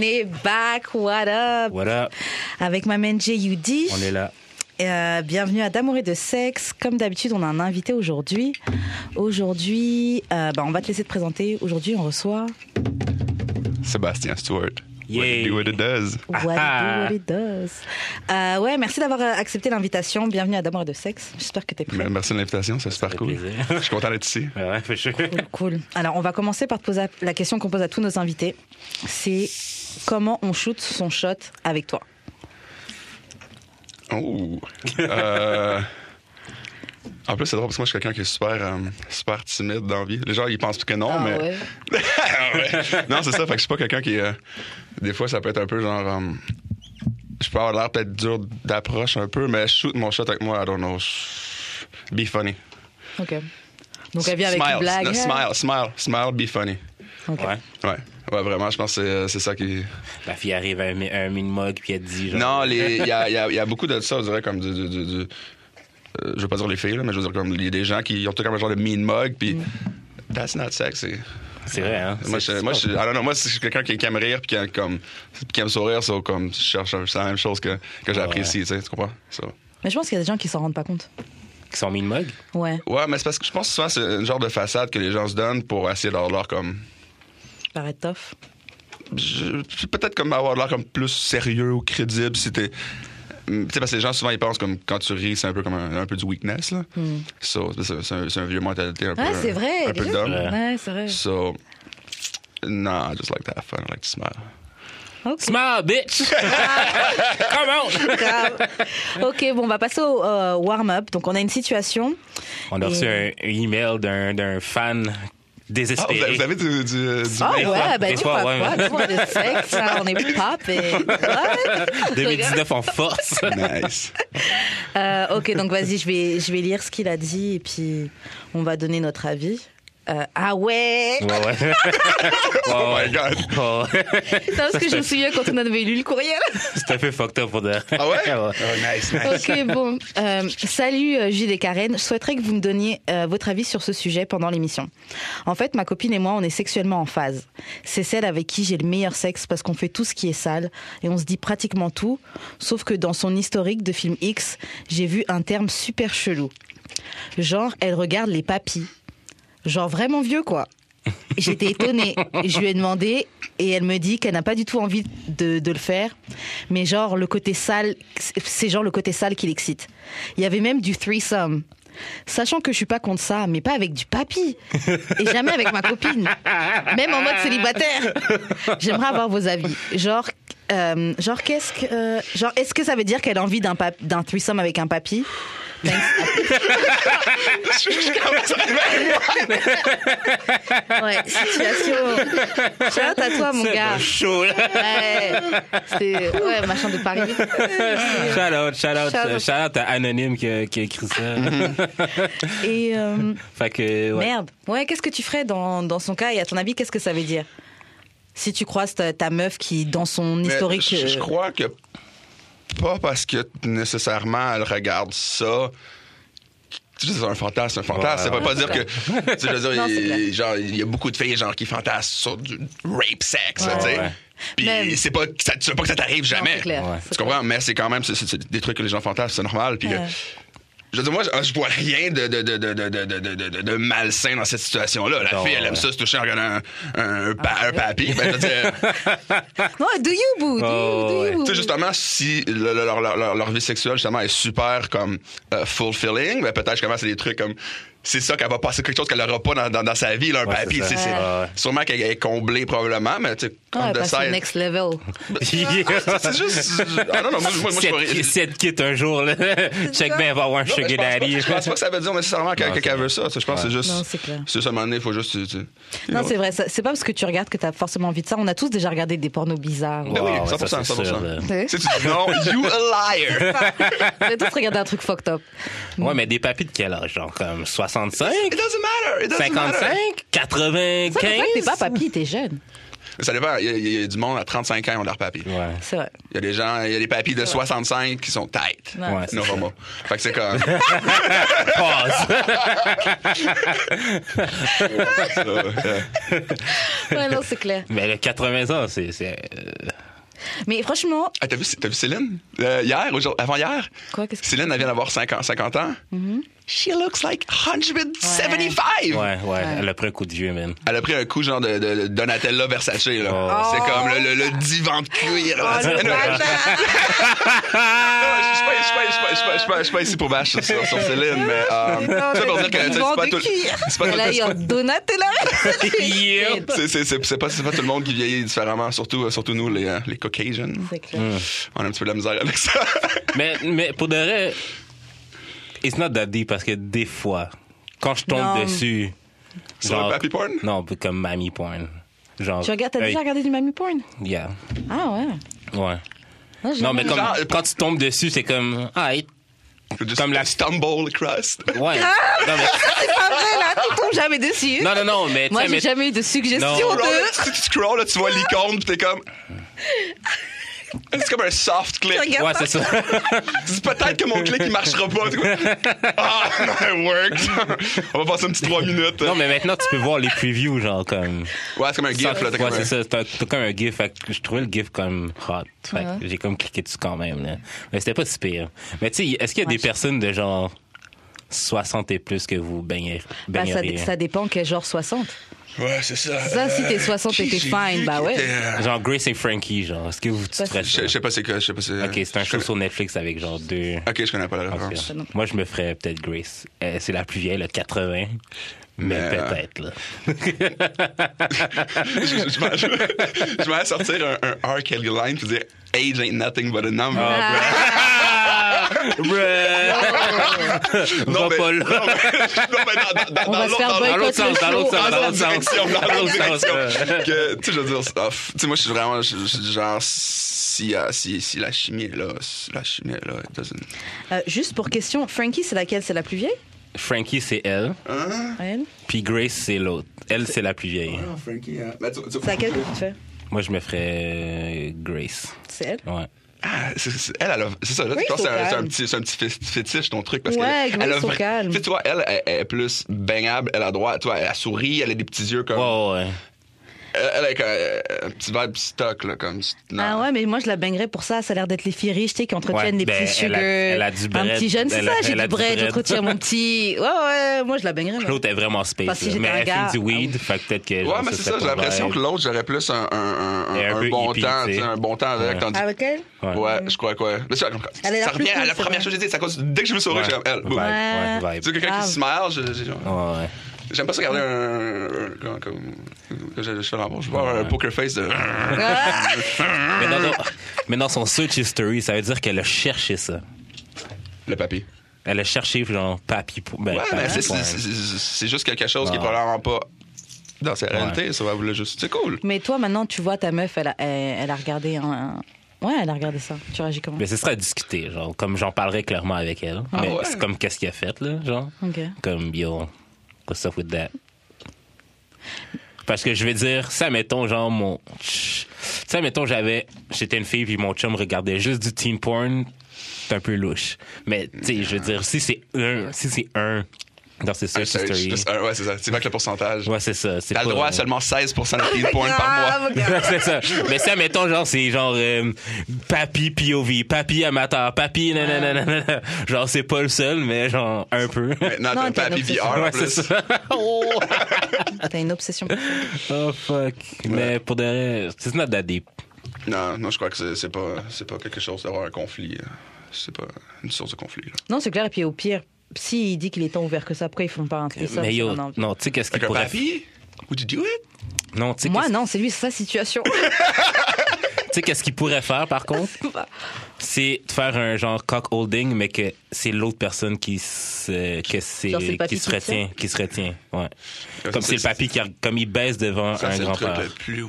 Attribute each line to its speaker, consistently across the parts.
Speaker 1: est back, what up
Speaker 2: What up
Speaker 1: Avec ma man J.U.D.
Speaker 2: On est là.
Speaker 1: Euh, bienvenue à D'amour et de sexe. Comme d'habitude, on a un invité aujourd'hui. Aujourd'hui, euh, bah, on va te laisser te présenter. Aujourd'hui, on reçoit
Speaker 3: Sebastian Stewart. What
Speaker 2: Yeah.
Speaker 3: it do what it does.
Speaker 1: What it do,
Speaker 2: Ah ah.
Speaker 1: what it does. Euh, ouais, merci d'avoir euh, accepté l'invitation. Bienvenue à D'amour et de sexe. J'espère que t'es prêt.
Speaker 3: Ben, Merci de l'invitation, c'est super
Speaker 2: fait
Speaker 3: cool.
Speaker 2: plaisir.
Speaker 3: Je suis content d'être ici.
Speaker 2: Ah Ouais, ouais, fait chaud.
Speaker 1: Cool, cool. Alors, on va commencer par te poser la question qu'on pose à tous nos invités. C'est comment on shoot son shot avec toi
Speaker 3: Oh! Euh, En plus, c'est drôle parce que moi, je suis quelqu'un qui est super, euh, super timide dans la vie. Les gens, ils pensent que non,
Speaker 1: Ah
Speaker 3: mais. Ah ouais. Non, c'est ça. Fait que je suis pas quelqu'un qui. euh, Des fois, ça peut être un peu genre. euh, Je peux avoir l'air peut-être dur d'approche un peu, mais shoot mon shot avec moi, I don't know. Be funny.
Speaker 1: Ok. Donc, elle vient avec
Speaker 3: smile,
Speaker 1: une blague.
Speaker 3: s- Smile, smile, smile, be funny.
Speaker 1: Ok.
Speaker 2: Ouais.
Speaker 3: Ouais. Ouais, vraiment, je pense que c'est- c'est ça qui.
Speaker 2: La fille arrive à un, mi- un mini-mug puis elle dit genre.
Speaker 3: Non, les- il y a, il y a- il y a beaucoup de ça, on dirait, comme du. du- du- du- euh, je veux pas dire les filles, là, mais je veux dire, comme il y a des gens qui ont tout comme un genre de mean mug, puis. That's not sexy.
Speaker 2: C'est vrai, Mm. hein.
Speaker 3: Moi,
Speaker 2: C'est-
Speaker 3: je,
Speaker 2: c'est
Speaker 3: moi,
Speaker 2: pas-
Speaker 3: je, I don't know, moi, si je suis quelqu'un qui, qui aime rire, puis qui, aime, comme, qui aime sourire, c'est comme, je cherche un- c'est la même chose que, que j'apprécie, tu sais, tu comprends? So.
Speaker 1: Mais je pense qu'il y a des gens qui s'en rendent pas compte.
Speaker 2: Qui sont mini-mug.
Speaker 1: Ouais,
Speaker 3: Ouais, mais c'est parce que je pense que souvent, c'est un genre de façade que les gens se donnent pour essayer d'avoir l'air comme.
Speaker 1: paraît tough.
Speaker 3: je- je- peut-être comme avoir l'air comme plus sérieux ou crédible si t'es Hum, tu sais parce que les gens souvent ils pensent comme quand tu ris c'est un peu comme un, un peu du weakness là So, c'est- c'est un, c'est un vieux mentalité un peu
Speaker 1: Hmm. Ouais, Ah, c'est vrai.
Speaker 3: un peu
Speaker 1: les gens-
Speaker 3: dumb
Speaker 1: Ouais, c'est vrai.
Speaker 3: so nah I just like to have fun I like to smile
Speaker 1: Ok.
Speaker 2: Smile, bitch! Come on!
Speaker 1: Grave. ok, bon, on va passer au euh, warm-up. Donc, on a une situation.
Speaker 2: On a reçu un, un email d'un d'un fan
Speaker 3: ah, vous, avez-
Speaker 2: désespéré.
Speaker 3: vous avez du, du, du-
Speaker 1: Ah
Speaker 2: Des fois,
Speaker 1: ouais, ben
Speaker 2: des
Speaker 1: tu
Speaker 2: fois,
Speaker 1: vois
Speaker 2: ouais,
Speaker 1: quoi,
Speaker 2: mais-
Speaker 1: tu vois le sexe, hein, on est pop et... What
Speaker 2: 2019 en force.
Speaker 3: nice
Speaker 1: Euh, ok, donc vas-y, je vais, je vais lire ce qu'il a dit et puis on va donner notre avis. Euh, ah ouais
Speaker 2: Ouais, ouais.
Speaker 3: oh my god
Speaker 2: Oh, ouais.
Speaker 1: Non, parce que je me souviens quand on avait lu le courriel.
Speaker 2: C'était un peu fucked up pour de.
Speaker 3: ah ouais oh nice nice
Speaker 1: Ok, bon. Euh, salut euh, Jules et Karen. Je souhaiterais que vous me donniez euh, votre avis sur ce sujet pendant l'émission. En fait, ma copine et moi, on est sexuellement en phase. C'est celle avec qui j'ai le meilleur sexe parce qu'on fait tout ce qui est sale et on se dit pratiquement tout. Sauf que dans son historique de film X, j'ai vu un terme super chelou. Genre, elle regarde les papis. Genre vraiment vieux, quoi. J'étais étonnée. Je lui ai demandé et elle me dit qu'elle n'a pas du tout envie de, de le faire. Mais genre, le côté sale, c'est genre le côté sale qui l'excite. Il y avait même du threesome. Sachant que je suis pas contre ça, mais pas avec du papy. Et jamais avec ma copine. Même en mode célibataire. J'aimerais avoir vos avis. Genre, euh, genre qu'est-ce que. euh, genre, est-ce que ça veut dire qu'elle a envie d'un, pap- d'un threesome avec un papy Ouais, situation. Shout à toi, mon gars.
Speaker 2: Chaud, là.
Speaker 1: Ouais, c'était ouais, machin de Paris.
Speaker 2: Shout out, shout out,
Speaker 1: Shout out.
Speaker 2: shout out à Anonyme qui a, qui a écrit ça.
Speaker 3: Mm-hmm.
Speaker 1: Et euh,
Speaker 2: Fait que, ouais.
Speaker 1: merde. Ouais, qu'est-ce que tu ferais dans, dans son cas Et à ton avis, qu'est-ce que ça veut dire Si tu croises ta, ta meuf qui, dans son
Speaker 3: Mais
Speaker 1: historique.
Speaker 3: Je, je
Speaker 1: euh,
Speaker 3: crois que pas parce que nécessairement elle regarde ça. Tu sais, C'est un fantasme, un fantasme.
Speaker 2: Ouais.
Speaker 3: Ça veut pas dire que. Tu sais, je veux dire,
Speaker 1: Non, c'est
Speaker 3: il-
Speaker 1: clair.
Speaker 3: genre, il y a beaucoup de filles genre, qui fantasment sur du rape sex, là,
Speaker 1: Ouais.
Speaker 3: tu sais.
Speaker 2: Ouais.
Speaker 3: Puis
Speaker 1: Même.
Speaker 3: c'est pas, ça- tu veux pas que ça t'arrive
Speaker 1: non,
Speaker 3: jamais.
Speaker 1: c'est clair.
Speaker 2: Ouais.
Speaker 1: C'est
Speaker 3: Tu comprends? Mais c'est quand même c'est- c'est c'est des trucs que les gens fantasment, c'est normal. Puis que-
Speaker 1: Ouais.
Speaker 3: je veux dire, moi, je, je vois rien de, de, de, de, de, de, de, de- de- de malsain dans cette situation-là. La
Speaker 2: Non,
Speaker 3: fille, elle aime
Speaker 2: ouais.
Speaker 3: ça se toucher en regardant un, un,
Speaker 1: Ah,
Speaker 3: pa- un papy. Ben, je veux dire,
Speaker 1: clair. Ouais, do you, boo Do you,
Speaker 2: Oh,
Speaker 1: do you,
Speaker 2: ouais.
Speaker 1: boo
Speaker 3: tu sais, justement, si le- le- leur, leur- leur- leur vie sexuelle, justement, est super, comme, euh, fulfilling, ben, peut-être, justement, c'est des trucs comme, c'est ça qu'elle va passer quelque chose qu'elle n'aura pas dans, dans- dans sa vie, là, un
Speaker 2: Ouais,
Speaker 3: papy.
Speaker 2: c'est ça.
Speaker 3: tu sais, c'est-
Speaker 2: Ouais.
Speaker 3: Sûrement qu'elle est comblée, probablement, mais, tu sais, on
Speaker 1: Ah, Ouais,
Speaker 3: the
Speaker 1: passe au
Speaker 3: side.
Speaker 1: next level.
Speaker 3: C'est juste. Ah non, non, moi, moi, moi, je
Speaker 2: si,
Speaker 3: pourrais-
Speaker 2: elle, si elle te quitte un jour, là, check
Speaker 1: ça.
Speaker 2: bien, elle va avoir un
Speaker 3: Non, mais
Speaker 2: sugar
Speaker 3: je pense pas-
Speaker 2: daddy.
Speaker 3: Je pense pas que ça veut dire nécessairement
Speaker 2: Non,
Speaker 3: qu'elle
Speaker 2: c'est
Speaker 3: qu'elle
Speaker 2: vrai.
Speaker 3: veut ça. tu sais, Je pense que c'est juste.
Speaker 1: Non, c'est clair.
Speaker 3: C'est juste à un moment donné, il faut juste. tu- tu-
Speaker 1: Non, c'est vrai. ça- C'est pas parce que tu regardes que t'as forcément envie de ça. On a tous déjà regardé des pornos bizarres.
Speaker 3: Ben oui,
Speaker 2: Wow, ouais,
Speaker 3: 100%,
Speaker 2: ça, c'est sûr,
Speaker 3: 100%.
Speaker 2: là.
Speaker 1: Ouais.
Speaker 3: Tu sais, tu dis non, you a liar.
Speaker 1: On a tous regardé un truc fucked up.
Speaker 2: Ouais, mais des papis de quel âge? Genre comme 65?
Speaker 3: It doesn't matter. It doesn't matter.
Speaker 2: 55?
Speaker 1: C'est
Speaker 2: 95?
Speaker 1: pour ça que t'es pas papy, t'es jeune.
Speaker 3: Ça dépend. Il y a- il y, a du monde à 35 ans, ils ont leur papy.
Speaker 2: Ouais.
Speaker 1: C'est vrai.
Speaker 3: Il y a des gens, il y a des papis de 65 qui sont têtes.
Speaker 1: Ouais.
Speaker 2: Ouais, c'est
Speaker 3: Non,
Speaker 2: ça.
Speaker 3: vraiment. Fait que c'est comme.
Speaker 2: Pause.
Speaker 3: Euh,
Speaker 1: Ouais, non, c'est clair.
Speaker 2: mais le 80 ans, c'est. c'est, euh,
Speaker 1: Mais franchement,
Speaker 3: Ah, t'as vu, t'as vu Céline? Euh, hier, aujourd'hui- avant hier?
Speaker 1: Quoi, qu'est-ce que-
Speaker 3: Céline, elle vient d'avoir 50, 50 ans. She looks like 175!
Speaker 2: Ouais, ouais, elle a pris un coup de vieux, man.
Speaker 3: Elle a pris un coup genre de, de- de Donatella Versace. Là.
Speaker 2: Oh.
Speaker 3: C'est comme le, le- le divan de cuir. là.
Speaker 1: Oh, le
Speaker 3: Non,
Speaker 1: vagin.
Speaker 3: je suis pas- je suis pas- je suis pas- je suis pas- je suis pas- je suis pas ici pour bâcher sur, sur Céline, mais... euh, ça pour dire que, tu sais, c'est
Speaker 1: Vent
Speaker 3: pas
Speaker 1: de
Speaker 3: tout-
Speaker 1: cuir.
Speaker 3: c'est pas tout-
Speaker 1: Là, il y a Donatella.
Speaker 2: Yep.
Speaker 3: c'est- c'est- c'est- c'est pas, c'est pas tout le monde qui vieillit différemment, surtout, euh, surtout nous, les, euh, les Caucasians.
Speaker 1: C'est clair.
Speaker 2: Mm.
Speaker 3: On a un petit peu de la misère avec ça.
Speaker 2: mais, mais pour de vrai, it's not that deep parce que des fois, quand je tombe
Speaker 1: Non.
Speaker 2: dessus.
Speaker 3: Sur le papi porn?
Speaker 2: Non, comme mamie porn. Genre.
Speaker 1: Tu regardes, t'as
Speaker 2: hey,
Speaker 1: déjà regardé du mamie porn
Speaker 2: Yeah.
Speaker 1: Ah ouais.
Speaker 2: Ouais.
Speaker 1: Non, j'ai
Speaker 2: Non,
Speaker 1: jamais
Speaker 2: mais comme,
Speaker 3: Genre-
Speaker 2: quand tu tombes dessus, c'est comme. Ah, it-
Speaker 3: Just
Speaker 2: Comme la-
Speaker 3: stumble across.
Speaker 2: ouais. non, mais-
Speaker 1: C'est pas vrai, Ah, là, tu tombes jamais dessus.
Speaker 2: non, non, non, mais. tu
Speaker 1: Moi,
Speaker 2: sais,
Speaker 1: j'ai
Speaker 2: mais-
Speaker 1: jamais eu de suggestion
Speaker 2: Non.
Speaker 1: de.
Speaker 3: Tu, tu scrolls, là, tu vois l'icône, pis t'es comme. C'est comme un soft click.
Speaker 1: Tu regardes
Speaker 2: Ouais,
Speaker 1: pas.
Speaker 2: c'est ça.
Speaker 3: Tu dis peut-être que mon clic il marchera pas. Tu vois. Ah, it worked. On va passer un petit 3 minutes.
Speaker 2: non, mais maintenant, tu peux voir les previews, genre, comme.
Speaker 3: Ouais, c'est comme un gif, là. t'as
Speaker 2: Ouais,
Speaker 3: comme un-
Speaker 2: c'est ça. T'as t'as comme un gif. Fait que je trouvais le gif comme hot. Fait que j'ai comme cliqué dessus quand même. là. Mais c'était pas si pire. Mais tu sais, est-ce qu'il y a des personnes de genre 60 et plus que vous baignez
Speaker 1: Bah, ça,
Speaker 2: baigneriez?
Speaker 1: ça dépend quel genre 60.
Speaker 3: Ouais, c'est ça.
Speaker 1: Ça, si t'es
Speaker 3: Euh,
Speaker 1: 60 et
Speaker 3: qui
Speaker 1: t'es
Speaker 3: j'ai
Speaker 1: fine,
Speaker 3: vu
Speaker 1: bah
Speaker 3: qui
Speaker 1: ouais.
Speaker 3: était, euh,
Speaker 2: Genre Grace et Frankie, genre. Est-ce que vous tu
Speaker 1: Pas
Speaker 2: ferais
Speaker 3: Je je
Speaker 2: ça?
Speaker 3: sais pas c'est quoi. Je sais pas c'est.
Speaker 2: Ok, c'est un show sur Netflix avec genre deux.
Speaker 3: Ok, je connais pas la référence.
Speaker 2: acteurs. Ah, Moi, je me ferais peut-être Grace. Euh, c'est la plus vieille, le 80. Mais,
Speaker 3: Mais,
Speaker 2: peut-être, là.
Speaker 3: je, je, je vais- je vais sortir un, un R. Kelly line qui dire Age ain't nothing but a number.
Speaker 2: Ah,
Speaker 1: Ah,
Speaker 2: Bruh. Va
Speaker 3: mais-
Speaker 2: pas là.
Speaker 3: non, mais- non, mais dans- dans-
Speaker 1: On
Speaker 3: dans
Speaker 1: va se
Speaker 3: l'autre-
Speaker 1: faire
Speaker 3: dans l'autre-
Speaker 2: Dans l'autre sens, dans l'autre sens, dans
Speaker 3: dans l'autre
Speaker 2: l'autre
Speaker 3: direction, dans l'autre direction.
Speaker 2: sens.
Speaker 3: Que, tu sais, je veux dire, ah, f- tu sais, moi, je suis vraiment, je- je- genre, si, euh, si, si la chimie est là, si la chimie est là, it doesn't.
Speaker 1: Euh, juste pour question, Frankie, c'est laquelle C'est la plus vieille
Speaker 2: Euh, Frankie, c'est elle.
Speaker 3: Hein?
Speaker 1: Elle
Speaker 2: Puis Grace, c'est l'autre. Elle, c'est la plus vieille.
Speaker 3: Ah, Frankie, hein. Mais tu- tu-
Speaker 1: C'est laquelle que tu te fais
Speaker 2: Moi, je me ferais euh, Grace.
Speaker 1: C'est elle
Speaker 2: Ouais.
Speaker 3: Ah, c'est- c'est- elle, elle a- c'est ça, là,
Speaker 1: Grace
Speaker 3: je pense que c'est
Speaker 1: au
Speaker 3: un, c'est un
Speaker 1: calme.
Speaker 3: petit, c'est un petit fé- fétiche, ton truc. Parce
Speaker 1: Ouais,
Speaker 3: qu'elle- elle,
Speaker 1: Grace
Speaker 3: a
Speaker 1: au
Speaker 3: vra-
Speaker 1: calme.
Speaker 3: Tu sais, tu vois, elle, elle, elle est plus baignable, elle a droit, tu vois, elle a sourit, elle a des petits yeux comme.
Speaker 2: Ouais, ouais.
Speaker 3: Elle, elle a comme, euh, un petit vibe stock, là, comme. non.
Speaker 1: Ah ouais, mais moi je la baignerais pour ça. Ça a l'air d'être les filles riches, tu sais, qui entretiennent des
Speaker 2: Ouais, ben,
Speaker 1: petits
Speaker 2: elle
Speaker 1: sugar.
Speaker 2: a- elle a du
Speaker 1: Un
Speaker 2: bread.
Speaker 1: petit jeune, c'est
Speaker 2: Elle
Speaker 1: ça,
Speaker 2: a-
Speaker 1: j'ai
Speaker 2: elle a
Speaker 1: du
Speaker 2: du
Speaker 1: bread,
Speaker 2: bread.
Speaker 1: j'entretiens mon petit. Ouais, ouais, moi je la baignerais. moi.
Speaker 2: L'autre est vraiment space.
Speaker 1: Parce que
Speaker 2: là.
Speaker 1: j'étais
Speaker 2: mais
Speaker 1: un
Speaker 2: elle
Speaker 1: gars.
Speaker 2: fait du weed,
Speaker 1: Ah oui.
Speaker 2: fait que peut-être que.
Speaker 3: Ouais,
Speaker 2: genre,
Speaker 3: mais
Speaker 2: ça
Speaker 3: c'est
Speaker 2: serait
Speaker 3: ça, j'ai
Speaker 2: pas
Speaker 3: l'impression
Speaker 2: vrai.
Speaker 3: que l'autre, j'aurais plus un, un, un,
Speaker 2: Et un
Speaker 3: un
Speaker 2: peu
Speaker 3: bon
Speaker 2: hippie,
Speaker 3: temps,
Speaker 2: tu sais.
Speaker 3: tu sais, un bon temps avec,
Speaker 2: Ouais.
Speaker 3: tandis
Speaker 1: Avec elle
Speaker 3: Ouais, je crois que ouais. Mais c'est vrai, comme-
Speaker 1: Ah Elle a l'air
Speaker 3: ça
Speaker 1: plus euh,
Speaker 3: revient à
Speaker 1: cool,
Speaker 3: la
Speaker 1: c'est
Speaker 3: première
Speaker 1: vrai.
Speaker 3: chose que j'ai dit, c'est à cause dès que je me suis
Speaker 2: Ouais.
Speaker 3: heureux, j'ai elle. boum.
Speaker 2: Ouais, ouais,
Speaker 3: Tu sais, quelqu'un qui se marre, je- j'ai-
Speaker 2: Ouais, ouais.
Speaker 3: j'aime pas ça garder un. Comme, comme, que je, je fais l'amour. Je vois un
Speaker 2: Ouais.
Speaker 3: poker face de.
Speaker 2: Mais dans, dans- mais dans son search history, ça veut dire qu'elle a cherché ça.
Speaker 3: Le papy.
Speaker 2: Elle a cherché, genre, papy. pour- Ben,
Speaker 3: Ouais,
Speaker 2: papy
Speaker 3: mais c'est-
Speaker 2: pour
Speaker 3: c'est-
Speaker 2: un-
Speaker 3: c'est c'est juste quelque chose qui est
Speaker 2: Ouais.
Speaker 3: probablement pas dans sa réalité. Ça va vous le juste. C'est cool.
Speaker 1: Mais toi, maintenant, tu vois ta meuf, elle a, elle, elle a regardé un. un- Ouais, elle a regardé ça. Tu réagis comment
Speaker 2: Mais ce serait à discuter, genre, comme j'en parlerai clairement avec elle.
Speaker 3: Ah
Speaker 2: mais
Speaker 3: ouais?
Speaker 2: c'est comme qu'est-ce qu'il a fait, là, genre.
Speaker 1: Ok.
Speaker 2: Comme, yo, what's up with that? Parce que je vais dire, ça, mettons, genre, mon. Tu sais, mettons, j'avais. J'étais une fille, puis mon chum regardait juste du teen porn, c'est un peu louche. Mais, tu sais, je veux dire, si c'est un, si c'est un dans ses
Speaker 3: Ah, Un
Speaker 2: search
Speaker 3: search,
Speaker 2: history.
Speaker 3: juste un- Ouais, c'est ça. C'est vrai que le pourcentage.
Speaker 2: Ouais, c'est ça. c'est
Speaker 3: T'as le
Speaker 2: pas- euh,
Speaker 3: droit à seulement 16% de teen points par mois.
Speaker 1: Ah,
Speaker 2: c'est ça. Mais ça, mettons, genre, c'est genre euh, papy POV, papy amateur, papy nanana, nanana. Genre, c'est pas le seul, mais genre, un peu.
Speaker 1: Non,
Speaker 3: Maintenant, t'as un
Speaker 1: t'as une
Speaker 3: papy
Speaker 1: obsession.
Speaker 3: VR en
Speaker 2: Ouais, c'est
Speaker 3: plus.
Speaker 2: ça. oh.
Speaker 1: T'as une obsession.
Speaker 2: Oh, fuck. Mais pour de vrai, c'est not that deep.
Speaker 3: Non, non, je crois que c'est- c'est pas, c'est pas quelque chose d'avoir un conflit. euh, C'est pas une source de conflit. Là.
Speaker 1: Non, c'est clair. Et puis au pire, s'il dit qu'il est tant ouvert que ça, pourquoi ils font pas un truc ça
Speaker 2: mais
Speaker 1: c'est
Speaker 2: yo,
Speaker 1: vraiment-
Speaker 2: non, tu sais qu'est-ce qu'il
Speaker 3: Avec un
Speaker 2: pourrait
Speaker 3: papy, would you do it?
Speaker 2: Non, tu sais
Speaker 1: Moi,
Speaker 2: qu'est-ce-
Speaker 1: non, c'est lui, c'est sa situation.
Speaker 2: tu sais qu'est-ce qu'il pourrait faire, par contre? c'est de faire un genre cock holding, mais que c'est l'autre personne qui se, que c'est,
Speaker 1: Genre, c'est le papy
Speaker 2: qui se
Speaker 1: qui
Speaker 2: retient, qui se retient, ouais. Comme
Speaker 3: Ça,
Speaker 2: c'est le papy qui, a- comme il baisse devant
Speaker 3: Ça,
Speaker 2: un
Speaker 3: c'est le truc
Speaker 2: grand-père.
Speaker 3: le plus.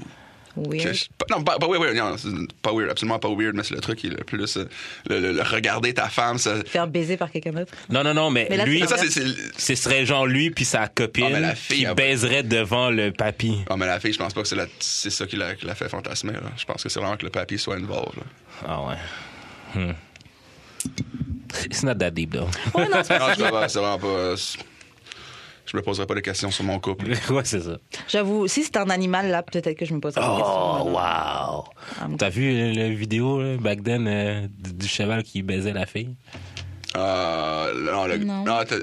Speaker 1: Oui.
Speaker 3: que je- pas- non, pas, pas weird, weird, non, c'est pas weird, absolument pas weird, mais c'est le truc qui est le plus. euh, Le, le- le regarder ta femme, ça.
Speaker 1: Faire baiser par quelqu'un d'autre.
Speaker 2: Non, non, non, mais,
Speaker 1: Mais là,
Speaker 2: lui,
Speaker 3: Mais ça,
Speaker 1: l'inverse.
Speaker 3: c'est. c'est-
Speaker 2: ce serait genre lui puis sa
Speaker 3: Ah,
Speaker 2: copine
Speaker 3: mais la fille,
Speaker 2: qui
Speaker 3: elle va-
Speaker 2: baiserait devant le papy.
Speaker 3: Ah, mais la fille, je pense pas que c'est la- c'est ça qui l'a qui l'a fait fantasmer. là. Je pense que c'est vraiment que le papy soit involved. là.
Speaker 2: Ah ouais. Hmm. It's not that deep, though.
Speaker 1: Ouais, non, c'est pas
Speaker 3: Non, je comprends, c'est vraiment pas. euh, c'est- je me poserais pas de questions sur mon couple.
Speaker 2: ouais, c'est ça.
Speaker 1: J'avoue, si c'est un animal, là, peut-être que je me poserais des
Speaker 2: Oh,
Speaker 1: questions.
Speaker 2: wow!
Speaker 1: Um,
Speaker 2: T'as vu euh, la vidéo, là, back then, euh, du, du cheval qui baisait la fille?
Speaker 3: Euh, non, le,
Speaker 1: Non.
Speaker 3: t'as-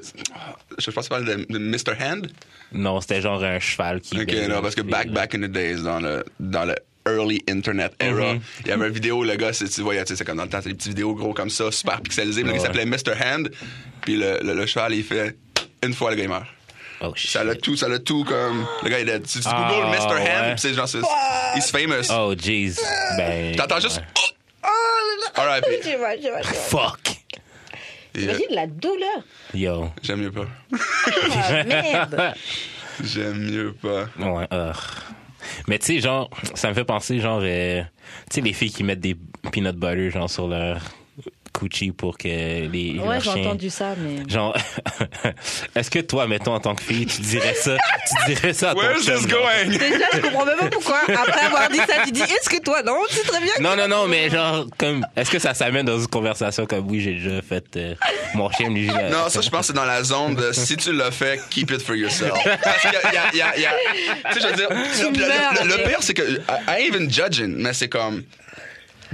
Speaker 3: je pense que tu parles de, de Mr. Hand.
Speaker 2: Non, c'était genre un cheval qui
Speaker 3: Ok,
Speaker 2: baisait
Speaker 3: non,
Speaker 2: la
Speaker 3: parce que
Speaker 2: fille,
Speaker 3: back,
Speaker 2: là.
Speaker 3: back in the days, dans le, dans le early internet era,
Speaker 2: Mhm.
Speaker 3: il y avait une vidéo, le gars, c'est- tu vois, il y a- tu sais, c'est comme dans le temps, c'est des petites vidéos gros comme ça, super pixelisées, mais le gars,
Speaker 2: Ouais.
Speaker 3: il s'appelait Mr. Hand, puis le, le, le cheval, il fait une fois le gars, il meurt.
Speaker 2: Oh, shit.
Speaker 3: Ça l'a tout, ça l'a tout comme. Le gars, il a dit, tu
Speaker 2: Ah,
Speaker 3: Google Mr. Hand,
Speaker 2: ouais.
Speaker 3: pis c'est genre, c'est- he's famous.
Speaker 2: Oh, jeez. Ben.
Speaker 3: Ah! T'entends juste. oh,
Speaker 2: ouais.
Speaker 3: Alright,
Speaker 1: J'ai mal, j'ai mal.
Speaker 2: Fuck!
Speaker 1: Imagine la douleur.
Speaker 2: Yo.
Speaker 3: J'aime mieux pas.
Speaker 1: Ah, merde.
Speaker 3: J'aime mieux pas.
Speaker 2: Ouais, euh. Mais tu sais, genre, ça me fait penser, genre, euh, tu sais, les filles qui mettent des peanut butter, genre, sur leur coochie pour que les.
Speaker 1: Ouais,
Speaker 2: leurs
Speaker 1: j'ai
Speaker 2: chiens-
Speaker 1: entendu ça, mais.
Speaker 2: Genre, est-ce que toi, mettons, en tant que fille, tu dirais ça? tu dirais ça à ton
Speaker 3: Where's
Speaker 2: chum,
Speaker 3: this
Speaker 2: genre?
Speaker 3: going?
Speaker 1: Déjà, je comprends même pas pourquoi. Après avoir dit ça, tu dis est-ce que toi, non, c'est très bien.
Speaker 2: Non, non, non, mais genre, comme, est-ce que ça s'amène dans une conversation comme, oui, j'ai déjà fait euh, mon chien me dit, euh,
Speaker 3: Non, ça, je pense que c'est dans la zone de si tu l'as fait, keep it for yourself. Parce qu'il y a. il y a- il y a- Tu sais, je veux dire. le-
Speaker 1: meurs,
Speaker 3: Le, le
Speaker 1: mais-
Speaker 3: pire, c'est que. I I ain't even judging, mais c'est comme.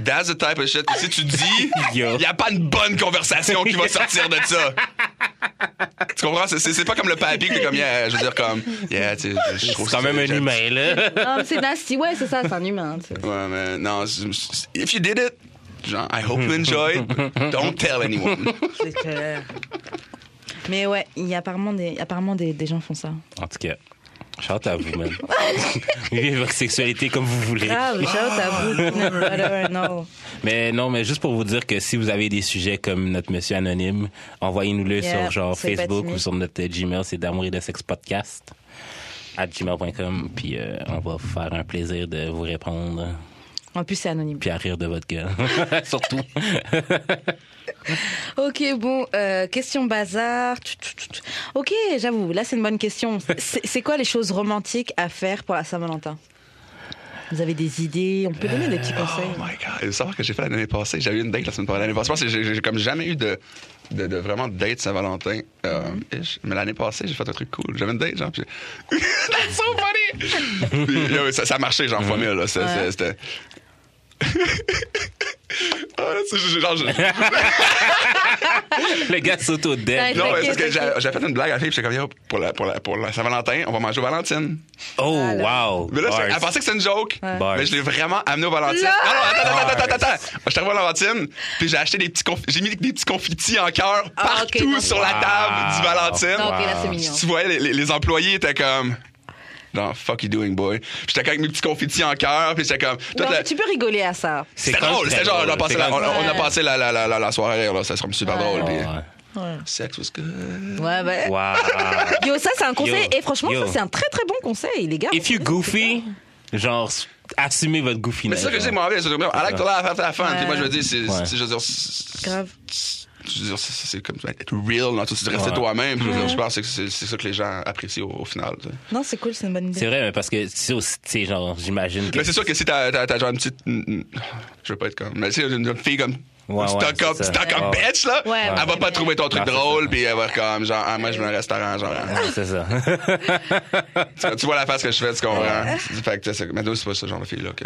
Speaker 3: That's the type of shit. que Si tu dis,
Speaker 2: Yo.
Speaker 3: il n'y a pas une bonne conversation qui va sortir de ça. Tu comprends? C'est- C'est c'est pas comme le papy, que t'es comme, yeah, je veux dire, comme, yeah, tu sais, je
Speaker 2: C'est
Speaker 3: trouve
Speaker 2: quand
Speaker 3: que
Speaker 2: même un
Speaker 3: j'aime-
Speaker 2: humain, là.
Speaker 1: Non, Ah, mais c'est nasty. Ouais, c'est ça, c'est un humain. tu sais.
Speaker 3: Ouais, mais non, c'est- c'est- if you did it, genre, I hope you enjoyed, but don't tell anyone.
Speaker 1: C'est clair. Mais ouais, il y a apparemment des, apparemment des, des gens font ça.
Speaker 2: En tout cas, chante à vous, man. Vivez votre sexualité comme vous voulez.
Speaker 1: Grave, shout à vous. Whatever, no.
Speaker 2: Mais non, mais juste pour vous dire que si vous avez des sujets comme notre monsieur anonyme, envoyez-nous-le
Speaker 1: Yeah,
Speaker 2: sur genre
Speaker 1: c'est pas
Speaker 2: Facebook
Speaker 1: timide.
Speaker 2: ou sur notre euh, Gmail, c'est d'amour et de sexe podcast à gmail.com, puis euh, on va vous faire un plaisir de vous répondre,
Speaker 1: En plus, c'est anonyme.
Speaker 2: puis à rire de votre gueule, surtout.
Speaker 1: Ok, bon, euh, question bazar. Tchou, tchou, tchou, tchou. Ok, j'avoue, là c'est une bonne question. C'est c'est quoi les choses romantiques à faire pour la Saint-Valentin Vous avez des idées On peut donner des petits conseils.
Speaker 3: Oh my God. Il faut savoir que j'ai fait l'année passée. J'avais eu une date la semaine passée. L'année passée, je pense que j'ai j'ai comme jamais eu de, de, de vraiment date Saint-Valentin. euh,
Speaker 1: Mm-hmm.
Speaker 3: ish. Mais l'année passée, j'ai fait un truc cool. J'avais une date, genre. Puis... That's so funny! Puis, là, ça, ça a marché, genre, fois mille. là. C'est- c'est- C'était. Ah, là, c'est- j'ai- genre, j'ai-
Speaker 2: Le gars sauto dead.
Speaker 1: Non.
Speaker 3: non, mais
Speaker 1: Ok,
Speaker 3: parce que
Speaker 1: ok.
Speaker 3: j'ai- j'ai fait une blague à la fille, puis j'étais comme, Yo, pour la, pour la, pour la Saint-Valentin, on va manger au Valentine.
Speaker 2: Oh,
Speaker 1: Voilà.
Speaker 2: wow.
Speaker 3: Mais là, c'est-
Speaker 2: Bars.
Speaker 3: elle pensait que c'était une joke.
Speaker 2: Bars.
Speaker 3: Mais je l'ai vraiment amené au Valentine.
Speaker 1: Non!
Speaker 3: Non, non, attends, attends, attends,
Speaker 2: Bars.
Speaker 3: attends, attends. Je suis arrivé au Valentine, puis j'ai acheté des petits conf- j'ai mis des petits confitis en cœur
Speaker 1: Ah,
Speaker 3: partout
Speaker 1: ok, donc-
Speaker 3: sur la table du Valentine.
Speaker 1: Non, ok, là c'est mignon.
Speaker 3: Tu voyais, les, les- les employés étaient comme. Non, fuck you doing, boy. J'étais comme avec mes petits confitis en cœur, puis j'étais comme. toute
Speaker 1: Non,
Speaker 3: la-
Speaker 1: mais tu peux rigoler à ça.
Speaker 3: C'était drôle, c'était genre, on a passé, la, Oh, on,
Speaker 2: on
Speaker 3: on a
Speaker 1: Ouais.
Speaker 3: passé la, la, la, la, la soirée, là, ça serait super drôle. puis-
Speaker 1: Ouais,
Speaker 3: Sex was good.
Speaker 1: ouais bah.
Speaker 3: oh.
Speaker 2: Wow.
Speaker 1: Yo, ça c'est un conseil.
Speaker 2: Yo,
Speaker 1: Et franchement,
Speaker 2: yo.
Speaker 1: ça c'est un très très bon conseil, les gars.
Speaker 2: If you goofy, genre, assumez votre goofiness.
Speaker 3: Mais c'est ça que j'ai
Speaker 2: genre.
Speaker 3: demandé. c'est comme, I like to laugh after fun. Puis moi, je me dis, c'est,
Speaker 2: Ben, euh, Ouais.
Speaker 3: c'est- je veux dire, c'est-
Speaker 1: Grave.
Speaker 3: je veux dire, c'est- c'est comme être real, là, tu sais, rester
Speaker 2: Ouais.
Speaker 3: toi-même. Je, veux dire, je pense que c'est c'est ça que les gens apprécient au, au final. tu sais.
Speaker 1: Non, c'est cool, c'est une bonne idée.
Speaker 2: C'est vrai, mais parce que, tu sais, aussi, tu sais, genre, j'imagine que.
Speaker 3: Mais c'est sûr que si t'as, t'as, t'as genre une petite. Je veux pas être comme. Mais si une, une fille comme.
Speaker 2: Ouais, ouais,
Speaker 3: stock
Speaker 2: c'est
Speaker 3: up,
Speaker 2: ça.
Speaker 3: stock up
Speaker 2: Ouais.
Speaker 3: bitch, là.
Speaker 1: Ouais, ouais,
Speaker 3: elle va
Speaker 1: ouais,
Speaker 3: pas
Speaker 1: ouais.
Speaker 3: trouver ton truc
Speaker 2: Non, c'est
Speaker 3: drôle, puis elle va être comme, genre, ah, moi, je veux un restaurant, genre. hein.
Speaker 2: Ouais, c'est ça.
Speaker 3: tu, tu vois la face que je fais, tu comprends. Fait que, tu sais, c'est- mais nous, c'est pas ce genre de fille-là que.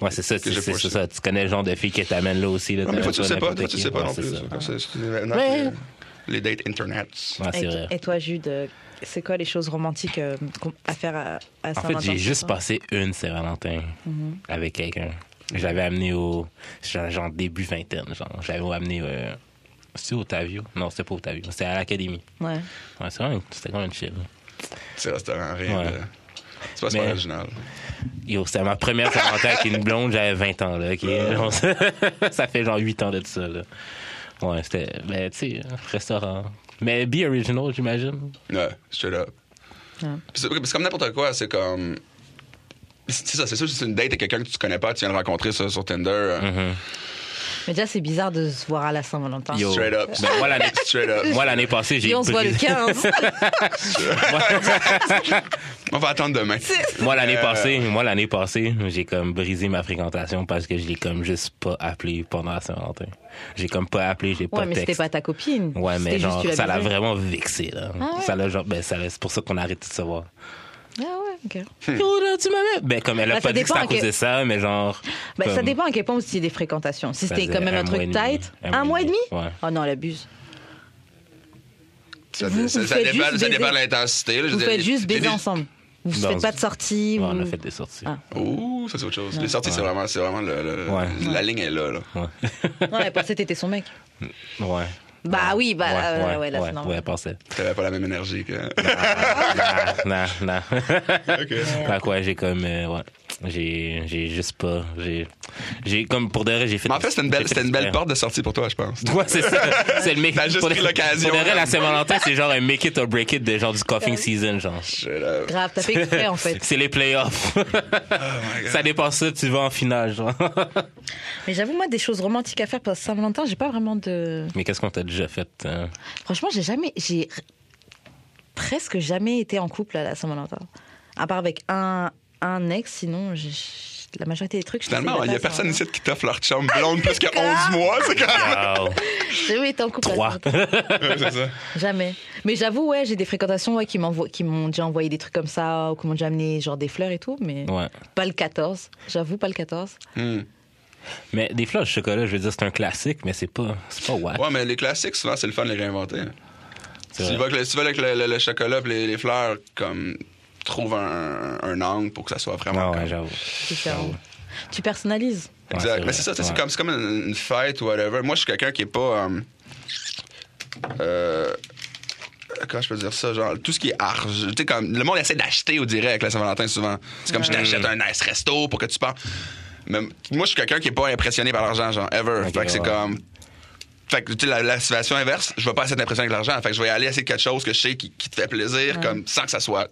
Speaker 2: Ouais, c'est ça,
Speaker 3: Que
Speaker 2: c'est
Speaker 3: j'ai
Speaker 2: c'est-
Speaker 3: pas
Speaker 2: c'est
Speaker 3: aussi.
Speaker 2: ça. Tu connais le genre de fille qui t'amène là aussi. Là,
Speaker 3: Non, mais
Speaker 2: t'amènes
Speaker 3: toi, tu le sais pas,
Speaker 2: n'importe
Speaker 3: toi, tu
Speaker 2: qui.
Speaker 3: le sais pas
Speaker 2: Ouais,
Speaker 3: non
Speaker 2: c'est
Speaker 3: plus.
Speaker 2: ça.
Speaker 3: là, comme c'est- c'est- maintenant,
Speaker 1: Ouais.
Speaker 3: c'est Les dates internet.
Speaker 2: Ouais, Ah, c'est
Speaker 1: Et,
Speaker 2: vrai.
Speaker 1: et toi, Jude, euh, c'est quoi les choses romantiques euh, qu'on- à faire à, à
Speaker 2: En
Speaker 1: Saint-Valentin
Speaker 2: fait, j'ai juste passé une Saint-Valentin avec quelqu'un. Je l'avais amené au. Genre, genre début vingtaine, genre. Je l'avais amené. Euh, c'était au Tavio. Non, c'était pas au Tavio. C'était à l'Académie.
Speaker 1: Ouais.
Speaker 2: Ouais, c'est quand même- c'était quand même chill.
Speaker 3: C'est restaurant, rien
Speaker 2: Ouais.
Speaker 3: de- C'est pas super
Speaker 2: Mais-
Speaker 3: original.
Speaker 2: Yo, c'était ma première Saint-Valentin avec une blonde, j'avais 20 ans, là. ok? Genre, ça fait genre 8 ans de tout ça, là. Ouais, c'était. Ben, tu sais, restaurant. Mais be original, j'imagine.
Speaker 3: Ouais, straight up.
Speaker 1: Ouais.
Speaker 3: Puis C'est c'est comme n'importe quoi, c'est comme. C'est ça, c'est sûr, si c'est une date avec quelqu'un que tu connais pas, tu viens le rencontrer ça, sur Tinder. euh,
Speaker 2: Mhm.
Speaker 1: Mais déjà, c'est bizarre de se voir à la Saint-Valentin.
Speaker 2: Yo.
Speaker 3: Straight up.
Speaker 2: Ben, moi, l'année-
Speaker 3: Euh, Straight up.
Speaker 2: Moi, l'année passée, j'ai
Speaker 1: Et on se voit le
Speaker 2: brisé-
Speaker 1: 15.
Speaker 3: On va attendre demain.
Speaker 2: Moi l'année passée, moi l'année passée, j'ai comme brisé ma fréquentation parce que je l'ai comme juste pas appelé pendant la Saint-Valentin. J'ai comme pas appelé, j'ai pas
Speaker 1: Ouais, mais c'était
Speaker 2: texte.
Speaker 1: pas ta copine.
Speaker 2: Ouais, mais
Speaker 1: C'était
Speaker 2: genre
Speaker 1: juste tu
Speaker 2: ça l'a
Speaker 1: abusais.
Speaker 2: vraiment vexé là.
Speaker 1: Ah ouais?
Speaker 2: Ça l'a genre ben ça l'a- c'est pour ça qu'on a arrêté de se voir.
Speaker 1: Ah ouais, ok.
Speaker 2: Yo, là, tu m'aimes. Ben comme elle a
Speaker 1: Ben, ça
Speaker 2: pas dit que c'était à
Speaker 1: dépend à
Speaker 2: cause de ça, mais genre
Speaker 1: Ben, ça
Speaker 2: comme-
Speaker 1: dépend à quel point aussi des fréquentations. Si
Speaker 2: Ça
Speaker 1: c'était quand
Speaker 2: faisait
Speaker 1: même un,
Speaker 2: un
Speaker 1: truc
Speaker 2: mois et demi.
Speaker 1: tight, un, mois et demi,
Speaker 2: ouais.
Speaker 1: Oh non, elle abuse.
Speaker 3: Ça,
Speaker 1: Vous-
Speaker 3: ça-
Speaker 1: vous
Speaker 3: ça
Speaker 1: faites
Speaker 3: dépend,
Speaker 1: juste
Speaker 3: ça dépend
Speaker 1: baiser.
Speaker 3: de l'intensité. là. Je
Speaker 1: Vous
Speaker 3: veux
Speaker 1: faites
Speaker 3: dire,
Speaker 1: juste
Speaker 3: les-
Speaker 1: baiser ensemble. Vous
Speaker 2: Non,
Speaker 1: faites pas de sortie.
Speaker 2: Ouais, Bah, on a
Speaker 1: vous-
Speaker 2: fait des sorties.
Speaker 1: Ah.
Speaker 3: Ouh, ça c'est autre chose. Les sorties, c'est vraiment, c'est vraiment le, le-
Speaker 2: Ouais.
Speaker 3: la ligne est là. là.
Speaker 1: Ouais, pour ça, t'étais son mec.
Speaker 2: Ouais.
Speaker 1: Bah oui, bah ouais, ouais, là, c'est
Speaker 2: ouais,
Speaker 1: normal.
Speaker 2: ouais, pensez.
Speaker 3: T'avais pas la même énergie que.
Speaker 2: Non, non.
Speaker 3: Ok.
Speaker 2: Fait que ouais, j'ai comme euh, ouais, j'ai j'ai juste pas, j'ai j'ai comme pour de vrai, j'ai fait
Speaker 3: Mais en fait, c'était une belle, c'était une belle porte de sortie pour toi, je pense.
Speaker 2: Ouais, c'est ça. C'est le make
Speaker 3: T'as juste
Speaker 2: pour de-
Speaker 3: pris l'occasion.
Speaker 2: Pour de vrai, la Saint-Valentin, c'est genre un make it or break it de genre du coughing season, genre.
Speaker 3: Je- là-
Speaker 1: Grave, t'as fait exprès en fait.
Speaker 2: C'est les playoffs.
Speaker 3: Oh
Speaker 2: ça dépend ça, tu vas en finale, genre.
Speaker 1: Mais j'avoue, moi, des choses romantiques à faire pour Saint-Valentin, j'ai pas vraiment de.
Speaker 2: Mais qu'est-ce qu'on t'a déjà fait? hein?
Speaker 1: Franchement, j'ai jamais. J'ai presque jamais été en couple à la Saint-Valentin. À part avec un, un ex, sinon, j'ai- la majorité des trucs, je
Speaker 3: Finalement,
Speaker 1: suis
Speaker 3: il y a
Speaker 1: célibataire,
Speaker 3: personne
Speaker 1: ça
Speaker 3: ici qui t'offre leur chambre blonde plus que 11 mois, c'est quand même.
Speaker 2: Wow.
Speaker 1: va. J'ai jamais été hein. en couple. à la
Speaker 2: Trois.
Speaker 1: Saint-Valentin.
Speaker 3: Ouais, c'est ça.
Speaker 1: Jamais. Mais j'avoue, ouais, j'ai des fréquentations ouais, qui m'envoient- qui m'ont déjà envoyé des trucs comme ça, ou qui m'ont déjà amené genre des fleurs et tout, mais
Speaker 2: Ouais.
Speaker 1: pas le 14. J'avoue, pas le 14.
Speaker 3: Hmm.
Speaker 2: Mais des fleurs de chocolat, je veux dire, c'est un classique, mais c'est pas, c'est pas whack.
Speaker 3: Ouais, mais les classiques, souvent, c'est le fun de les réinventer.
Speaker 2: C'est
Speaker 3: Si
Speaker 2: vrai.
Speaker 3: tu vas avec le, si tu vas avec le, le- le chocolat et les, les fleurs, comme, trouve un, un angle pour que ça soit vraiment.
Speaker 2: Non,
Speaker 3: comme-
Speaker 2: Ah ouais, j'avoue.
Speaker 1: différent. Tu personnalises.
Speaker 2: Ouais,
Speaker 3: Exact.
Speaker 2: vrai.
Speaker 3: mais c'est ça, tu sais,
Speaker 2: Ouais.
Speaker 3: c'est comme, c'est comme une, une fête ou whatever. Moi, je suis quelqu'un qui est pas. euh, euh, comment je peux dire ça? Genre, tout ce qui est argent. Tu sais, comme le monde essaie d'acheter au direct, la Saint-Valentin, souvent. C'est comme je t'achète un nice resto pour que tu parles. Mais moi, je suis quelqu'un qui est pas impressionné par l'argent, genre, ever.
Speaker 2: Ok,
Speaker 3: fait que c'est
Speaker 2: ouais.
Speaker 3: comme. Fait que, tu sais, la, la situation inverse, je vais pas essayer d'impressionner avec l'argent. Fait que je vais aller essayer quelque chose que je sais qui, qui te fait plaisir, comme, sans que ça soit.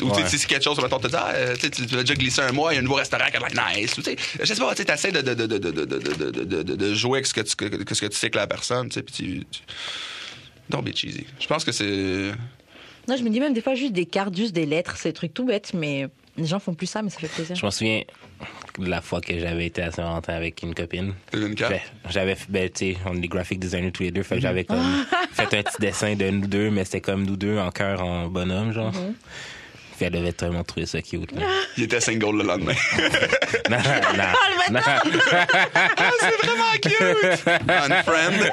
Speaker 3: Ou tu
Speaker 2: Ouais.
Speaker 3: sais, si c'est quelque chose, mettons, tu te dis, ah, euh, tu sais, tu tu l'as déjà glissé un mois, il y a un nouveau restaurant qui a de l'air nice. Ou, tu sais, je sais pas, tu essaies de, de, de, de, de, de, de, de- de- de- de jouer avec ce que, tu, que, que ce que tu sais que la personne, tu sais, puis tu. tu- Don't be cheesy. Je pense que c'est.
Speaker 1: Non, je me dis même des fois juste des cartes, juste des lettres, c'est des trucs tout bêtes, mais les gens font plus ça, mais ça fait plaisir.
Speaker 2: Je m'en souviens de la fois que j'avais été à Saint-Valentin avec une copine.
Speaker 3: T'as eu une
Speaker 1: Ah.
Speaker 3: carte?
Speaker 2: Ben, J'avais, fait- ben, tu sais, on est des graphic designers tous les deux, fait que j'avais comme
Speaker 1: Ah.
Speaker 2: fait un petit dessin de nous deux, mais c'était comme nous deux en cœur, en bonhomme, genre.
Speaker 1: Mm-hmm.
Speaker 2: Puis elle devait vraiment trouver ça cute. là.
Speaker 3: Il était single le lendemain.
Speaker 2: non, non, non.
Speaker 3: ah, c'est vraiment cute! Unfriend.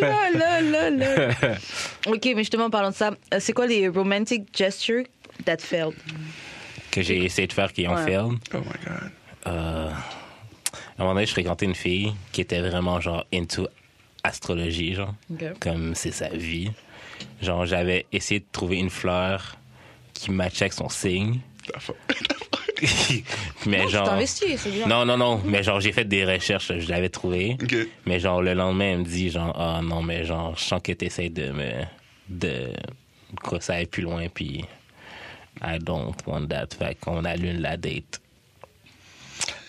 Speaker 1: Là, là, là, là. ok, mais justement, en parlant de ça, euh, c'est quoi les romantic gestures that failed
Speaker 2: Que j'ai essayé de faire qui ont
Speaker 1: Ouais.
Speaker 2: fait.
Speaker 3: Oh my god.
Speaker 2: À un moment donné, je fréquentais une fille qui était vraiment genre into astrologie, genre.
Speaker 1: Ok.
Speaker 2: Comme c'est sa vie. Genre, j'avais essayé de trouver une fleur qui matchait avec son signe.
Speaker 3: T'as fa-
Speaker 2: mais
Speaker 1: Je
Speaker 2: genre.
Speaker 1: t'investis, Oh, c'est bien.
Speaker 2: Non, non, non. Mais genre, j'ai fait des recherches, je l'avais trouvé.
Speaker 3: Ok.
Speaker 2: Mais genre, le lendemain, elle me dit, genre, ah non, mais genre, je sens que t'essayes de me. de. quoi, ça aille plus loin, puis. I don't want that. Fait qu'on annule la date.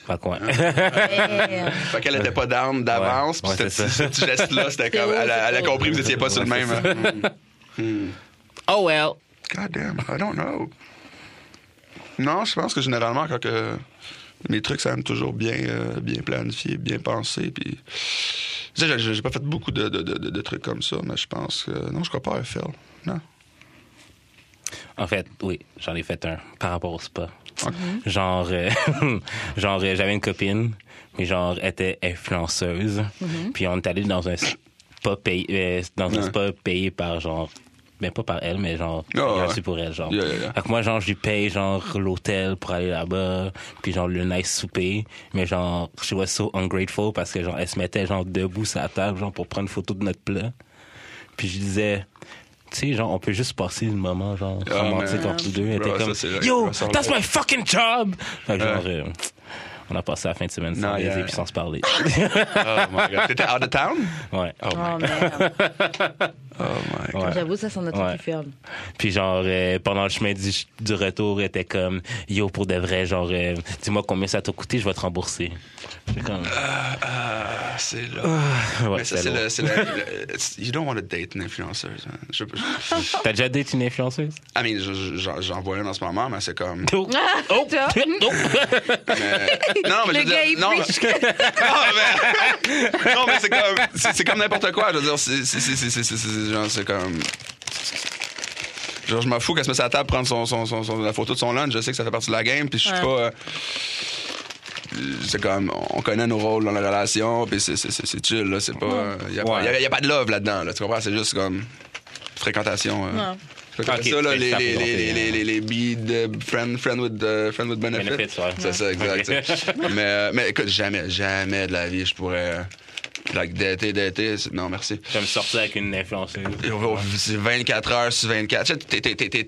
Speaker 2: Fait qu'on.
Speaker 1: Mais, euh,
Speaker 3: Fait qu'elle était pas d'armes d'avance,
Speaker 2: Ouais,
Speaker 3: puis
Speaker 2: ouais,
Speaker 3: ce
Speaker 2: c'est
Speaker 3: ce petit geste-là, c'était comme.
Speaker 1: C'est
Speaker 3: Elle, a-
Speaker 1: c'est
Speaker 3: elle a compris que vous étiez pas sur le
Speaker 2: Ouais,
Speaker 3: même. hein.
Speaker 2: oh well!
Speaker 3: God damn, I don't know. Non, je pense que généralement, quand que mes trucs, ça aime toujours bien, euh, bien planifié, bien pensé. Puis. Je sais, j'ai- j'ai pas fait beaucoup de, de- de- de- de trucs comme ça, mais je pense que. Non, je crois pas à un fail. Non.
Speaker 2: En fait, oui, j'en ai fait un par rapport au spa.
Speaker 3: Ok.
Speaker 2: Genre, euh, genre euh, j'avais une copine, mais genre, elle était influenceuse. Puis on est allé dans un spa payé, euh, dans un
Speaker 3: Mhm. Ouais.
Speaker 2: spa payé par genre. Mais pas par elle, mais genre,
Speaker 3: Ah, ouais.
Speaker 2: gratuit pour elle, genre.
Speaker 3: Yeah, yeah, yeah.
Speaker 2: Fait que moi, genre, je lui paye, genre, l'hôtel pour aller là-bas, puis genre, le nice souper. Mais genre, she was so ungrateful parce que, genre, elle se mettait, genre, debout sur la table, genre, pour prendre une photo de notre plat. Puis je disais, tu sais, genre, on peut juste passer le moment, genre,
Speaker 3: Ah,
Speaker 2: romantique
Speaker 3: man.
Speaker 2: entre nous deux. Elle
Speaker 3: Bro,
Speaker 2: était
Speaker 3: ça,
Speaker 2: comme,
Speaker 3: c'est vrai.
Speaker 2: yo,
Speaker 3: Ça, ça
Speaker 2: that's
Speaker 3: me-
Speaker 2: my fucking job! Fait que,
Speaker 3: Ouais.
Speaker 2: genre, euh, on a passé la fin de semaine sans
Speaker 3: Non,
Speaker 2: baiser
Speaker 3: yeah.
Speaker 2: puis sans se parler.
Speaker 3: Oh my god. T'étais out of town?
Speaker 2: ouais.
Speaker 3: Oh my
Speaker 1: oh merde.
Speaker 3: Oh my God.
Speaker 2: Ouais.
Speaker 1: J'avoue, ça, c'en a tout
Speaker 2: Ouais.
Speaker 1: qui ferme.
Speaker 2: Puis genre, euh, pendant le chemin du, du retour, elle était comme, yo, pour de vrai, genre, euh, dis-moi combien ça t'a coûté, je vais te rembourser. J'étais comme,
Speaker 3: Ah, c'est là.
Speaker 2: ouais,
Speaker 3: Ah, Mais ça,
Speaker 2: c'est
Speaker 3: c'est
Speaker 2: lourd.
Speaker 3: le. c'est le- le- You don't want to date an influenceuse. man. Je, je-
Speaker 2: T'as déjà date une influenceuse?
Speaker 3: I mean, je- je- j'en j'en vois une en ce moment, mais c'est comme.
Speaker 2: Oh!
Speaker 1: Ah,
Speaker 2: Oh!
Speaker 1: Tu vois?
Speaker 2: Oh!
Speaker 3: mais- Non, mais je
Speaker 1: Le gars,
Speaker 3: veux dire,
Speaker 1: il
Speaker 3: non,
Speaker 1: preach.
Speaker 3: mais- non, mais, non, mais c'est comme, c'est c'est comme n'importe quoi. Je veux dire, c'est, c'est, c'est, c'est, c'est, c'est- c'est- genre, c'est comme. Genre, je m'en fous qu'elle se mette à la table prendre son, son, son, son- la photo de son lunch. Je sais que ça fait partie de la game, puis je suis
Speaker 1: Ouais.
Speaker 3: pas. euh, c'est comme, on connaît nos rôles dans la relation, puis c'est, c'est, c'est, c'est chill, là. C'est pas. Il n'y a, pas-
Speaker 2: Ouais.
Speaker 3: y a- y a pas de love là-dedans, là. Tu comprends? C'est juste comme. Fréquentation. euh.
Speaker 1: Ouais.
Speaker 3: Fait que
Speaker 2: Ok,
Speaker 3: ça, là,
Speaker 2: tu
Speaker 3: les,
Speaker 2: fais ça hein.
Speaker 3: les,
Speaker 2: pour
Speaker 3: les, les,
Speaker 2: compter,
Speaker 3: les, les, les beads, euh, friend, friend with, euh, friend with benefit.
Speaker 2: Benefits, ouais.
Speaker 3: C'est ça, exact.
Speaker 2: Ok.
Speaker 3: tu sais. mais, euh, mais écoute, jamais, jamais de la vie, je pourrais. euh, Like, dater, dater. c'est- Non, merci.
Speaker 2: Je vais me sortir avec une influenceuse.
Speaker 3: Et on va- C'est 24 heures sur 24. Tu sais, t'es- t'es- t'es- t'es-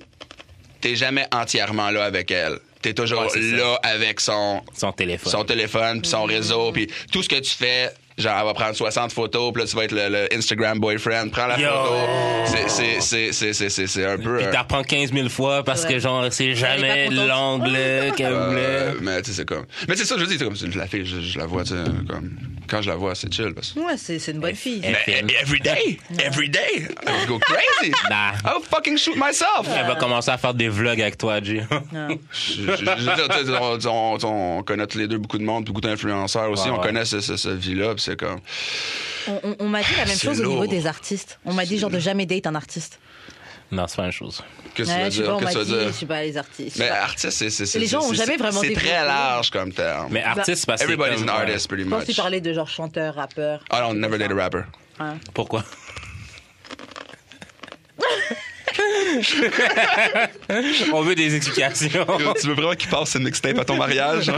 Speaker 3: t'es jamais entièrement là avec elle. T'es toujours
Speaker 2: Ouais, c'est ça.
Speaker 3: là avec son,
Speaker 2: Son téléphone.
Speaker 3: son téléphone, puis son réseau, puis tout ce que tu fais. Genre, elle va prendre 60 photos, puis là, tu vas être le, le Instagram boyfriend. Prends la
Speaker 2: Yo.
Speaker 3: photo. C'est- c'est- c'est- c'est- c'est- c'est- C'est un peu.
Speaker 2: Puis
Speaker 3: un-
Speaker 2: t'apprends 15 000 fois parce
Speaker 1: Ouais.
Speaker 2: que genre, c'est
Speaker 1: Elle est
Speaker 2: jamais
Speaker 1: pas contente.
Speaker 2: l'angle qu'elle
Speaker 3: Euh,
Speaker 2: voulait.
Speaker 3: mais tu sais, c'est comme. Mais c'est ça, je dis, c'est comme c'est- la fille, je, je la vois, tu sais, comme. Quand je la vois, c'est chill. Parce...
Speaker 1: Ouais, c'est c'est une bonne fille.
Speaker 2: elle-
Speaker 3: Mais
Speaker 2: Film.
Speaker 3: e- every day, every day, I would go crazy.
Speaker 2: Nah.
Speaker 3: I would fucking shoot myself.
Speaker 1: bah.
Speaker 2: Elle va commencer à faire des vlogs avec toi, G.
Speaker 1: Ouais.
Speaker 3: Je, je- je veux dire, tu sais, on, on- on- on connaît tous les deux beaucoup de monde, beaucoup d'influenceurs aussi.
Speaker 2: Ouais,
Speaker 3: on
Speaker 2: ouais.
Speaker 3: connaît ce, ce, ce vie-là, puis c'est comme.
Speaker 1: On, on- on m'a dit la même
Speaker 3: C'est
Speaker 1: chose au niveau
Speaker 3: lourd.
Speaker 1: des artistes. On m'a dit genre de jamais date un artiste.
Speaker 2: non, c'est pas une chose.
Speaker 3: Qu'est-ce que
Speaker 1: Ouais, je
Speaker 3: tu
Speaker 1: sais
Speaker 3: veux
Speaker 1: pas,
Speaker 3: dire?
Speaker 1: on m'a
Speaker 3: Qu'est-ce que
Speaker 1: dit,
Speaker 3: tu veux
Speaker 1: je
Speaker 3: dire?
Speaker 1: suis pas les artistes. je
Speaker 3: Mais
Speaker 1: sais pas.
Speaker 3: artiste, c'est. c'est- c'est-
Speaker 1: Les gens ont
Speaker 3: c'est-
Speaker 1: jamais
Speaker 3: c'est-
Speaker 1: vraiment
Speaker 3: C'est
Speaker 1: développé.
Speaker 3: très large comme terme.
Speaker 2: Mais artiste, c'est parce que. c'est
Speaker 3: Bah, Everybody's an
Speaker 2: comme-
Speaker 3: artist, pretty
Speaker 1: Je pense que tu
Speaker 3: much.
Speaker 1: parlais de genre chanteur, rappeur.
Speaker 3: I don't never date a rapper.
Speaker 1: Ouais.
Speaker 2: Pourquoi? On veut des explications.
Speaker 3: tu veux vraiment qu'il passe une mixtape à ton mariage? hein?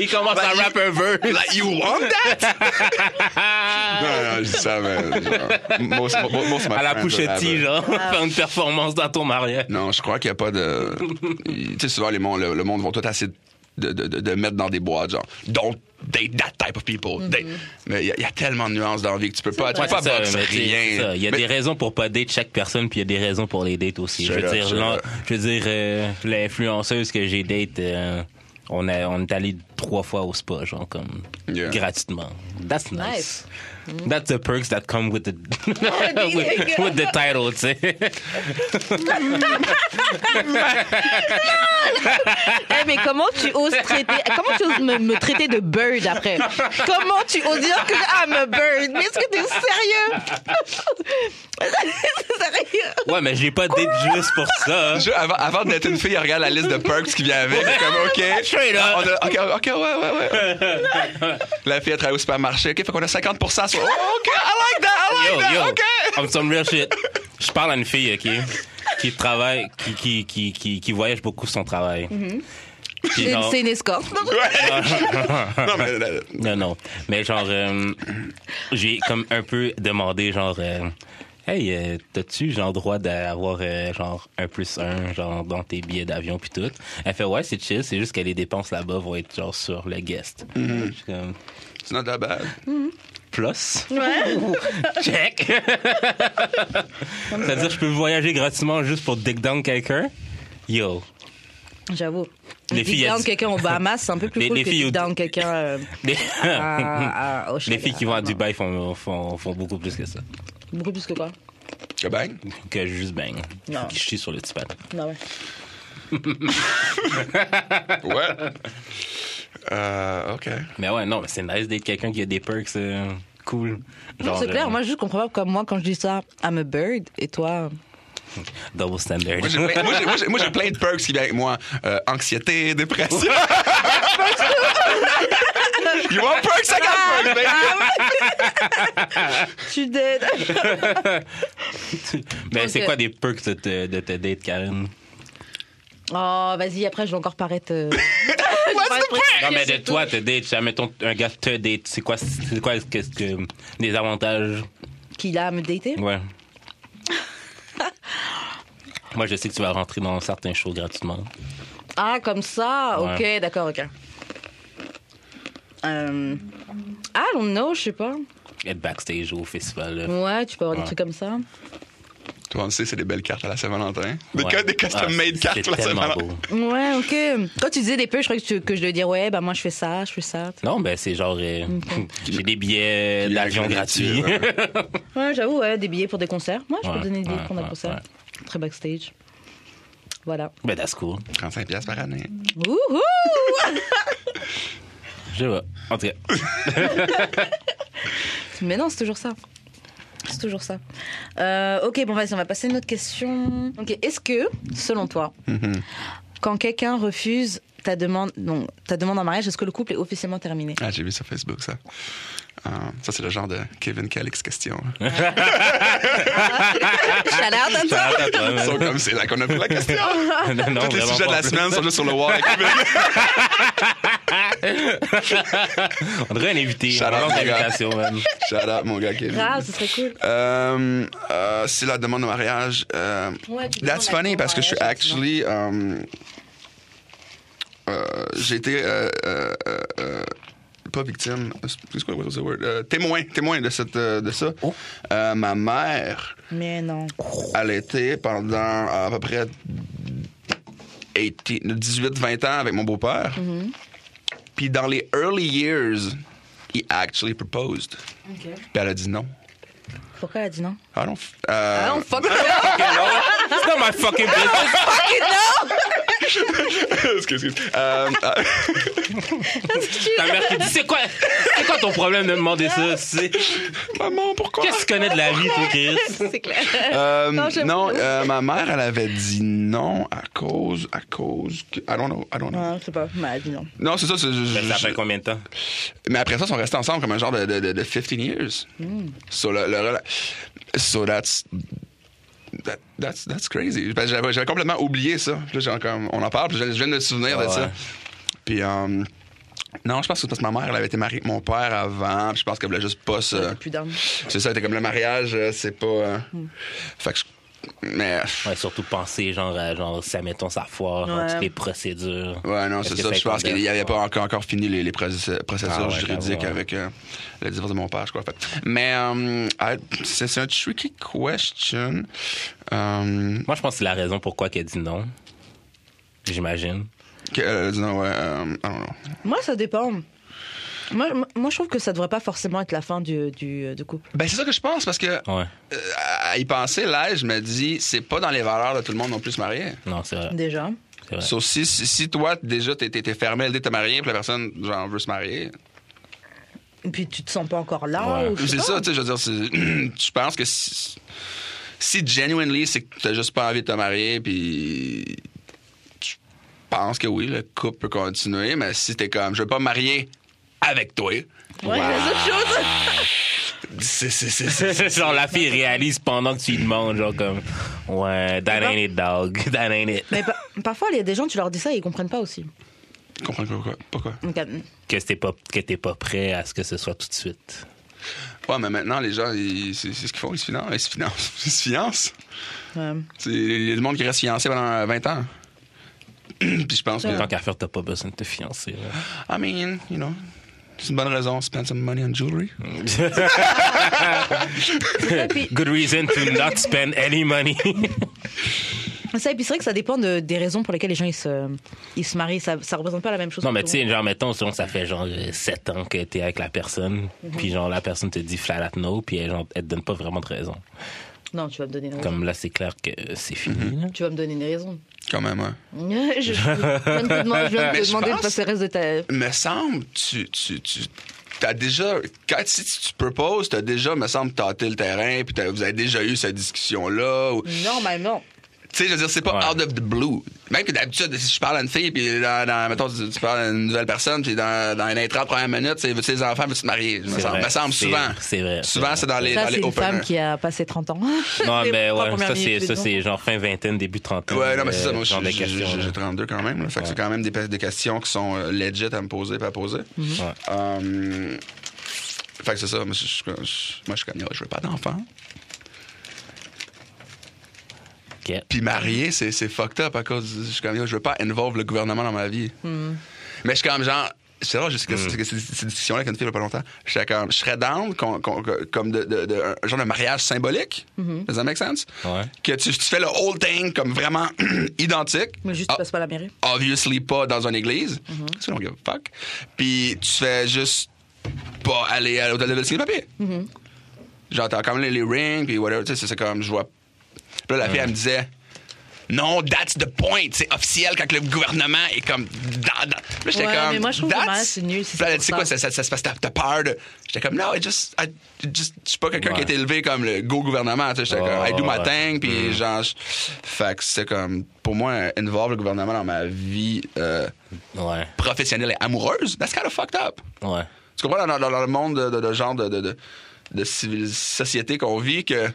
Speaker 2: Il commence
Speaker 3: Bah,
Speaker 2: à rapper un verse.
Speaker 3: Like, you want that? non, non, je dis ça, mais. genre, most- most- most of my
Speaker 2: À la
Speaker 3: friends
Speaker 2: poussette,
Speaker 3: are rappers.
Speaker 2: genre, faire une performance dans ton mariage.
Speaker 3: Non, je crois qu'il n'y a pas de. tu sais, souvent, les mondes, le, le monde vont tout assez. De, de, de, de mettre dans des boîtes, genre, don't date that type of people. Date- Mais il y, a- il y a tellement de nuances dans la vie que tu peux pas. Tu peux
Speaker 2: Mm-hmm. Ouais,
Speaker 3: pas
Speaker 2: c'est ça,
Speaker 3: boxer
Speaker 2: mais tu sais, c'est
Speaker 3: rien.
Speaker 2: ça. Il y a
Speaker 3: Mais-
Speaker 2: des raisons pour pas date chaque personne, puis il y a des raisons pour les dates aussi. Je
Speaker 3: Straight
Speaker 2: veux
Speaker 3: up,
Speaker 2: dire,
Speaker 3: straight
Speaker 2: l'en-
Speaker 3: up.
Speaker 2: je veux dire euh, l'influenceuse que j'ai date, euh, on, a, on est allé trois fois au spa, genre, comme
Speaker 3: Yeah.
Speaker 2: gratuitement. That's nice.
Speaker 1: Nice. Mm-hmm. Ah,
Speaker 2: That's the perks that come with the,
Speaker 1: ding,
Speaker 2: with,
Speaker 1: ding.
Speaker 2: with the title, tu sais.
Speaker 1: Eh, mais comment tu oses traiter, comment tu oses me, me traiter de bird après Comment tu oses dire que I'm a bird Mais est-ce que t'es sérieux Sérieux
Speaker 2: Ouais, mais j'ai pas date juste pour ça.
Speaker 3: Je- avant, avant d'être une fille, elle regarde la liste de perks qui vient avec. elle est comme, OK.
Speaker 2: Straight up.
Speaker 3: On a- OK, OK, ouais, ouais, ouais. la fille, elle travaille au supermarché. OK, fait qu'on a 50 sur. Oh, OK, I like that, I
Speaker 2: Yo,
Speaker 3: like that,
Speaker 2: yo,
Speaker 3: OK.
Speaker 2: on some real shit. Je parle à une fille, OK, qui travaille, qui, qui, qui, qui, qui voyage beaucoup son travail. Puis
Speaker 1: Mm-hmm. C'est une-
Speaker 2: genre-
Speaker 1: C'est une escorte.
Speaker 3: Ouais. non, mais. euh,
Speaker 2: Non, non. Mais genre, euh, j'ai comme un peu demandé, genre, euh, hey, euh, t'as-tu, genre, droit d'avoir, euh, genre, un plus un, genre, dans tes billets d'avion, puis tout? Elle fait, ouais, c'est chill, c'est juste que les dépenses là-bas vont être, genre, sur le guest. Je suis comme,
Speaker 3: It's not that bad.
Speaker 2: plus. Check. C'est-à-dire, je peux voyager gratuitement juste pour dick down quelqu'un? Yo.
Speaker 1: J'avoue.
Speaker 2: Les
Speaker 1: Dick
Speaker 2: filles,
Speaker 1: down
Speaker 2: elles-
Speaker 1: quelqu'un au Bahamas, c'est un peu plus
Speaker 2: Les-
Speaker 1: cool
Speaker 2: les
Speaker 1: que
Speaker 2: filles
Speaker 1: dick
Speaker 2: au-
Speaker 1: down quelqu'un euh,
Speaker 2: Les,
Speaker 1: Ah. à, à- au
Speaker 2: les
Speaker 1: Sri
Speaker 2: filles qui vont
Speaker 1: Lanka.
Speaker 2: à Dubaï font, font, font beaucoup plus que ça.
Speaker 1: Beaucoup plus que quoi
Speaker 3: Que bang.
Speaker 2: Que juste bang.
Speaker 1: Non.
Speaker 2: Qui chie sur le petit pad.
Speaker 1: Non, ouais.
Speaker 3: Ouais. Euh, OK.
Speaker 2: Mais ouais, non, mais c'est nice d'être quelqu'un qui a des perks euh, cool.
Speaker 1: Non,
Speaker 2: Genre,
Speaker 1: c'est clair.
Speaker 2: euh,
Speaker 1: Moi, je comprends pas comme moi quand je dis ça. I'm a bird et toi.
Speaker 2: Double standard.
Speaker 3: Moi, j'ai plein, moi, j'ai- moi, j'ai- moi, j'ai plein de perks qui viennent avec moi. Euh, anxiété, dépression. you want perks? I got perks, baby.
Speaker 1: Ah, Tu dead.
Speaker 2: mais c'est
Speaker 1: Ok.
Speaker 2: quoi des perks de te, de te date, Karen?
Speaker 3: Eh,
Speaker 1: Oh, vas-y, après, je vais encore paraître. euh,
Speaker 2: Non, mais de toi, te date, ça, mettons, un gars te date, c'est quoi, c'est quoi, qu'est-ce que, des avantages?
Speaker 1: Qu'il a à me dater
Speaker 2: Ouais. Moi, je sais que tu vas rentrer dans certains shows gratuitement.
Speaker 1: Ah, comme ça
Speaker 2: Ouais.
Speaker 1: Ok, d'accord, ok. Euh, I don't know, je sais pas.
Speaker 2: être backstage au festival. là.
Speaker 1: Ouais, tu peux avoir
Speaker 2: Ouais.
Speaker 1: des trucs comme ça.
Speaker 3: Tout le monde sait, c'est des belles cartes à la Saint-Valentin. Des,
Speaker 2: Ouais.
Speaker 3: ca- des custom
Speaker 2: Ah, c'est-
Speaker 3: made cartes
Speaker 2: c'est
Speaker 3: pour la
Speaker 2: tellement
Speaker 3: Saint-Valentin.
Speaker 2: beau.
Speaker 1: Ouais, ok. Quand tu disais des peu, je crois que, tu- que je devais dire, ouais, bah moi je fais ça, je fais ça.
Speaker 2: Non, ben c'est genre. euh, J'ai des billets d'avion gratuits.
Speaker 3: Ouais.
Speaker 1: Ouais, j'avoue, ouais, des billets pour des concerts. Moi, je
Speaker 2: Ouais,
Speaker 1: peux donner des billets pour
Speaker 2: ouais,
Speaker 1: des concerts. Très backstage. Voilà.
Speaker 2: ben, that's cool.
Speaker 3: 35 piastres par année.
Speaker 1: Wouhou!
Speaker 2: Je vois. En tout cas,
Speaker 1: Mais non, c'est toujours ça. C'est toujours ça. Euh, ok, bon, vas-y, on va passer à une autre question. Ok, est-ce que, selon toi,
Speaker 3: Mhm.
Speaker 1: quand quelqu'un refuse ta demande, non, ta demande en mariage, est-ce que le couple est officiellement terminé
Speaker 3: Ah, j'ai vu sur Facebook ça. Euh, ça, c'est le genre de Kevin Calix question. là.
Speaker 1: Chalard,
Speaker 2: ça arrête à toi,
Speaker 3: Ils
Speaker 2: man.
Speaker 3: sont comme c'est là qu'on a pris la question.
Speaker 2: Non, non,
Speaker 3: Tous les
Speaker 2: vraiment
Speaker 3: sujets de
Speaker 2: pas
Speaker 3: la
Speaker 2: plus.
Speaker 3: semaine sont juste sur le wall avec Kevin.
Speaker 2: On devrait l'inviter.
Speaker 3: Shout
Speaker 2: On
Speaker 3: out,
Speaker 2: lance
Speaker 3: les gars.
Speaker 2: l'invitation, man.
Speaker 3: Shout out, mon gars Kevin.
Speaker 1: grave, Ah, ce serait cool.
Speaker 3: Euh, euh, c'est la demande de mariage. euh,
Speaker 1: Ouais, tu peux
Speaker 3: that's
Speaker 1: prendre la
Speaker 3: funny
Speaker 1: demande
Speaker 3: parce que je suis
Speaker 1: de mariage,
Speaker 3: actually. euh, euh, j'ai été. euh, euh, euh, euh, pas victime. Excuse moi, what was the word? Euh, témoin, témoin de, cette, euh, de ça. Euh, ma mère,
Speaker 1: Mais non.
Speaker 3: elle a été pendant à peu près 18-20 ans avec mon beau-père.
Speaker 1: Mm-hmm.
Speaker 3: Puis dans les early years, he actually proposed. Puis elle a dit non.
Speaker 1: Pourquoi elle a dit non
Speaker 3: I don't. f- euh,
Speaker 1: Ah, on fuck
Speaker 2: It's not my fucking business.
Speaker 3: excuse, excuse. Euh, euh,
Speaker 2: Ta mère qui dit c'est quoi, c'est quoi ton problème de demander ça? C'est-
Speaker 3: maman, pourquoi?
Speaker 2: Qu'est-ce que tu connais de la vie, toi, Chris?
Speaker 1: C'est clair.
Speaker 3: Euh,
Speaker 1: Non, j'aime
Speaker 3: non,
Speaker 1: pas.
Speaker 3: euh, ma mère, elle avait dit non à cause, à cause que. I don't know, I don't know.
Speaker 1: Non, je sais pas. Mais elle a dit non.
Speaker 3: Non, c'est ça. c'est- je-
Speaker 2: Ben, Ça fait
Speaker 3: je-
Speaker 2: combien de temps?
Speaker 3: mais après ça, ils sont restés ensemble comme un genre de, de, de- de 15 years.
Speaker 1: Hmm.
Speaker 3: So, le- le rela- so that's. that- that's, that's crazy. Parce que J'avais j'avais complètement oublié ça. Puis là, j'ai comme, on en parle, puis je, je viens de me souvenir
Speaker 2: Ah
Speaker 3: de
Speaker 2: ouais.
Speaker 3: ça. Puis, euh, non, je pense que c'est parce que ma mère, elle avait été mariée avec mon père avant, puis je pense qu'elle voulait juste pas se.
Speaker 1: Elle a plus Hmm. d'âme.
Speaker 3: C'est ça, t'es comme le mariage, euh, c'est pas. euh, Fait que je. Mais.
Speaker 2: Ouais, surtout penser, genre, à, genre, ça mettons sa foire, genre,
Speaker 1: Ouais.
Speaker 2: toutes les procédures.
Speaker 3: Ouais, non, c'est
Speaker 2: Est-ce que
Speaker 3: ça. Je pense qu'il n'y avait
Speaker 2: incondamnable?
Speaker 3: pas encore, encore fini les, les procé- procédures
Speaker 2: Ah ouais,
Speaker 3: juridiques
Speaker 2: j'avoue, ouais.
Speaker 3: avec euh, le divorce de mon père, je crois. Fait. Mais euh, I- c'est c'est un tricky question. Euh,
Speaker 2: Moi, je pense que c'est la raison pourquoi qu'elle dit non. J'imagine.
Speaker 3: que- euh, disons, ouais, euh, I don't know.
Speaker 1: Moi, ça dépend. Moi, moi- moi, je trouve que ça devrait pas forcément être la fin du, du, du couple.
Speaker 3: Ben, c'est ça que je pense parce que
Speaker 2: Ouais.
Speaker 3: euh, à y penser, là, je me dis, c'est pas dans les valeurs de tout le monde non plus se marier.
Speaker 2: Non, c'est vrai.
Speaker 1: Déjà.
Speaker 2: C'est vrai.
Speaker 3: Sauf si, si, si toi, déjà, t'es- t'es t'es fermé, t'es marié, puis la personne, genre, veut se marier.
Speaker 1: Et puis, tu te sens pas encore là.
Speaker 2: Ouais.
Speaker 1: ou je sais
Speaker 3: C'est
Speaker 1: pas.
Speaker 3: ça, tu sais, je veux dire, c'est- je pense que si, si genuinely, c'est que t'as juste pas envie de te marier, puis je pense que oui, le couple peut continuer, mais si t'es comme, je veux pas me marier avec toi,
Speaker 1: Ouais, c'est autre chose.
Speaker 3: c'est- c'est- c'est- c'est-
Speaker 2: C'est genre la fille réalise pendant que tu lui demandes, genre comme, ouais, that ain't it, dog, that ain't it.
Speaker 1: Mais pa- parfois, il y a des gens, tu leur dis ça et ils comprennent pas aussi.
Speaker 3: Je comprends pas pourquoi. pourquoi.
Speaker 1: Donc, euh,
Speaker 2: Que t'es pas, que t'es pas prêt à ce que ce soit tout de suite.
Speaker 3: Ouais, mais maintenant, les gens, ils- c'est c'est ce qu'ils font, ils se financent. Ils se financent. Ils se financent.
Speaker 1: ouais.
Speaker 3: C'est- Il y a du monde qui reste fiancé pendant 20 ans. puis je pense que,
Speaker 2: Tant qu'à faire, t'as pas besoin de te fiancer. là.
Speaker 3: I mean, you know, c'est une bonne raison, spend some money on jewelry.
Speaker 1: ça, puis-
Speaker 2: Good reason to not spend any money.
Speaker 1: Ça, et puis c'est vrai que ça dépend de- des raisons pour lesquelles les gens ils se, ils se marient. Ça, ça représente pas la même chose.
Speaker 2: non,
Speaker 1: pour
Speaker 2: mais tu
Speaker 1: tout
Speaker 2: sais, genre, mettons, sinon, ça fait genre 7 ans que t'es avec la personne,
Speaker 3: Mhm.
Speaker 2: puis genre, la personne te dit flat out no, puis elle, genre, elle te donne pas vraiment de raison.
Speaker 3: Mhm.
Speaker 1: le monde. Non, tu vas me donner une raison.
Speaker 2: Comme là, c'est clair que euh, c'est fini. là.
Speaker 1: Tu vas me donner une raison.
Speaker 3: Quand même, hein.
Speaker 1: je, je viens de te demander, je viens de
Speaker 3: Mais
Speaker 1: te
Speaker 3: je
Speaker 1: demander de
Speaker 3: pense-
Speaker 1: passer le reste de ta.
Speaker 3: me semble, tu, tu, tu as déjà, quand si tu proposes, tu as déjà, me semble, tâté le terrain, puis t'as- vous avez déjà eu cette discussion-là. ou- Tu
Speaker 1: Normalement.
Speaker 3: sais, je veux dire, c'est pas
Speaker 2: Ouais.
Speaker 3: out of the blue. Même que d'habitude, si je parle à une fille, puis dans, dans- mettons, tu, tu parles à une nouvelle personne, puis dans, dans les 30 premières minutes, c'est veux-tu des enfants, veux-tu te marier? Me
Speaker 2: C'est
Speaker 3: semble,
Speaker 2: vrai.
Speaker 3: me semble
Speaker 2: C'est-
Speaker 3: souvent.
Speaker 2: c'est vrai, c'est
Speaker 3: Souvent,
Speaker 2: vrai.
Speaker 3: c'est dans les,
Speaker 1: ça,
Speaker 3: dans
Speaker 1: c'est
Speaker 3: les
Speaker 1: une femme
Speaker 3: openers.
Speaker 1: qui a passé 30 ans.
Speaker 2: Non,
Speaker 1: Les
Speaker 2: mais
Speaker 1: trois
Speaker 2: ouais,
Speaker 1: premières
Speaker 2: ça, c'est,
Speaker 1: minutes,
Speaker 2: ça,
Speaker 1: non.
Speaker 2: c'est genre fin vingtaine, début trentaine.
Speaker 3: Ouais, non, mais c'est ça.
Speaker 2: euh,
Speaker 3: Moi, je-
Speaker 2: genre de
Speaker 3: je- je-
Speaker 2: questions, là.
Speaker 3: j'ai 32 quand même. là. Fait que c'est quand même des, pe- des questions qui sont euh, legit à me poser pas à poser.
Speaker 1: Mm-hmm.
Speaker 3: Euh, fait que c'est ça. Moi, je, je- je- moi, je suis comme, yo, je veux pas d'enfant.
Speaker 2: Ok.
Speaker 3: Puis marié, c'est
Speaker 1: Hmm.
Speaker 3: c'est fucked up à cause. du- Je suis comme, yo, je veux pas involve le gouvernement dans ma vie. Mais je suis comme, genre, c'est drôle, juste que c'est que cette cette discussion-là avec une fille il y a pas longtemps. J'étais comme, je serais down qu'on- qu'on- que- comme de, de- de- un genre de mariage symbolique.
Speaker 1: Hmm.
Speaker 3: Does that make sense?
Speaker 2: Ouais.
Speaker 3: Que tu, tu fais le whole thing comme vraiment identique.
Speaker 1: Mais juste,
Speaker 3: Ah,
Speaker 1: tu passes pas la mairie.
Speaker 3: obviously pas dans une église.
Speaker 1: Mhm.
Speaker 3: C'est long, give a fuck. Puis tu fais juste pas aller à l'hôtel de ville signer le papier.
Speaker 1: Mhm.
Speaker 3: Genre, t'as quand même les, les rings, puis whatever. Tu sais, c'est- c'est comme, je vois. Puis là, la fille, elle me disait. Non, that's the point. C'est officiel quand le gouvernement est comme. dans- dans- Là, j'étais
Speaker 1: Ouais,
Speaker 3: comme.
Speaker 1: mais moi, je trouve que
Speaker 3: that's-
Speaker 1: le mal, c'est nul, si
Speaker 3: Puis là,
Speaker 1: c'est
Speaker 3: tu sais
Speaker 1: pour
Speaker 3: quoi,
Speaker 1: ça.
Speaker 3: ça, ça, ça se passe, t'as t'as peur de. J'étais comme, non, I just. I just- je suis pas quelqu'un qui a
Speaker 2: Ouais.
Speaker 3: été élevé comme le go gouvernement. Tu sais, j'étais comme, I do my
Speaker 2: Ah, Ouais. Hmm.
Speaker 3: thing, puis genre. je- Fait que c'est comme. Pour moi, involve le gouvernement dans ma vie euh,
Speaker 2: Ouais.
Speaker 3: professionnelle et amoureuse, that's kind of fucked up.
Speaker 2: Ouais.
Speaker 3: Tu comprends dans, dans- dans le monde de, de- de genre de, de, de, de civil- société qu'on vit que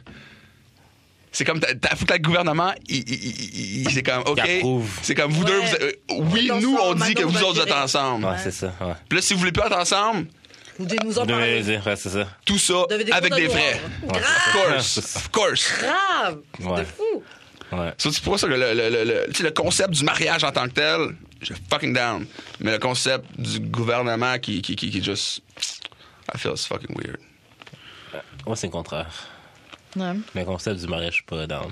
Speaker 3: c'est comme t'as t'as- faut que le gouvernement il, il- il- il- c'est comme ok
Speaker 2: approuve.
Speaker 3: c'est comme vous
Speaker 1: Ouais.
Speaker 3: deux vous êtes- euh, oui
Speaker 1: Vous êtes
Speaker 3: nous on
Speaker 1: ensemble,
Speaker 3: dit que
Speaker 1: maintenant,
Speaker 3: vous
Speaker 1: on va
Speaker 3: autres êtes
Speaker 1: gérer.
Speaker 3: ensemble
Speaker 2: Ouais, c'est ça. Ouais.
Speaker 3: puis là si vous voulez pas être ensemble
Speaker 1: Vous devez nous en
Speaker 2: Vous devez
Speaker 1: parler.
Speaker 2: dire, ouais, c'est ça.
Speaker 3: tout ça
Speaker 1: Devez découvrir
Speaker 3: avec
Speaker 1: de Ah!
Speaker 3: des
Speaker 1: nos
Speaker 3: frais
Speaker 1: ordres.
Speaker 2: Ouais,
Speaker 3: of
Speaker 2: c'est ça.
Speaker 3: course of course
Speaker 1: Grave!
Speaker 2: Ouais.
Speaker 1: De fou!
Speaker 2: Ouais.
Speaker 3: So, c'est pour ça que le, le- le- le- tu sais, le concept du mariage en tant que tel, je suis fucking down. Mais le concept du gouvernement qui, qui, qui, qui juste. I feel it's fucking weird.
Speaker 2: Moi, c'est le contraire.
Speaker 1: Ouais.
Speaker 2: Le concept du mariage, je suis pas down.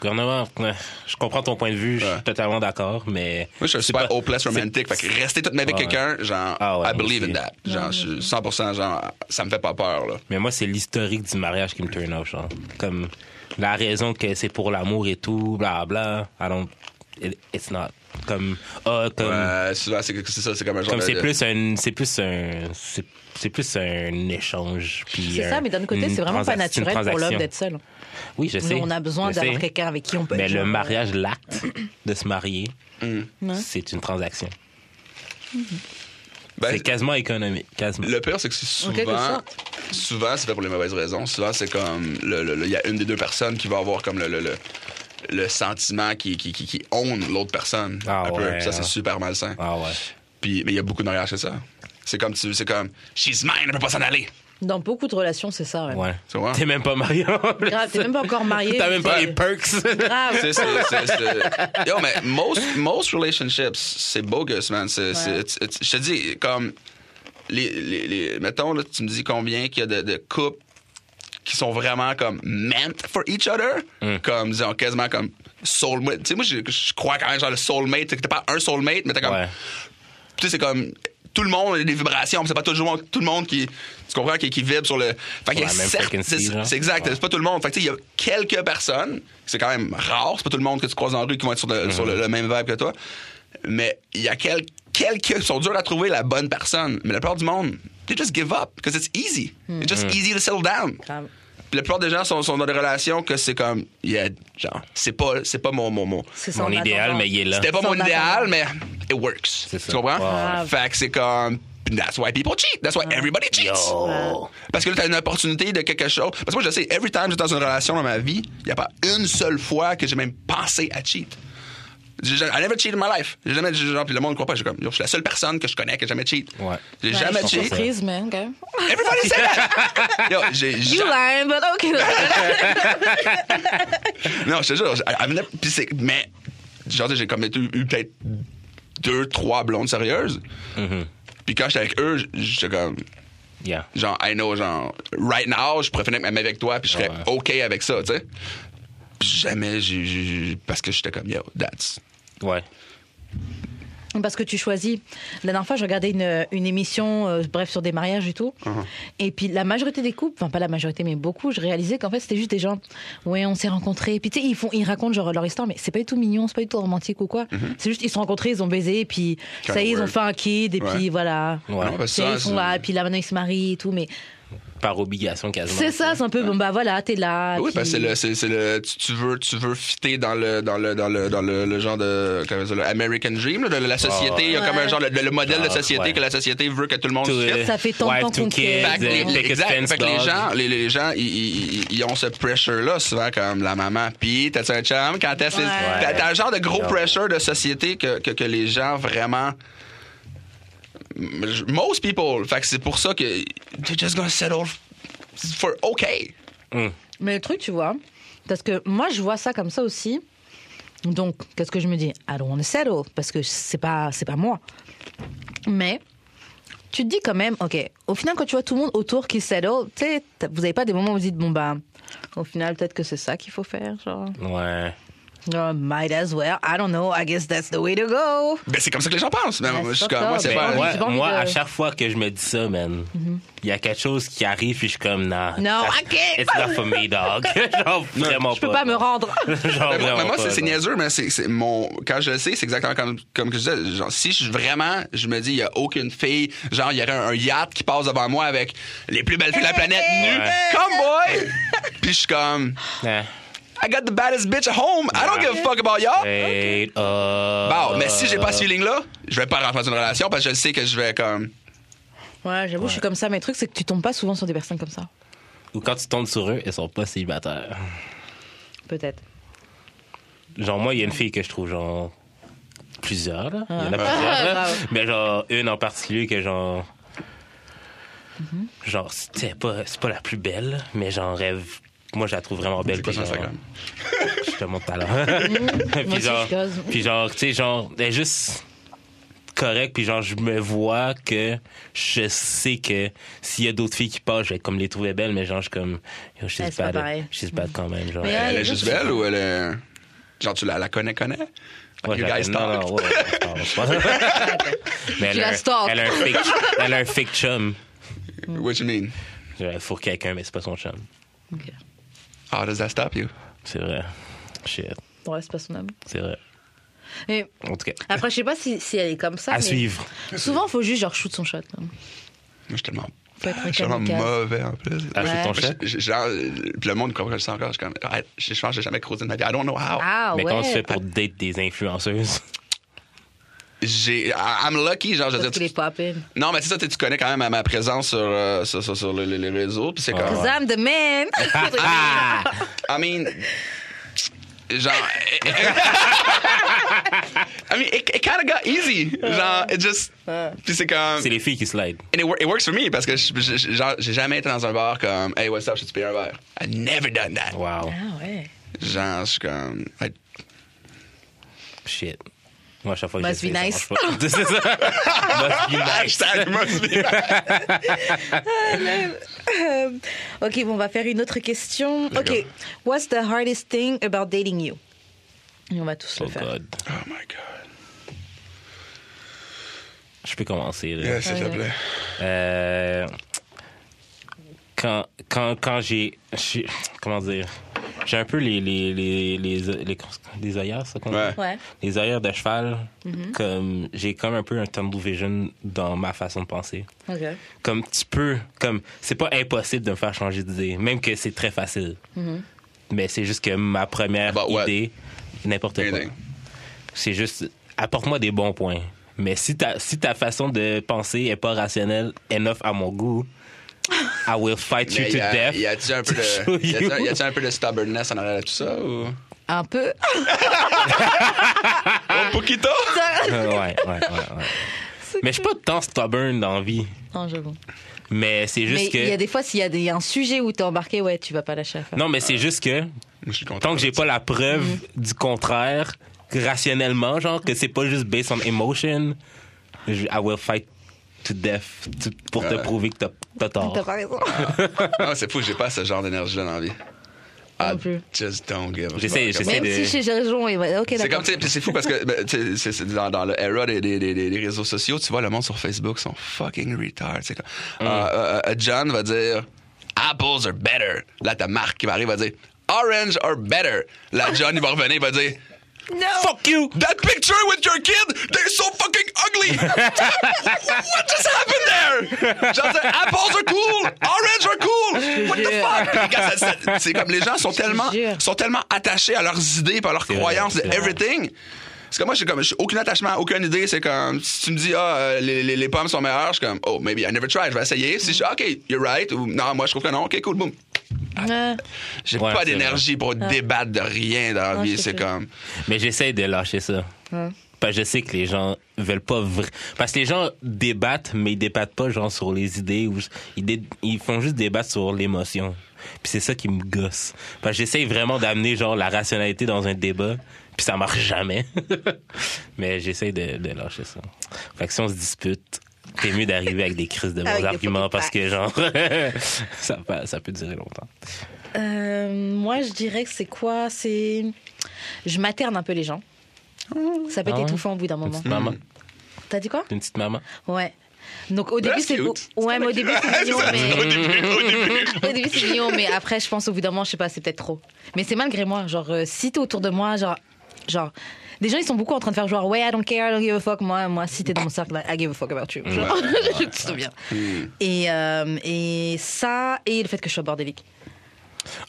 Speaker 2: Gouvernement, ouais, je comprends ton point de vue, je suis
Speaker 3: Ouais.
Speaker 2: totalement d'accord, mais.
Speaker 3: Moi, je suis un
Speaker 2: c'est
Speaker 3: super
Speaker 2: pas-
Speaker 3: hopeless
Speaker 2: c'est-
Speaker 3: romantic. Fait que rester toute ma vie avec
Speaker 2: Ouais.
Speaker 3: quelqu'un, genre,
Speaker 2: Ah ouais,
Speaker 3: I believe in
Speaker 2: moi
Speaker 3: that. Genre, je suis 100%, genre, ça me fait pas peur, là.
Speaker 2: Mais moi, c'est l'historique du mariage qui me turn off, genre. Comme la raison que c'est pour l'amour et tout, bla bla. I don't. it- it's not. Comme. Ah, comme.
Speaker 3: Euh, souvent, c'est c'est ça, c'est comme un genre
Speaker 2: comme
Speaker 3: de-
Speaker 2: c'est
Speaker 3: de-
Speaker 2: plus un. C'est plus un. C'est c'est plus un échange. puis
Speaker 1: C'est
Speaker 2: un-
Speaker 1: ça, mais d'un autre côté,
Speaker 2: une
Speaker 1: c'est vraiment pas
Speaker 2: transac- une
Speaker 1: naturel pour l'homme
Speaker 2: transaction.
Speaker 1: d'être seul.
Speaker 2: Oui, je sais.
Speaker 1: on a besoin
Speaker 2: je sais.
Speaker 1: d'avoir quelqu'un avec qui on peut
Speaker 2: Mais
Speaker 1: être
Speaker 2: le
Speaker 1: genre-
Speaker 2: mariage, l'acte de se marier,
Speaker 3: Mm.
Speaker 1: Ouais.
Speaker 2: c'est une transaction.
Speaker 3: Ben,
Speaker 2: c'est quasiment économique. Quasiment.
Speaker 3: Le pire, c'est que c'est
Speaker 1: En quelque
Speaker 3: souvent.
Speaker 1: sorte.
Speaker 3: Souvent, c'est fait pour les mauvaises raisons. Souvent, c'est comme. le- le- le- Il y a une des deux personnes qui va avoir comme le. le, le le sentiment qui, qui, qui, qui own l'autre personne.
Speaker 2: Ah
Speaker 3: un peu.
Speaker 2: ouais,
Speaker 3: Ça, c'est
Speaker 2: hein.
Speaker 3: super malsain.
Speaker 2: Ah ouais.
Speaker 3: Puis, mais il y a beaucoup de mariages, c'est ça. C'est comme, tu, c'est comme, she's mine, elle peut pas s'en aller.
Speaker 1: Dans beaucoup de relations, c'est ça. Ouais.
Speaker 2: Ouais.
Speaker 3: Tu vois?
Speaker 2: T'es même pas marié. en plus.
Speaker 1: Grave, t'es même pas encore marié.
Speaker 2: T'as même pas
Speaker 1: C'est-
Speaker 2: les perks.
Speaker 1: Grave.
Speaker 3: C'est, c'est, c'est, c'est- Yo, mais most, most relationships, c'est bogus, man. C'est, c'est- it's- it's- je te dis, comme, les, les, les- mettons, là, tu me dis combien qu'il y a de, de couples qui sont vraiment comme meant for each other, comme, disons, quasiment comme soulmate. Tu sais, moi, je, je crois quand même, genre, le soulmate, c'est que t'as pas un soulmate, mais t'as comme
Speaker 2: Ouais.
Speaker 3: tu sais, c'est comme tout le monde a des vibrations, mais c'est pas tout le monde, tout le monde qui tu comprends qui, qui vibre sur le fait qu'il y a
Speaker 2: la même
Speaker 3: certes-
Speaker 2: frequency,
Speaker 3: c'est,
Speaker 2: genre.
Speaker 3: c'est exact, c'est pas tout le monde. Fait que tu sais, il y a quelques personnes, c'est quand même rare, c'est pas tout le monde que tu croises dans la rue qui vont être sur le, sur le- le même vibe que toi. Mais il y a quel- quelques qui sont durs à trouver la bonne personne, mais la plupart du monde, they just give up because it's easy. It's just easy to settle down.
Speaker 1: Mm. Grave.
Speaker 3: Puis la plupart des gens sont, sont dans des relations que c'est comme yeah, genre c'est pas c'est pas mon mon mon
Speaker 1: C'est ça,
Speaker 2: Mon
Speaker 1: on
Speaker 2: idéal,
Speaker 1: attend.
Speaker 2: mais il est là.
Speaker 3: c'était pas
Speaker 1: Sans
Speaker 3: mon
Speaker 1: attendre.
Speaker 3: idéal, mais it works.
Speaker 2: C'est ça.
Speaker 3: Tu comprends?
Speaker 2: Wow.
Speaker 3: Fait que c'est comme. That's why people cheat. That's
Speaker 1: Ah.
Speaker 3: why everybody cheats.
Speaker 2: Yo.
Speaker 3: Parce que là, t'as une opportunité de quelque chose. Parce que moi, je sais, every time j'étais dans une relation dans ma vie, il n'y a pas une seule fois que j'ai même pensé à cheat. J'ai jamais- I never cheated in my life. J'ai jamais, j'ai- genre, puis le monde ne croit pas. J'ai comme, yo, je suis la seule personne que je connais qui a jamais cheat.
Speaker 2: Ouais.
Speaker 3: J'ai
Speaker 1: Ouais,
Speaker 3: jamais
Speaker 1: je suis
Speaker 3: cheat.
Speaker 1: surprise, mais ok.
Speaker 3: Everybody said that! yo, j'ai
Speaker 1: You
Speaker 3: jamais-
Speaker 1: lying, but okay.
Speaker 3: Non, je te jure, j'ai- I- I venait- pis c'est- mais genre j'ai comme eu, eu peut-être deux, trois blondes sérieuses.
Speaker 2: Mm-hmm.
Speaker 3: Puis quand j'étais avec eux, j- j'étais comme
Speaker 2: Yeah.
Speaker 3: genre I know genre right now, je pourrais finir ma main avec toi puis je serais
Speaker 2: Ah Ouais.
Speaker 3: OK avec ça, tu sais. Puis jamais j'ai- j'ai j'ai- parce que j'étais comme yo, that's
Speaker 2: Ouais.
Speaker 1: Parce que tu choisis. La dernière fois, je regardais une, une émission, euh, bref, sur des mariages et tout.
Speaker 3: Uh-huh.
Speaker 1: Et puis, la majorité des couples, enfin, pas la majorité, mais beaucoup, je réalisais qu'en fait, c'était juste des gens. Ouais, on s'est rencontrés. Puis, tu sais, ils, font, ils racontent genre leur histoire, mais c'est pas du tout mignon, c'est pas du tout romantique ou quoi.
Speaker 3: Uh-huh.
Speaker 1: C'est juste, ils se sont rencontrés, ils ont baisé, puis
Speaker 3: Kinda
Speaker 1: ça y est, ils ont
Speaker 3: weird.
Speaker 1: fait un kid, et
Speaker 3: Ouais.
Speaker 1: puis voilà.
Speaker 2: Ouais.
Speaker 3: Non, parce
Speaker 1: Tu sais,
Speaker 3: que ça,
Speaker 1: ils sont
Speaker 3: c'est-
Speaker 1: là, puis là, maintenant, ils se marient et tout. Mais
Speaker 2: Par obligation quasiment.
Speaker 1: c'est ça, c'est un peu, bon, bah voilà, t'es là.
Speaker 3: Oui,
Speaker 1: puis-
Speaker 3: parce que c'est le, c'est, c'est le tu, tu veux tu veux fitter dans le dans le dans le dans le, le genre de comment on appelle ça, le American Dream là, de la société, il y a
Speaker 1: Ouais.
Speaker 3: comme un genre le, le modèle de
Speaker 2: Ah,
Speaker 3: société
Speaker 2: ouais.
Speaker 3: que la société veut que tout le monde
Speaker 2: To,
Speaker 3: fitte.
Speaker 2: euh,
Speaker 1: Ça fait tant de
Speaker 2: wife,
Speaker 1: temps
Speaker 2: two
Speaker 1: qu'on
Speaker 2: kids,
Speaker 1: fait.
Speaker 3: Fait que
Speaker 2: euh,
Speaker 3: les-
Speaker 2: picket
Speaker 3: exact.
Speaker 2: fence
Speaker 3: Fait que les
Speaker 2: dog.
Speaker 3: gens, les, les gens ils, ils- ils- ils ont ce pressure-là, souvent comme la maman. Puis, t'as-tu un chum? Quand t'as
Speaker 1: Ouais.
Speaker 3: t'as- t'as un genre de gros
Speaker 2: Ouais.
Speaker 3: pressure de société que, que, que les gens vraiment. Most people. Fait que c'est pour ça que. They're just gonna settle for OK.
Speaker 1: Mais le truc, tu vois, parce que moi, je vois ça comme ça aussi. Donc, qu'est-ce que je me dis I don't want to settle, parce que c'est pas, c'est pas moi. Mais tu te dis quand même, ok, au final, quand tu vois tout le monde autour qui settle, tu sais, t'as- vous avez pas des moments où vous dites, bon, bah, au final, peut-être que c'est ça qu'il faut faire, genre.
Speaker 2: Ouais.
Speaker 1: Genre, might as well, I don't know, I guess that's the way to go.
Speaker 3: Ben, c'est comme ça que les gens pensent. Mais
Speaker 1: Ouais,
Speaker 3: moi,
Speaker 1: c'est
Speaker 3: je suis
Speaker 1: pas
Speaker 3: comme, moi,
Speaker 1: ça,
Speaker 3: c'est
Speaker 1: ben,
Speaker 3: pas.
Speaker 1: ouais.
Speaker 2: moi,
Speaker 1: j'ai pas envie
Speaker 2: moi,
Speaker 1: de-
Speaker 2: à chaque fois que je me dis ça, man, il
Speaker 1: Mhm.
Speaker 2: y a quelque chose qui arrive, puis je suis comme, nah.
Speaker 1: No,
Speaker 2: that's-
Speaker 1: I can't.
Speaker 2: It's not for me, dog. Genre, vraiment
Speaker 1: Je peux pas me rendre.
Speaker 2: Genre,
Speaker 3: Mais Ben, moi-
Speaker 2: vraiment
Speaker 3: mais moi, c'est-
Speaker 2: pas,
Speaker 3: c'est
Speaker 2: non.
Speaker 3: niaiseux, mais c'est c'est mon. Quand je le sais, c'est exactement comme, comme que je disais. Genre, si je, vraiment, je me dis, il n'y a aucune fille, genre, il y aurait un, un yacht qui passe devant moi avec les plus belles filles de la planète nues.
Speaker 2: Ouais.
Speaker 3: Come boy! Puis je suis comme,
Speaker 2: Hein.
Speaker 3: I got the baddest bitch at home. I don't give a fuck about
Speaker 1: Ah,
Speaker 3: y'all.
Speaker 2: Straight up.
Speaker 3: Bon, mais si j'ai pas ce feeling-là, je vais pas rentrer dans une relation parce que je sais que je vais comme.
Speaker 1: Ouais, j'avoue, je suis comme ça. Mais le truc, c'est que tu tombes pas souvent sur des personnes comme ça.
Speaker 2: Ou quand tu tombes sur eux, ils sont pas célibataires.
Speaker 1: Peut-être.
Speaker 2: Genre, moi, il y a une fille que je trouve, genre, plusieurs, là. Il y en a plusieurs,
Speaker 1: Ah,
Speaker 2: là.
Speaker 1: bravo.
Speaker 2: Mais genre, une en particulier que, genre.
Speaker 1: Mm-hmm.
Speaker 2: Genre, c'est pas, c'est pas la plus belle, mais genre, rêve. Moi, je la trouve vraiment belle.
Speaker 3: C'est quoi
Speaker 2: puis
Speaker 3: son
Speaker 2: genre-
Speaker 3: Instagram?
Speaker 2: Je te montre tout à l'heure.
Speaker 1: Mm-hmm. Moi
Speaker 2: Puis
Speaker 1: aussi,
Speaker 2: genre,
Speaker 1: je cause.
Speaker 2: puis genre, tu sais, genre, elle est juste correcte. Puis genre, je me vois que je sais que s'il y a d'autres filles qui passent, je vais comme les trouver belles, mais genre, je suis comme, yo, je
Speaker 1: Ouais,
Speaker 2: sais
Speaker 1: c'est pas
Speaker 2: pas,
Speaker 1: pareil.
Speaker 2: je sais pas quand même. Genre,
Speaker 1: Mais, euh,
Speaker 3: Elle
Speaker 1: Ouais,
Speaker 3: est juste
Speaker 1: je sais
Speaker 3: belle
Speaker 1: pas.
Speaker 3: ou elle est. Genre, tu la, la connais, connais?
Speaker 2: Ouais, je
Speaker 3: you
Speaker 2: la-
Speaker 3: guys
Speaker 2: non,
Speaker 3: talked.
Speaker 2: non, ouais, je pense pas. mais elle,
Speaker 1: la
Speaker 2: a un-
Speaker 1: stalk.
Speaker 2: elle a un fake, elle a un fake chum.
Speaker 3: What you mean?
Speaker 2: Elle fourre quelqu'un, mais c'est pas son chum.
Speaker 1: Ok.
Speaker 3: How does that stop you?
Speaker 2: C'est vrai. Shit,
Speaker 1: Bon, ouais, c'est pas son homme.
Speaker 2: c'est vrai.
Speaker 1: Mais
Speaker 2: En tout cas,
Speaker 1: après, je sais pas si, si elle est comme ça.
Speaker 2: à
Speaker 1: Ah, mais
Speaker 2: suivre.
Speaker 1: Souvent, faut juste genre shoot son shot. hein. là.
Speaker 3: Moi, je suis tellement.
Speaker 1: Faut être
Speaker 3: Je suis tellement
Speaker 1: kamikaze.
Speaker 3: mauvais en plus.
Speaker 2: Ah, c'est ton
Speaker 3: Moi,
Speaker 2: chat?
Speaker 3: je- je- Genre, euh, puis le monde comprend que je suis encore. Je suis comme, I- je je pense que j'ai jamais croisé de ma vie. I don't know how.
Speaker 1: Ah
Speaker 2: mais
Speaker 1: ouais.
Speaker 2: comment tu fais pour date des influenceuses?
Speaker 3: J'ai, I- I'm lucky, genre, je veux
Speaker 1: Parce
Speaker 3: dire.
Speaker 1: qu'il est
Speaker 3: tu-
Speaker 1: pas à peine.
Speaker 3: Non, mais c'est ça, tu sais, tu connais quand même à ma présence sur, euh, sur, sur, sur les, les- les réseaux, puis c'est
Speaker 2: Ah
Speaker 3: comme.
Speaker 1: Cause I'm the man.
Speaker 2: Ah!
Speaker 3: I mean. Genre. eh, I mean, it, it kind of got easy. Genre, it just. Puis c'est comme.
Speaker 2: C'est les filles qui slide.
Speaker 3: And it, wor- it works for me parce que je- je- je- genre, j'ai jamais été dans un bar comme Hey, what's up, je te payer un verre. I've never done that.
Speaker 2: Wow.
Speaker 1: Ah ouais.
Speaker 3: Genre, je suis comme. I-
Speaker 2: Shit. Moi, à chaque fois que
Speaker 1: Must
Speaker 2: j'essaie,
Speaker 1: be
Speaker 2: ça
Speaker 1: nice.
Speaker 2: marche pas. C'est ça. Must be Ah, nice.
Speaker 3: Hashtag must be-
Speaker 1: Euh, ok, bon, on va faire une autre question. Ok,
Speaker 3: D'accord.
Speaker 1: what's the hardest thing about dating you? Et on va tous le
Speaker 2: Oh
Speaker 1: faire.
Speaker 2: God.
Speaker 3: oh my god.
Speaker 2: Je peux commencer. Là.
Speaker 3: Yeah, s'il te plaît.
Speaker 2: Euh, quand quand, quand j'ai, j'ai- Comment dire? J'ai un peu les... Les, les, les, les- les œillères, ça qu'on dit?
Speaker 3: Ouais. Mm-hmm.
Speaker 1: Ouais.
Speaker 2: Les œillères de cheval. comme J'ai comme un peu un tunnel vision dans ma façon de penser.
Speaker 1: Ok.
Speaker 2: comme tu peux comme c'est pas impossible de me faire changer d'idée même que c'est très facile
Speaker 3: Mm-hmm.
Speaker 2: mais c'est juste que ma première
Speaker 3: About what?
Speaker 2: idée n'importe quoi
Speaker 3: Bah, Anything.
Speaker 2: c'est juste apporte-moi des bons points mais si ta si ta façon de penser est pas rationnelle enough à mon goût I will fight you
Speaker 3: Mais
Speaker 2: to
Speaker 3: y a-
Speaker 2: death
Speaker 3: Y a-tu un peu
Speaker 2: to show
Speaker 3: de. Y a-tu un-
Speaker 2: you.
Speaker 3: y a-tu un peu de stubbornness en arrière de tout ça ou.
Speaker 1: Un peu.
Speaker 2: Ah.
Speaker 3: Oh, Poquito!
Speaker 2: ouais, ouais, ouais, ouais. mais je suis pas tant stubborn dans la vie
Speaker 1: Non, j'avoue.
Speaker 2: mais c'est
Speaker 1: Mais
Speaker 2: juste
Speaker 1: il y
Speaker 2: que
Speaker 1: a des fois, s'il y a des- un sujet où t'es embarqué, ouais, tu vas pas lâcher l'affaire.
Speaker 2: non mais c'est juste que
Speaker 3: Je suis content.
Speaker 2: Tant que j'ai pas la preuve
Speaker 3: Mhm.
Speaker 2: du contraire, rationnellement, genre que c'est pas juste based on emotion, je- I will fight to death to- pour te
Speaker 3: Ouais.
Speaker 2: prouver que t'as t'as tort.
Speaker 1: T'as pas raison.
Speaker 3: Non, c'est fou, j'ai pas ce genre d'énergie-là dans la vie.
Speaker 1: Non
Speaker 3: I
Speaker 1: plus.
Speaker 3: just don't give a
Speaker 2: J'essaie-
Speaker 3: fuck.
Speaker 2: j'essaie
Speaker 1: Même
Speaker 2: de-
Speaker 1: si chez Gerjon, il va- ok,
Speaker 3: C'est comme,
Speaker 1: d'accord.
Speaker 3: tu sais, puis c'est fou parce que ben, tu sais, c'est- c'est dans, dans le era des, des, des, des réseaux sociaux, tu vois, le monde sur Facebook sont fucking retard. tu sais, comme, euh, euh, euh, John va dire Apples are better. Là, ta marque qui va arriver va dire Orange are better. Là, John, il va revenir, il va dire
Speaker 1: Non!
Speaker 2: Fuck you!
Speaker 3: That picture with your kid, they're so fucking ugly. What just happened there? Genre, c'est, apples are cool, orange are cool. What the fuck? Les gars, ça- ça- c'est comme les gens sont tellement,
Speaker 1: jure.
Speaker 3: sont tellement attachés à leurs idées, par leurs
Speaker 2: C'est
Speaker 3: croyances,
Speaker 2: vrai,
Speaker 3: de
Speaker 2: c'est vrai.
Speaker 3: everything. Parce que moi, j'ai comme, j'ai aucun attachement, aucune idée. C'est comme, si tu me dis, ah, euh, les, les- les pommes sont meilleures, je suis comme, oh, maybe I never tried, je vais essayer. Si je suis, OK, you're right, ou non, moi, je trouve que non, OK, cool, boom.
Speaker 1: Ouais.
Speaker 3: J'ai
Speaker 2: Ouais,
Speaker 3: pas
Speaker 2: c'est
Speaker 3: d'énergie pour débattre de rien dans la
Speaker 1: Ah. Non,
Speaker 3: vie.
Speaker 1: je sais
Speaker 3: C'est
Speaker 1: pas.
Speaker 3: comme,
Speaker 2: Mais j'essaie de lâcher ça.
Speaker 1: Ouais.
Speaker 2: Parce que je sais que les gens veulent pas vra- Parce que les gens débattent, mais ils débattent pas genre sur les idées ou ils, dé- ils font juste débattre sur l'émotion. Puis c'est ça qui me gosse. Parce que j'essaie vraiment d'amener genre la rationalité dans un débat, puis ça marche jamais. mais j'essaie de, de lâcher ça. Fait que si on se dispute, T'es mieux d'arriver avec des crises de
Speaker 1: Avec
Speaker 2: bons
Speaker 1: des
Speaker 2: arguments
Speaker 1: photos
Speaker 2: parce
Speaker 1: de
Speaker 2: que, genre, ça, peut- ça peut durer longtemps.
Speaker 1: Euh, moi, je dirais que c'est quoi C'est. Je materne un peu les gens. Ça peut
Speaker 2: Ah
Speaker 1: être
Speaker 2: ouais.
Speaker 1: étouffant au bout d'un
Speaker 2: Une
Speaker 1: moment.
Speaker 2: petite maman.
Speaker 1: T'as dit quoi
Speaker 2: Une petite maman.
Speaker 1: Ouais. Donc au
Speaker 3: Ben,
Speaker 1: début
Speaker 3: c'est
Speaker 1: c'est beau.
Speaker 3: cute.
Speaker 1: Ouais, mais au début c'est mignon,
Speaker 3: ça,
Speaker 1: mais
Speaker 3: au début, au début.
Speaker 1: au début c'est mignon, mais après je pense au bout d'un moment, je sais pas, c'est peut-être trop. Mais c'est malgré moi, genre euh, si t'es autour de moi, genre genre des gens ils sont beaucoup en train de faire genre ouais I don't care, I don't give a fuck moi moi si t'es dans mon cercle I give a fuck about you. Genre, je te souviens.
Speaker 3: Mm.
Speaker 1: Et euh, et ça et le fait que je sois bordélique.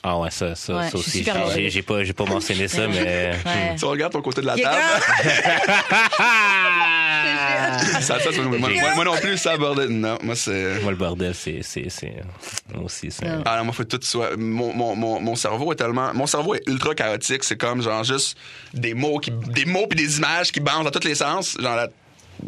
Speaker 2: Ah ouais, ça, ça,
Speaker 1: Ouais,
Speaker 2: ça
Speaker 1: je suis
Speaker 2: aussi.
Speaker 1: super
Speaker 2: j'ai-
Speaker 1: heureuse.
Speaker 2: J'ai, j'ai pas, j'ai pas mentionné ça, mais.
Speaker 1: Ouais.
Speaker 3: Tu regardes ton côté de Mm. la
Speaker 1: Yeah,
Speaker 3: table.
Speaker 1: girl.
Speaker 3: Ça, ça, ça, moi, moi- moi non plus, ça abordait. Non, moi c'est.
Speaker 2: Moi, le bordel, c'est. c'est, c'est... euh, Moi aussi, c'est.
Speaker 1: Non.
Speaker 3: Ah non, moi, faut que tout soit. Mon, mon, mon, mon cerveau est tellement. Mon cerveau est ultra chaotique. C'est comme, genre, juste des mots qui, des mots puis des images qui bouncent dans tous les sens. Genre, that-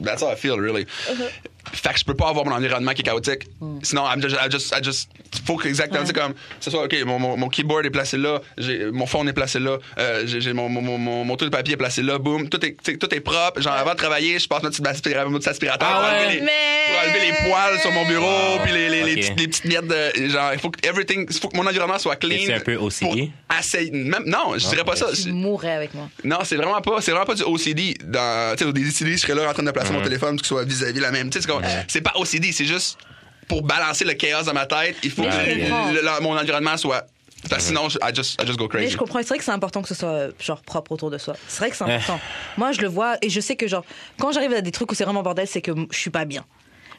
Speaker 3: that's how I feel, really.
Speaker 2: Uh-huh.
Speaker 3: Fait que je peux pas avoir mon environnement qui est chaotique.
Speaker 2: Mm.
Speaker 3: Sinon, I'm just, I just, I just- faut que exactement, c'est comme, ce soit, OK, mon, mon, mon keyboard est placé là, j'ai- mon fond est placé là, euh, j'ai j'ai mon, mon, mon, mon, mon truc de papier est placé là, boum, tout est, t'sais, tout est propre. Genre, avant de travailler, je passe mon petit aspira- mon petit aspirateur
Speaker 2: Ah
Speaker 3: pour,
Speaker 2: ouais.
Speaker 3: enlever les,
Speaker 1: Mais-
Speaker 3: pour enlever les poils sur mon bureau,
Speaker 2: Ah.
Speaker 3: puis les, les, les
Speaker 2: Ok.
Speaker 3: petites- les petites miettes de genre il faut que everything il faut que mon environnement soit clean
Speaker 2: Es-tu un peu OCD?
Speaker 3: pour essayer- même non je dirais
Speaker 2: Ah,
Speaker 3: pas ça
Speaker 1: Tu
Speaker 3: Je-
Speaker 1: mourrais avec moi.
Speaker 3: non c'est vraiment pas c'est vraiment pas du OCD dans tu sais des OCD je serais là en train de
Speaker 2: Ah.
Speaker 3: placer mon téléphone pour que ce soit vis-à-vis la même tu sais c'est comme- c'est pas OCD c'est juste pour balancer le chaos dans ma tête il faut
Speaker 2: Ouais,
Speaker 3: que
Speaker 2: je
Speaker 1: comprends.
Speaker 3: le- le- mon environnement soit parce que sinon je- I just I just go
Speaker 1: Mais
Speaker 3: crazy
Speaker 1: je comprends, c'est vrai que c'est important que ce soit euh, genre propre autour de soi. C'est vrai que c'est
Speaker 2: Eh.
Speaker 1: important. Moi, je le vois et je sais que genre quand j'arrive à des trucs où c'est vraiment bordel, c'est que m- je suis pas bien.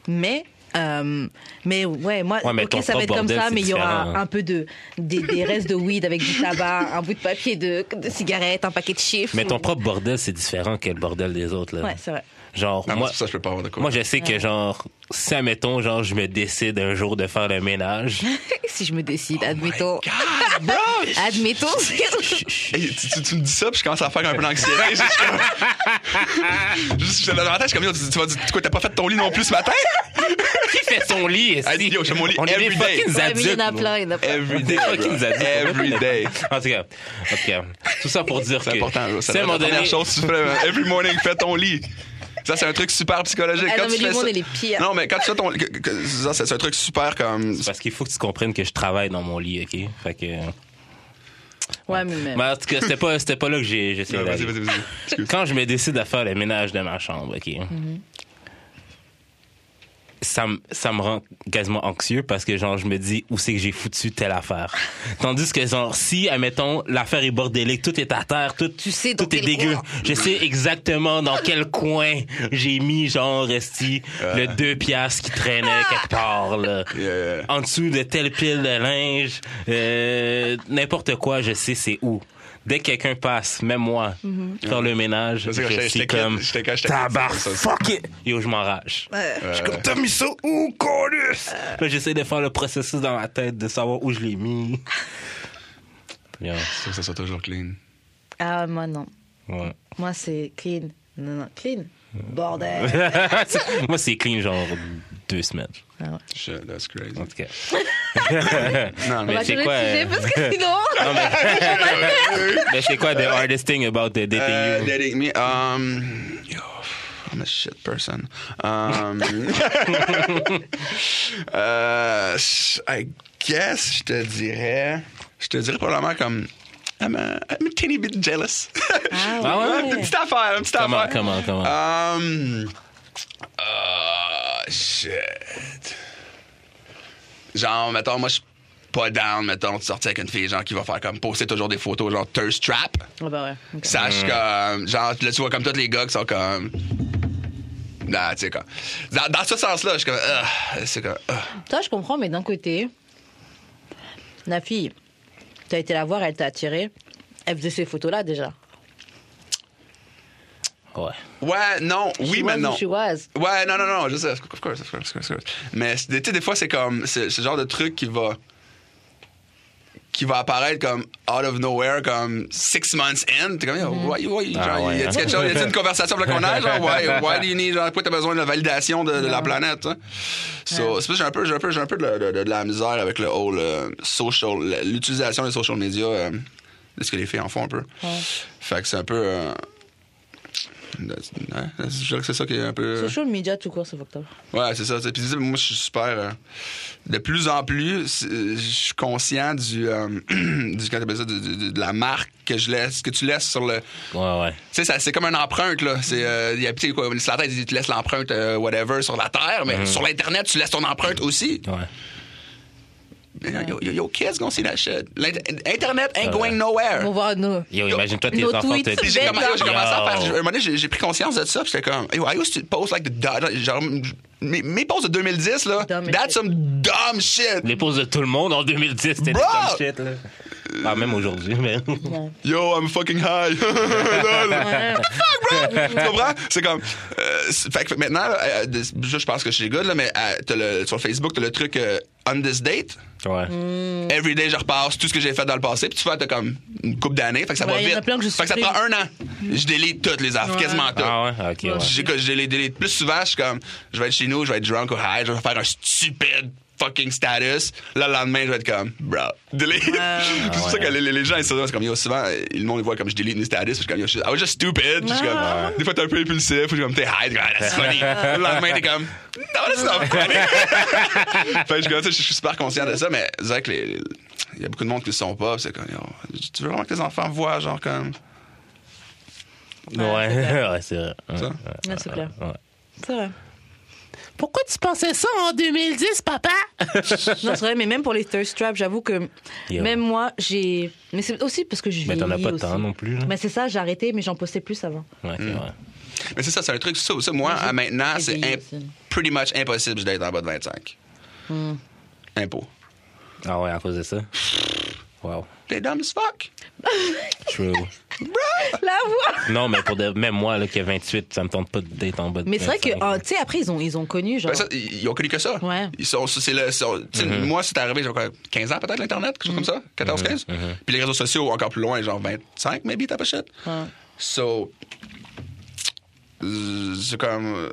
Speaker 1: Mais euh, mais ouais, moi,
Speaker 2: Ouais, mais
Speaker 1: ok,
Speaker 2: ton
Speaker 1: ça va
Speaker 2: propre
Speaker 1: être comme
Speaker 2: bordel,
Speaker 1: ça,
Speaker 2: c'est
Speaker 1: mais il y aura
Speaker 2: différent, hein.
Speaker 1: un peu de des, des restes de weed avec du tabac, un bout de papier de, de cigarette, un paquet de chiffres.
Speaker 2: Mais ton propre bordel, c'est différent que le bordel des autres, là.
Speaker 1: Ouais, c'est vrai.
Speaker 2: Genre,
Speaker 3: Non,
Speaker 2: moi.
Speaker 3: c'est pour Ah, ça que je peux pas avoir de quoi
Speaker 2: Moi, je sais que, genre, si, admettons, genre, je me décide un jour de faire le ménage,
Speaker 1: si je me décide,
Speaker 2: Oh
Speaker 1: admettons,
Speaker 3: God, bro!
Speaker 1: admettons.
Speaker 3: Hey, tu, tu- tu me dis ça, puis je commence à faire un peu d'anxiété. Je suis comme- Juste, je suis dans la tête, je suis comme, yo, tu, tu vas dire, quoi, t'as pas fait ton lit non plus ce matin?
Speaker 2: qui fait son lit? est-ce
Speaker 3: Ah, yo, je fais mon lit
Speaker 2: On est des
Speaker 3: every day.
Speaker 1: Ouais, mais
Speaker 2: fucking
Speaker 1: il y en
Speaker 2: adultes,
Speaker 1: a
Speaker 2: nous.
Speaker 1: plein, il y en a plein.
Speaker 3: Every day.
Speaker 2: Ah, qui nous a dit
Speaker 3: bro. Every day.
Speaker 2: En tout cas, en tout cas, tout ça pour dire que.
Speaker 3: C'est important, là.
Speaker 2: si
Speaker 3: C'est
Speaker 2: à un
Speaker 3: la
Speaker 2: moment
Speaker 3: première
Speaker 2: donné-
Speaker 3: chose que tu fais. Every morning, fais ton lit. Ça, c'est un truc super psychologique.
Speaker 1: Ah non,
Speaker 3: quand
Speaker 1: mais
Speaker 3: tu
Speaker 1: le
Speaker 3: fais
Speaker 1: monde,
Speaker 3: ça...
Speaker 1: il est pire.
Speaker 3: Non, mais quand tu fais ton que- que- ça, c'est c'est un truc super comme.
Speaker 2: Parce qu'il faut que tu comprennes que je travaille dans mon lit, OK? Fait que...
Speaker 1: Ouais, mais même.
Speaker 2: Mais en tout cas, c'était pas, c'était pas là que j'ai j'essayais
Speaker 3: Vas-y,
Speaker 2: d'aller.
Speaker 3: vas-y, vas-y. Excuse.
Speaker 2: Quand je me décide à faire le ménage de ma chambre, OK? Ça me, ça me rend quasiment anxieux parce que genre je me dis où c'est que j'ai foutu telle affaire. Tandis que genre si admettons l'affaire est bordélique, tout est à terre, tout
Speaker 1: Tu sais dans
Speaker 2: tout est
Speaker 1: quel
Speaker 2: dégueu.
Speaker 1: coin.
Speaker 2: Je sais exactement dans quel coin j'ai mis genre resti le deux piastres qui traînait quelque part là.
Speaker 3: Ah. Yeah.
Speaker 2: En dessous de telle pile de linge, euh, n'importe quoi, je sais c'est où. Dès que quelqu'un passe, même moi,
Speaker 3: Mm-hmm.
Speaker 2: faire le ménage,
Speaker 3: Je sais que
Speaker 2: je
Speaker 3: j'étais-
Speaker 2: suis
Speaker 3: j'étais
Speaker 2: comme
Speaker 3: kid, j'étais quand j'étais kid,
Speaker 2: tabar
Speaker 3: ça, ça.
Speaker 2: fuck it. Yo, je m'enrage. Je
Speaker 3: Euh,
Speaker 2: suis comme t'as mis ça où, Corus? Là, j'essaie de faire le processus dans ma tête de savoir où je l'ai mis. Yo,
Speaker 3: Faut que ça soit toujours clean.
Speaker 1: Ah moi non,
Speaker 2: ouais.
Speaker 1: moi c'est clean, non non clean, bordel.
Speaker 2: Moi, c'est clean, genre deux semaines.
Speaker 3: Shit, that's crazy.
Speaker 2: En tout cas.
Speaker 3: Non,
Speaker 1: On
Speaker 3: mais.
Speaker 1: va
Speaker 2: c'est
Speaker 1: changer
Speaker 2: quoi,
Speaker 1: de sujet
Speaker 2: euh,
Speaker 1: parce que sinon.
Speaker 2: Mais c'est quoi the hardest thing about the dating
Speaker 3: Euh,
Speaker 2: you?
Speaker 3: dating me. Um, yo, I'm a shit person. Um, euh, I guess, je te dirais. Je te dirais probablement comme. I'm a, I'm a teeny bit jealous.
Speaker 2: Ah ouais?
Speaker 3: Une petite affaire, une petite
Speaker 2: Comment,
Speaker 3: affaire.
Speaker 2: comment, comment?
Speaker 3: Um, ah, shit. Genre, mettons, moi, je suis pas down, mettons, de sortir avec une fille, genre, qui va faire comme poster toujours des photos, genre, thirst trap.
Speaker 1: Ah bah ouais. ok.
Speaker 3: Sache comme. Genre, là, tu vois comme tous les gars qui sont comme. Nah, tu sais, comme. Dans, dans ce sens-là, je suis comme. ah, c'est comme. ah.
Speaker 1: Toi, je comprends, mais d'un côté, la fille, t'as été la voir, elle t'a attirée. Elle faisait ces photos-là déjà.
Speaker 2: Ouais.
Speaker 3: Ouais, non, oui, mais
Speaker 1: Chinoise
Speaker 3: non.
Speaker 1: ou
Speaker 2: Euh.
Speaker 1: chinoise.
Speaker 3: Ouais, non, non, non, je sais, of course, of course, of course. Mais c'est- tu sais, des fois, c'est comme. C'est ce genre de truc qui va. qui va apparaître comme out of nowhere, comme six months in. T'es comme, yo, why, why, genre,
Speaker 2: Ah ouais,
Speaker 3: y a
Speaker 2: hein.
Speaker 3: quelque chose, y a une conversation là, qu'on a, genre, why, why do you need, genre, pourquoi t'as besoin de la validation de, de la planète, hein? So, c'est parce que j'ai un peu, j'ai un peu, j'ai un peu de, la- de- de- de la misère avec le whole euh, social, l'utilisation des social media, euh, de ce que les filles en font un peu. Fait que c'est un peu. euh, hein, Je dirais que c'est ça qui est un peu.
Speaker 1: Social media tout court, c'est fucked up.
Speaker 2: Euh.
Speaker 3: Ouais, c'est ça. tu sais. Puis moi, je suis super. euh, de plus en plus, c'est- je suis conscient du. euh, du comment t'appelles ça, du- du- de la marque que je laisse, que tu laisses sur le.
Speaker 2: Ouais, ouais.
Speaker 3: Tu sais, ça- c'est comme une empreinte, là. C'est, euh, y a, tu sais, quoi, sur la tête, tu laisses l'empreinte, euh, whatever, sur la Terre, mais sur l'Internet, tu laisses ton empreinte aussi.
Speaker 2: Ouais.
Speaker 3: Yo, yo, yo, kids gonna see that shit. L'Inter- Internet ain't going nowhere.
Speaker 4: On va nous.
Speaker 2: Yo, imagine-toi tes
Speaker 4: Nos
Speaker 2: enfants
Speaker 4: tweets,
Speaker 2: te
Speaker 4: c'est
Speaker 2: disent-
Speaker 3: J'ai commencé,
Speaker 2: Yo.
Speaker 3: j'ai commencé à faire. j'ai- Un moment donné, j'ai j'ai pris conscience de ça, puis j'étais comme, yo, I used to post like the. du- Genre, mes, mes posts de 2010, là,
Speaker 4: Dumb
Speaker 3: that's
Speaker 4: shit.
Speaker 3: some dumb shit.
Speaker 2: Les poses de tout le monde en 2010, c'était
Speaker 3: Bro!
Speaker 2: comme shit, là. Ah, même aujourd'hui, mais.
Speaker 3: Yo, I'm fucking high. What the fuck, bro? tu comprends? C'est comme. euh, c'est- fait que maintenant, là, euh, des- je je pense que je suis good, là, mais euh, t'as le, sur Facebook, t'as le truc euh, on this date.
Speaker 2: Ouais.
Speaker 3: Mm.
Speaker 4: Mm.
Speaker 3: Every day, je repasse tout ce que j'ai fait dans le passé. Puis tu fais, t'as comme une couple d'années. Fait que ça
Speaker 4: Ouais,
Speaker 3: va
Speaker 4: y en
Speaker 3: vite.
Speaker 4: a plein que je
Speaker 3: fait que ça te prend un an. Je délite toutes les affaires, quasiment toutes.
Speaker 2: Ah, ouais, ok, ouais.
Speaker 3: J'ai- que Je les délite plus souvent. Je suis comme, je vais être chez nous, je vais être drunk ou high, je vais faire un stupide fucking status. Là, le lendemain, je vais être comme, bro, delete. c'est pour ça que les, les- les gens, ils sont c'est comme, yo, souvent, le monde, ils voient comme je délite mes status. puis Je suis comme, yo, je- I was just stupid. Puis Je suis comme, des fois, t'es un peu impulsif. Ou je suis comme, t'es high. t'es comme, Ah, that's funny. le lendemain, t'es comme, no, that's not funny. fait que je suis comme, tu sais, je suis super conscient de ça, mais c'est vrai que les- il y a beaucoup de monde qui le sont pas. puis C'est comme, yo, tu veux vraiment que tes enfants voient, genre, comme,
Speaker 2: Ouais, ouais, c'est vrai. Ouais,
Speaker 3: ça?
Speaker 4: Ouais, c'est clair.
Speaker 2: ouais.
Speaker 1: C'est vrai.
Speaker 4: Pourquoi tu pensais ça en 2010, papa?
Speaker 1: Non, c'est vrai, mais même pour les thirst traps, j'avoue que
Speaker 2: Yo.
Speaker 1: même moi, j'ai. Mais c'est aussi parce que je
Speaker 2: Mais
Speaker 1: vieillis
Speaker 2: t'en as pas
Speaker 1: aussi.
Speaker 2: tant non plus, là.
Speaker 1: Mais c'est ça, j'ai arrêté, mais j'en postais plus avant.
Speaker 2: Ouais, ok,
Speaker 3: Mm.
Speaker 2: ouais.
Speaker 3: Mais c'est ça, c'est un truc, ça, ça moi, à maintenant, c'est
Speaker 1: essayé
Speaker 3: imp-
Speaker 1: aussi.
Speaker 3: pretty much impossible d'être en bas de 25. Impôt.
Speaker 2: Ah, ouais, à cause de ça. Wow.
Speaker 3: T'es dumb as fuck.
Speaker 2: True.
Speaker 1: La voix!
Speaker 2: Non, mais pour de, même moi, là, qui ai 28, ça me tente pas d'être en bas de
Speaker 1: Mais c'est vrai que,
Speaker 2: 25,
Speaker 1: ah,
Speaker 2: là.
Speaker 1: tu sais, après, ils ont, ils ont connu, genre.
Speaker 3: Ben, ça, ils ils ont connu que ça.
Speaker 1: Ouais.
Speaker 3: Ils sont, c'est le, sont- tu sais, Moi, c'est arrivé, j'ai quoi, 15 ans peut-être, l'Internet, quelque chose comme ça, 14, 15. Puis les réseaux sociaux, encore plus loin, genre 25, maybe, t'as pas shit. So, euh, c'est comme. euh,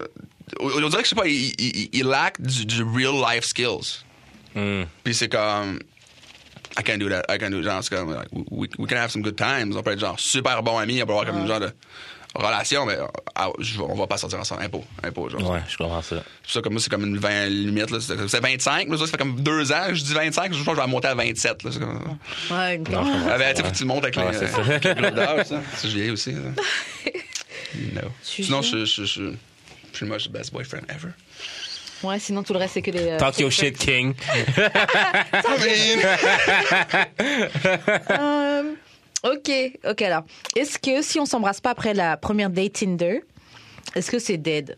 Speaker 3: On on dirait que, je sais pas, ils il, lack du, du real life skills.
Speaker 2: Hmm.
Speaker 3: Puis c'est comme. I can do that. I can do Genre, c'est comme. like, we, we can have some good times. On peut être genre super bons amis. On peut avoir comme une genre de relation, mais euh, ah, je- on va pas sortir ensemble. Impôt. Impôt, genre.
Speaker 2: Ouais, je comprends ça.
Speaker 3: Puis ça, comme moi, c'est comme une 20 limite. là. C'est c'est 25. Là, ça fait comme deux ans. Je dis 25. Je pense que je vais la monter à 27. Là, c'est comme...
Speaker 1: Ouais, une-
Speaker 2: Non, je comprends
Speaker 3: Ah, ben,
Speaker 2: ça,
Speaker 3: tu sais, faut
Speaker 2: ouais.
Speaker 3: que tu montes avec
Speaker 2: Ouais,
Speaker 3: les.
Speaker 2: c'est ça.
Speaker 3: avec les blocs d'âge, ça. Ça, je vieillis aussi. ça. No.
Speaker 1: Tu
Speaker 3: Sinon,
Speaker 1: joues?
Speaker 3: je je- je- je suis pretty much the best boyfriend ever.
Speaker 1: Ouais, sinon, tout le reste, c'est que des. euh,
Speaker 2: Talk your shit, King.
Speaker 3: I mean,
Speaker 1: Euh, ok, ok, alors. Est-ce que si on s'embrasse pas après la première date Tinder, est-ce que c'est dead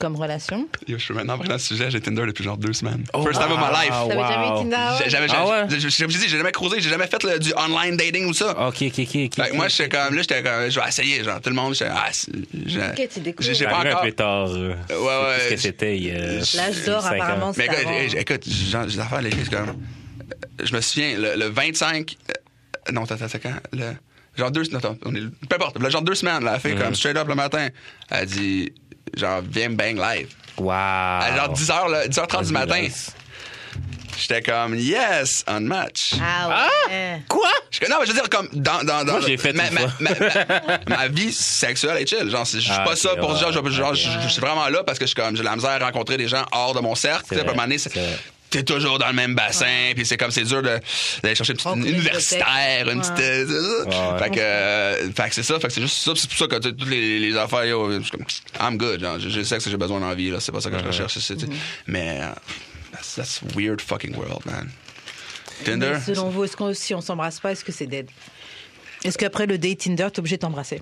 Speaker 1: comme relation
Speaker 3: Yo, je suis maintenant pris dans le sujet. J'ai Tinder depuis genre deux semaines. First time of my life.
Speaker 2: Oh, wow.
Speaker 1: T'avais jamais eu Tinder avant?
Speaker 3: J'ai- J'avais,
Speaker 2: Ah
Speaker 3: j'avais,
Speaker 2: ouais?
Speaker 3: j'ai- j'ai- comme je dis, j'ai jamais croisé, j'ai jamais fait le- du online dating ou ça.
Speaker 2: Ok, ok, ok. ok.
Speaker 3: Fait que moi, j'étais comme, là, j'étais comme, je vais essayer, genre, tout le monde, j'étais, ah, c'est- j'ai,
Speaker 1: Ok, tu découvres.
Speaker 3: j'ai, j'ai pas
Speaker 2: Arrivé un
Speaker 3: encore.
Speaker 2: peu tard. euh, c'est
Speaker 3: ouais,
Speaker 2: tout ce que
Speaker 3: je-
Speaker 2: c'était il y a
Speaker 1: L'âge d'or,
Speaker 2: cinq ans.
Speaker 1: apparemment,
Speaker 3: Mais écoute,
Speaker 1: avant.
Speaker 3: j'ai- écoute, genre, j'ai des affaires, les filles, c'est comme, euh, je me souviens, le, le 25, euh, non, attends, attends, c'est quand, le, genre deux, non, attends, on est, peu importe, le genre deux semaines, là, elle fait
Speaker 2: Mm-hmm.
Speaker 3: comme straight up le matin, elle dit, genre, viens me bang live.
Speaker 2: Wow. Ah,
Speaker 3: À genre 10h, 10h30 du matin, j'étais comme, yes, on match.
Speaker 1: Ah ouais.
Speaker 2: Quoi?
Speaker 3: Je suis comme, non, mais je veux dire, comme, dans. dans, dans
Speaker 2: Moi, je l'ai fait
Speaker 3: ma,
Speaker 2: une
Speaker 3: ma,
Speaker 2: fois.
Speaker 3: ma- ma- ma vie sexuelle est chill. Genre, c'est- je suis
Speaker 2: Ah,
Speaker 3: pas
Speaker 2: ok,
Speaker 3: ça pour
Speaker 2: ouais,
Speaker 3: genre, je- genre,
Speaker 2: ok.
Speaker 3: je- je suis vraiment là parce que je suis comme, j'ai la misère à rencontrer des gens hors de mon cercle.
Speaker 2: C'est
Speaker 3: Tu sais, à un
Speaker 2: vrai,
Speaker 3: moment donné, c'est-
Speaker 2: c'est vrai.
Speaker 3: T'es toujours dans le même bassin, puis c'est comme c'est dur de- d'aller chercher une petite
Speaker 1: Rencontrer
Speaker 3: universitaire, une petite. euh,
Speaker 2: Ouais.
Speaker 3: Fait que, euh, fait que c'est ça, fait que c'est juste ça, puis c'est pour ça que tu sais, toutes les, les affaires, yo, je suis comme, I'm good, genre, j'ai j'ai le sexe que j'ai besoin dans la vie, là, c'est pas ça que je recherche, c'est-
Speaker 1: Mm-hmm.
Speaker 3: c'est- mais euh, that's, that's weird fucking world, man. Tinder?
Speaker 1: Mais selon vous, est-ce qu'on si on s'embrasse pas, est-ce que c'est dead Est-ce qu'après le date Tinder, t'es obligé de t'embrasser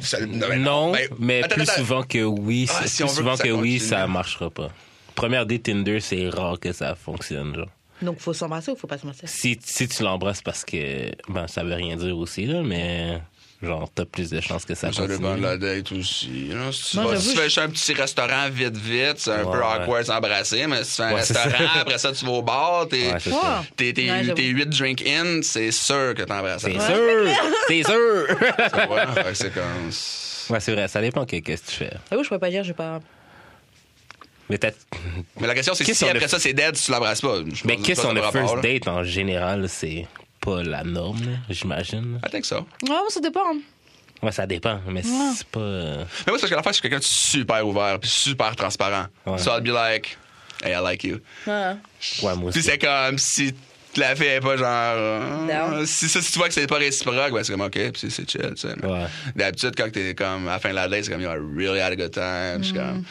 Speaker 3: ça-
Speaker 2: Non,
Speaker 3: ben,
Speaker 2: mais
Speaker 3: attends,
Speaker 2: plus
Speaker 3: attends.
Speaker 2: souvent que oui,
Speaker 3: Ah,
Speaker 2: c'est-
Speaker 3: si on
Speaker 2: plus
Speaker 3: veut que
Speaker 2: souvent
Speaker 3: ça
Speaker 2: que, oui,
Speaker 3: continue.
Speaker 2: ça marchera pas. Première date Tinder, c'est rare que ça fonctionne, genre.
Speaker 1: Donc, faut s'embrasser ou faut pas s'embrasser
Speaker 2: Si, si tu l'embrasses parce que, ben, ça veut rien dire aussi, là, mais genre, t'as plus de chances que ça
Speaker 3: Ça
Speaker 2: continue.
Speaker 3: dépend de la date aussi. là. Si tu,
Speaker 1: Moi,
Speaker 3: vas-
Speaker 1: j'avoue,
Speaker 3: si tu fais juste un petit restaurant vite, vite, c'est un
Speaker 2: Ouais,
Speaker 3: peu
Speaker 2: ouais.
Speaker 3: awkward s'embrasser, mais si tu fais un
Speaker 2: Ouais, c'est
Speaker 3: restaurant,
Speaker 2: ça.
Speaker 3: après ça, tu vas au bar, t'es
Speaker 2: Ouais, c'est
Speaker 1: Ouais.
Speaker 2: ça.
Speaker 3: t'es- t'es-
Speaker 1: Ouais, j'avoue.
Speaker 3: t'es huit drink in, c'est sûr que t'embrasses.
Speaker 2: C'est
Speaker 3: Ouais,
Speaker 2: sûr! C'est sûr!
Speaker 3: fait que c'est comme.
Speaker 2: ouais, c'est vrai, ça dépend que qu'est-ce que tu fais.
Speaker 1: Ah oui, je peux pas dire, j'ai pas.
Speaker 2: Mais t'as-
Speaker 3: Mais la question, c'est
Speaker 2: Qu'est-ce
Speaker 3: si
Speaker 2: qu'on
Speaker 3: après
Speaker 2: a-
Speaker 3: ça, c'est dead, si tu l'embrasses pas. Je
Speaker 2: Mais
Speaker 3: pense
Speaker 2: qu'est-ce
Speaker 3: que
Speaker 2: qu'on
Speaker 3: ça
Speaker 2: a
Speaker 3: aura
Speaker 2: first
Speaker 3: rapport, là.
Speaker 2: date en général, c'est pas la norme, là, j'imagine.
Speaker 3: I think so.
Speaker 1: Ouais, ça dépend.
Speaker 2: Ouais, ça dépend, mais c'est pas. euh,
Speaker 3: Mais moi, c'est parce que l'affaire, je suis quelqu'un de super ouvert, puis super transparent.
Speaker 2: Ouais.
Speaker 3: So I'll be like, hey, I like you.
Speaker 1: Ah.
Speaker 2: Ouais, moi
Speaker 3: Puis
Speaker 2: aussi.
Speaker 3: c'est comme si la fille est pas genre. euh,
Speaker 1: Non.
Speaker 3: Si, ça, si tu vois que c'est pas réciproque, ben c'est comme OK, puis c'est chill, tu sais. mais
Speaker 2: Ouais.
Speaker 3: D'habitude, quand t'es comme à la fin de la date, c'est comme, yo, I really had a good time. Je suis comme,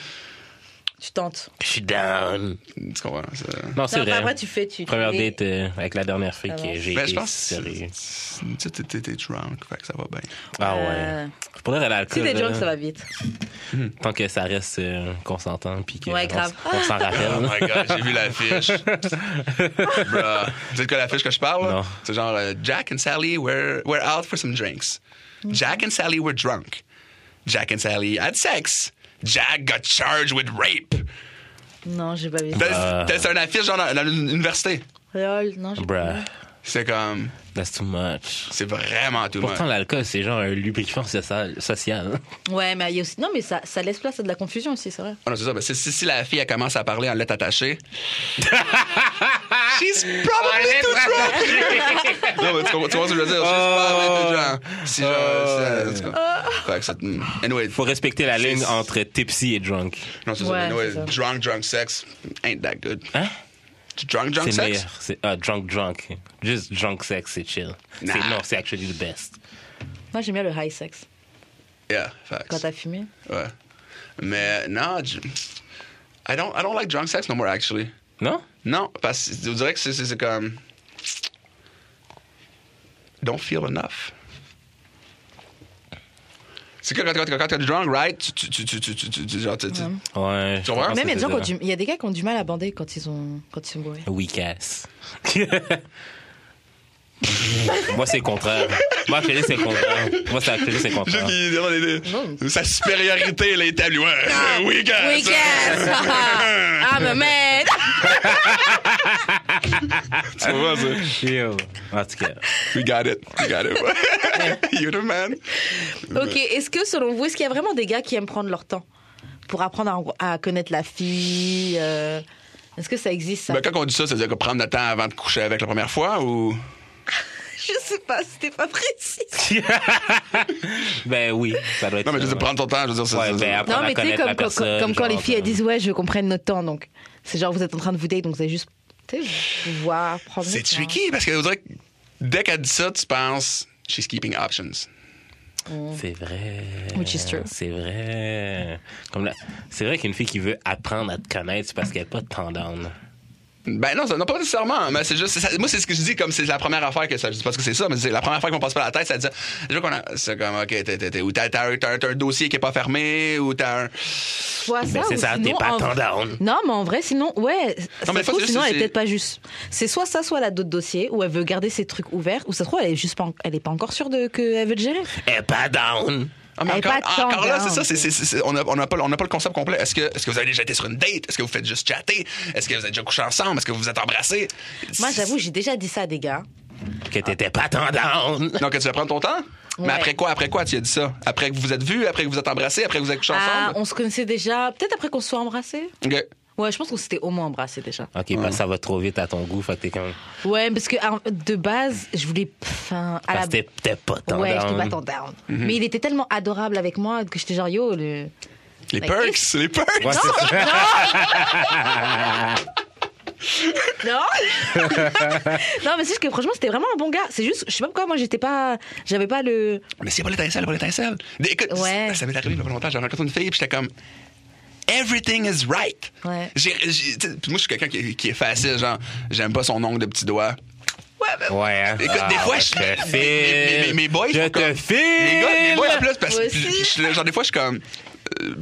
Speaker 1: Tu tentes.
Speaker 2: Je suis down.
Speaker 3: tu comprends? ça?
Speaker 2: Non, c'est
Speaker 1: Non,
Speaker 2: vrai.
Speaker 1: après, tu fais, tu.
Speaker 2: Première
Speaker 1: tu-
Speaker 2: date euh, avec la dernière fille
Speaker 1: Ah
Speaker 2: que
Speaker 1: ouais.
Speaker 2: j'ai
Speaker 3: Ben, je
Speaker 2: été
Speaker 3: pense que
Speaker 2: sérieux.
Speaker 3: c'est- c'est- t'es- t'es t'es drunk, fait que ça va bien.
Speaker 2: Ah ouais.
Speaker 1: Euh,
Speaker 2: Je pourrais aller à
Speaker 1: Si
Speaker 2: l'alcool.
Speaker 1: t'es
Speaker 2: là,
Speaker 1: drunk, ça va vite.
Speaker 2: Tant que ça reste euh, consentant puis que
Speaker 1: Ouais,
Speaker 2: on
Speaker 1: grave. Ah.
Speaker 2: s- on s'en
Speaker 3: Oh
Speaker 2: rappelle.
Speaker 3: my god, j'ai vu l'affiche. Bruh. Tu sais de quoi l'affiche que je parle? là?
Speaker 2: Non.
Speaker 3: C'est genre euh, Jack and Sally were, were out for some drinks. Jack and Sally were drunk. Jack and Sally had sex. Jack got charged with rape.
Speaker 1: Non, j'ai pas vu.
Speaker 3: T'as-
Speaker 2: Euh.
Speaker 3: t'as- C'est une affiche genre dans, dans une université.
Speaker 1: Lol, non, j'ai pas vu.
Speaker 2: Bruh,
Speaker 3: C'est comme.
Speaker 2: that's too much.
Speaker 3: C'est vraiment tout le
Speaker 2: Pourtant,
Speaker 3: monde.
Speaker 2: l'alcool, c'est genre un lubrifiant social. social.
Speaker 1: Ouais, mais il y a aussi. Non, mais ça, ça laisse place à de la confusion aussi, c'est vrai.
Speaker 3: Ah non, c'est ça. parce que si, si la fille elle commence à parler en lettres attachées. Ah, She's probably too drunk! non, mais tu comprends, tu comprends ce que je veux dire? She's probably too drunk. Si genre.
Speaker 2: Oh.
Speaker 3: c'est- en tout cas. Fait que c'est. hmm. Anyway.
Speaker 2: Faut respecter la
Speaker 3: C'est-
Speaker 2: ligne entre tipsy et drunk.
Speaker 3: Non, c'est
Speaker 1: Ouais,
Speaker 3: ça. Anyway,
Speaker 1: c'est ça.
Speaker 3: drunk, drunk sex ain't that good.
Speaker 2: Hein?
Speaker 3: Drunk, drunk
Speaker 2: C'est
Speaker 3: sex?
Speaker 2: meilleur. C'est- Ah, drunk, drunk. Just drunk sex, c'est chill.
Speaker 3: Nah.
Speaker 2: C'est- Non, c'est actually the best.
Speaker 1: Moi, j'aime bien le high sex.
Speaker 3: Yeah,
Speaker 1: Quand
Speaker 3: facts.
Speaker 1: t'as fumé.
Speaker 3: Ouais. Mais non, j- I don't, I don't like drunk sex no more, actually.
Speaker 2: Non?
Speaker 3: Non, parce que je dirais que c'est- c'est c'est comme. Don't feel enough. C'est que quand, quand, quand, quand t'es drunk, right? Tu, tu, tu, tu, tu, tu, tu, tu, genre, tu, tu-
Speaker 2: Ouais.
Speaker 3: Tu comprends? Ah,
Speaker 1: Même, il y a des gens qui ont
Speaker 2: du.
Speaker 1: du- il y a des gars qui ont du mal à bander quand ils, ont, quand ils sont bourrés.
Speaker 2: Weak ass. Moi, c'est le contraire. Moi, actually, c'est le contraire. Moi, c'est actually, c'est le
Speaker 3: Juste
Speaker 2: contraire.
Speaker 3: qu'il demande des- des- sa supériorité, là, établie. Ouais, euh, oui, gars! Ah, ça.
Speaker 1: I'm a man!
Speaker 3: Tu vois, ça?
Speaker 2: Yo. En tout cas.
Speaker 3: We got it. We got it. You're the man.
Speaker 1: Ok, est-ce que selon vous, est-ce qu'il y a vraiment des gars qui aiment prendre leur temps pour apprendre à, à connaître la fille euh, Est-ce que ça existe ça
Speaker 3: Ben, quand on dit ça, ça veut dire que prendre le temps avant de coucher avec la première fois ou.
Speaker 1: Je sais pas, c'était pas précis.
Speaker 2: Ben oui, ça doit être.
Speaker 3: Non, mais je veux
Speaker 2: ça,
Speaker 3: dire, prendre ton temps, je veux dire,
Speaker 2: Ouais,
Speaker 3: c'est.
Speaker 2: ben, après-
Speaker 3: c'est-
Speaker 1: Non,
Speaker 2: Apprendre à
Speaker 1: mais tu sais,
Speaker 2: connaître
Speaker 1: comme,
Speaker 2: la
Speaker 1: quand-
Speaker 2: personne,
Speaker 1: comme quand
Speaker 2: genre, euh,
Speaker 1: les filles elles
Speaker 2: comme-
Speaker 1: disent ouais, je veux qu'on prenne notre temps, donc c'est genre vous êtes en train de vous date, donc vous allez juste tu sais, vous voir, prendre.
Speaker 3: C'est
Speaker 1: votre temps.
Speaker 3: tricky parce que on dirait que dès qu'elle dit ça, tu penses, she's keeping options.
Speaker 2: C'est vrai.
Speaker 1: Which is true.
Speaker 2: C'est vrai. Comme là, c'est vrai qu'une fille qui veut apprendre à te connaître, c'est parce qu'elle n'est pas de tendance.
Speaker 3: Ben non, ça, non, pas nécessairement, mais c'est juste. c'est ça- moi, c'est ce que je dis, comme c'est la première affaire que ça. Je dis pas que c'est ça, mais c'est la première fois qu'on passe par la tête, ça dit. Je veux qu'on a. C'est comme, OK, t'es- t'es- t'es- ou t'as t'as un- t'as un t'as un dossier qui est pas fermé, ou t'as un.
Speaker 1: Soit ça,
Speaker 2: Ben, c'est
Speaker 1: ou
Speaker 2: ça, t'es
Speaker 1: sinon,
Speaker 2: pas
Speaker 1: en-
Speaker 2: tendance.
Speaker 1: Non, mais en vrai, sinon, ouais, ça
Speaker 3: mais
Speaker 1: se
Speaker 3: faut
Speaker 1: trouve,
Speaker 3: juste-
Speaker 1: sinon elle
Speaker 3: c'est-
Speaker 1: est peut-être pas juste. C'est soit ça, soit elle a d'autres dossiers où elle veut garder ses trucs ouverts, ou ça se trouve, elle est juste pas, en- elle est pas encore sûre de qu'elle veut le gérer.
Speaker 2: Elle n'est pas down.
Speaker 3: Ah, mais
Speaker 1: Elle est
Speaker 3: encore,
Speaker 1: pas
Speaker 3: encore là, c'est
Speaker 1: tendance.
Speaker 3: ça. c'est- c'est- c'est- on n'a on a pas, on a pas le concept complet. Est-ce que, est que vous avez déjà été sur une date? Est-ce que vous faites juste chatter? Est-ce que vous êtes déjà couché ensemble? Est-ce que vous vous êtes embrassés?
Speaker 1: Moi, j'avoue, j'ai déjà dit ça à des gars.
Speaker 2: Que t'étais pas tendance.
Speaker 3: Donc, tu vas prendre ton temps? Mais
Speaker 1: Ouais.
Speaker 3: après quoi? Après quoi tu as dit ça? Après que vous vous êtes vus? Après que vous vous êtes embrassés? Après que vous êtes couché
Speaker 1: Ah,
Speaker 3: ensemble?
Speaker 1: on se connaissait déjà, peut-être après qu'on se soit embrassés.
Speaker 3: OK.
Speaker 1: Ouais, je pense qu'on s'était au moins embrassés déjà.
Speaker 2: Ok, parce que ça va trop vite à ton goût, fait que t'es comme.
Speaker 1: Ouais, parce que ah, de base, je voulais. Enfin, à la.
Speaker 2: Parce que t'es- t'es pas tendance.
Speaker 1: Ouais, j'étais pas tant down.
Speaker 3: Mhm.
Speaker 1: Mais il était tellement adorable avec moi que j'étais genre, yo, le.
Speaker 3: Les
Speaker 1: Mais
Speaker 3: perks! Les perks!
Speaker 2: Ouais, c'est ça.
Speaker 1: Non Non, mais c'est que franchement, c'était vraiment un bon gars. C'est juste, je sais pas pourquoi, moi, j'étais pas. J'avais pas le.
Speaker 3: Mais c'est pas l'étincelle, pas l'étincelle. Des- Écoute,
Speaker 1: Ouais.
Speaker 3: ça m'est arrivé il y a pas longtemps. J'ai rencontré une fille, puis j'étais comme. Everything is right.
Speaker 1: Ouais.
Speaker 3: J'ai- j'ai- tu sais, puis moi, je suis quelqu'un qui, qui est facile, genre, j'aime pas son ongle de petit doigt. Ouais, ben,
Speaker 2: Ouais. hein.
Speaker 3: Écoute, des
Speaker 2: Ah,
Speaker 3: fois,
Speaker 2: ouais,
Speaker 3: je.
Speaker 2: te
Speaker 3: Mes, mes- mes- mes boys,
Speaker 2: Je
Speaker 3: sont
Speaker 2: te
Speaker 3: comme-
Speaker 2: file.
Speaker 3: Mes gars, mes boys, en plus, parce
Speaker 1: Moi
Speaker 3: que.
Speaker 1: aussi.
Speaker 3: je- je- Genre, des fois, je suis comme. euh,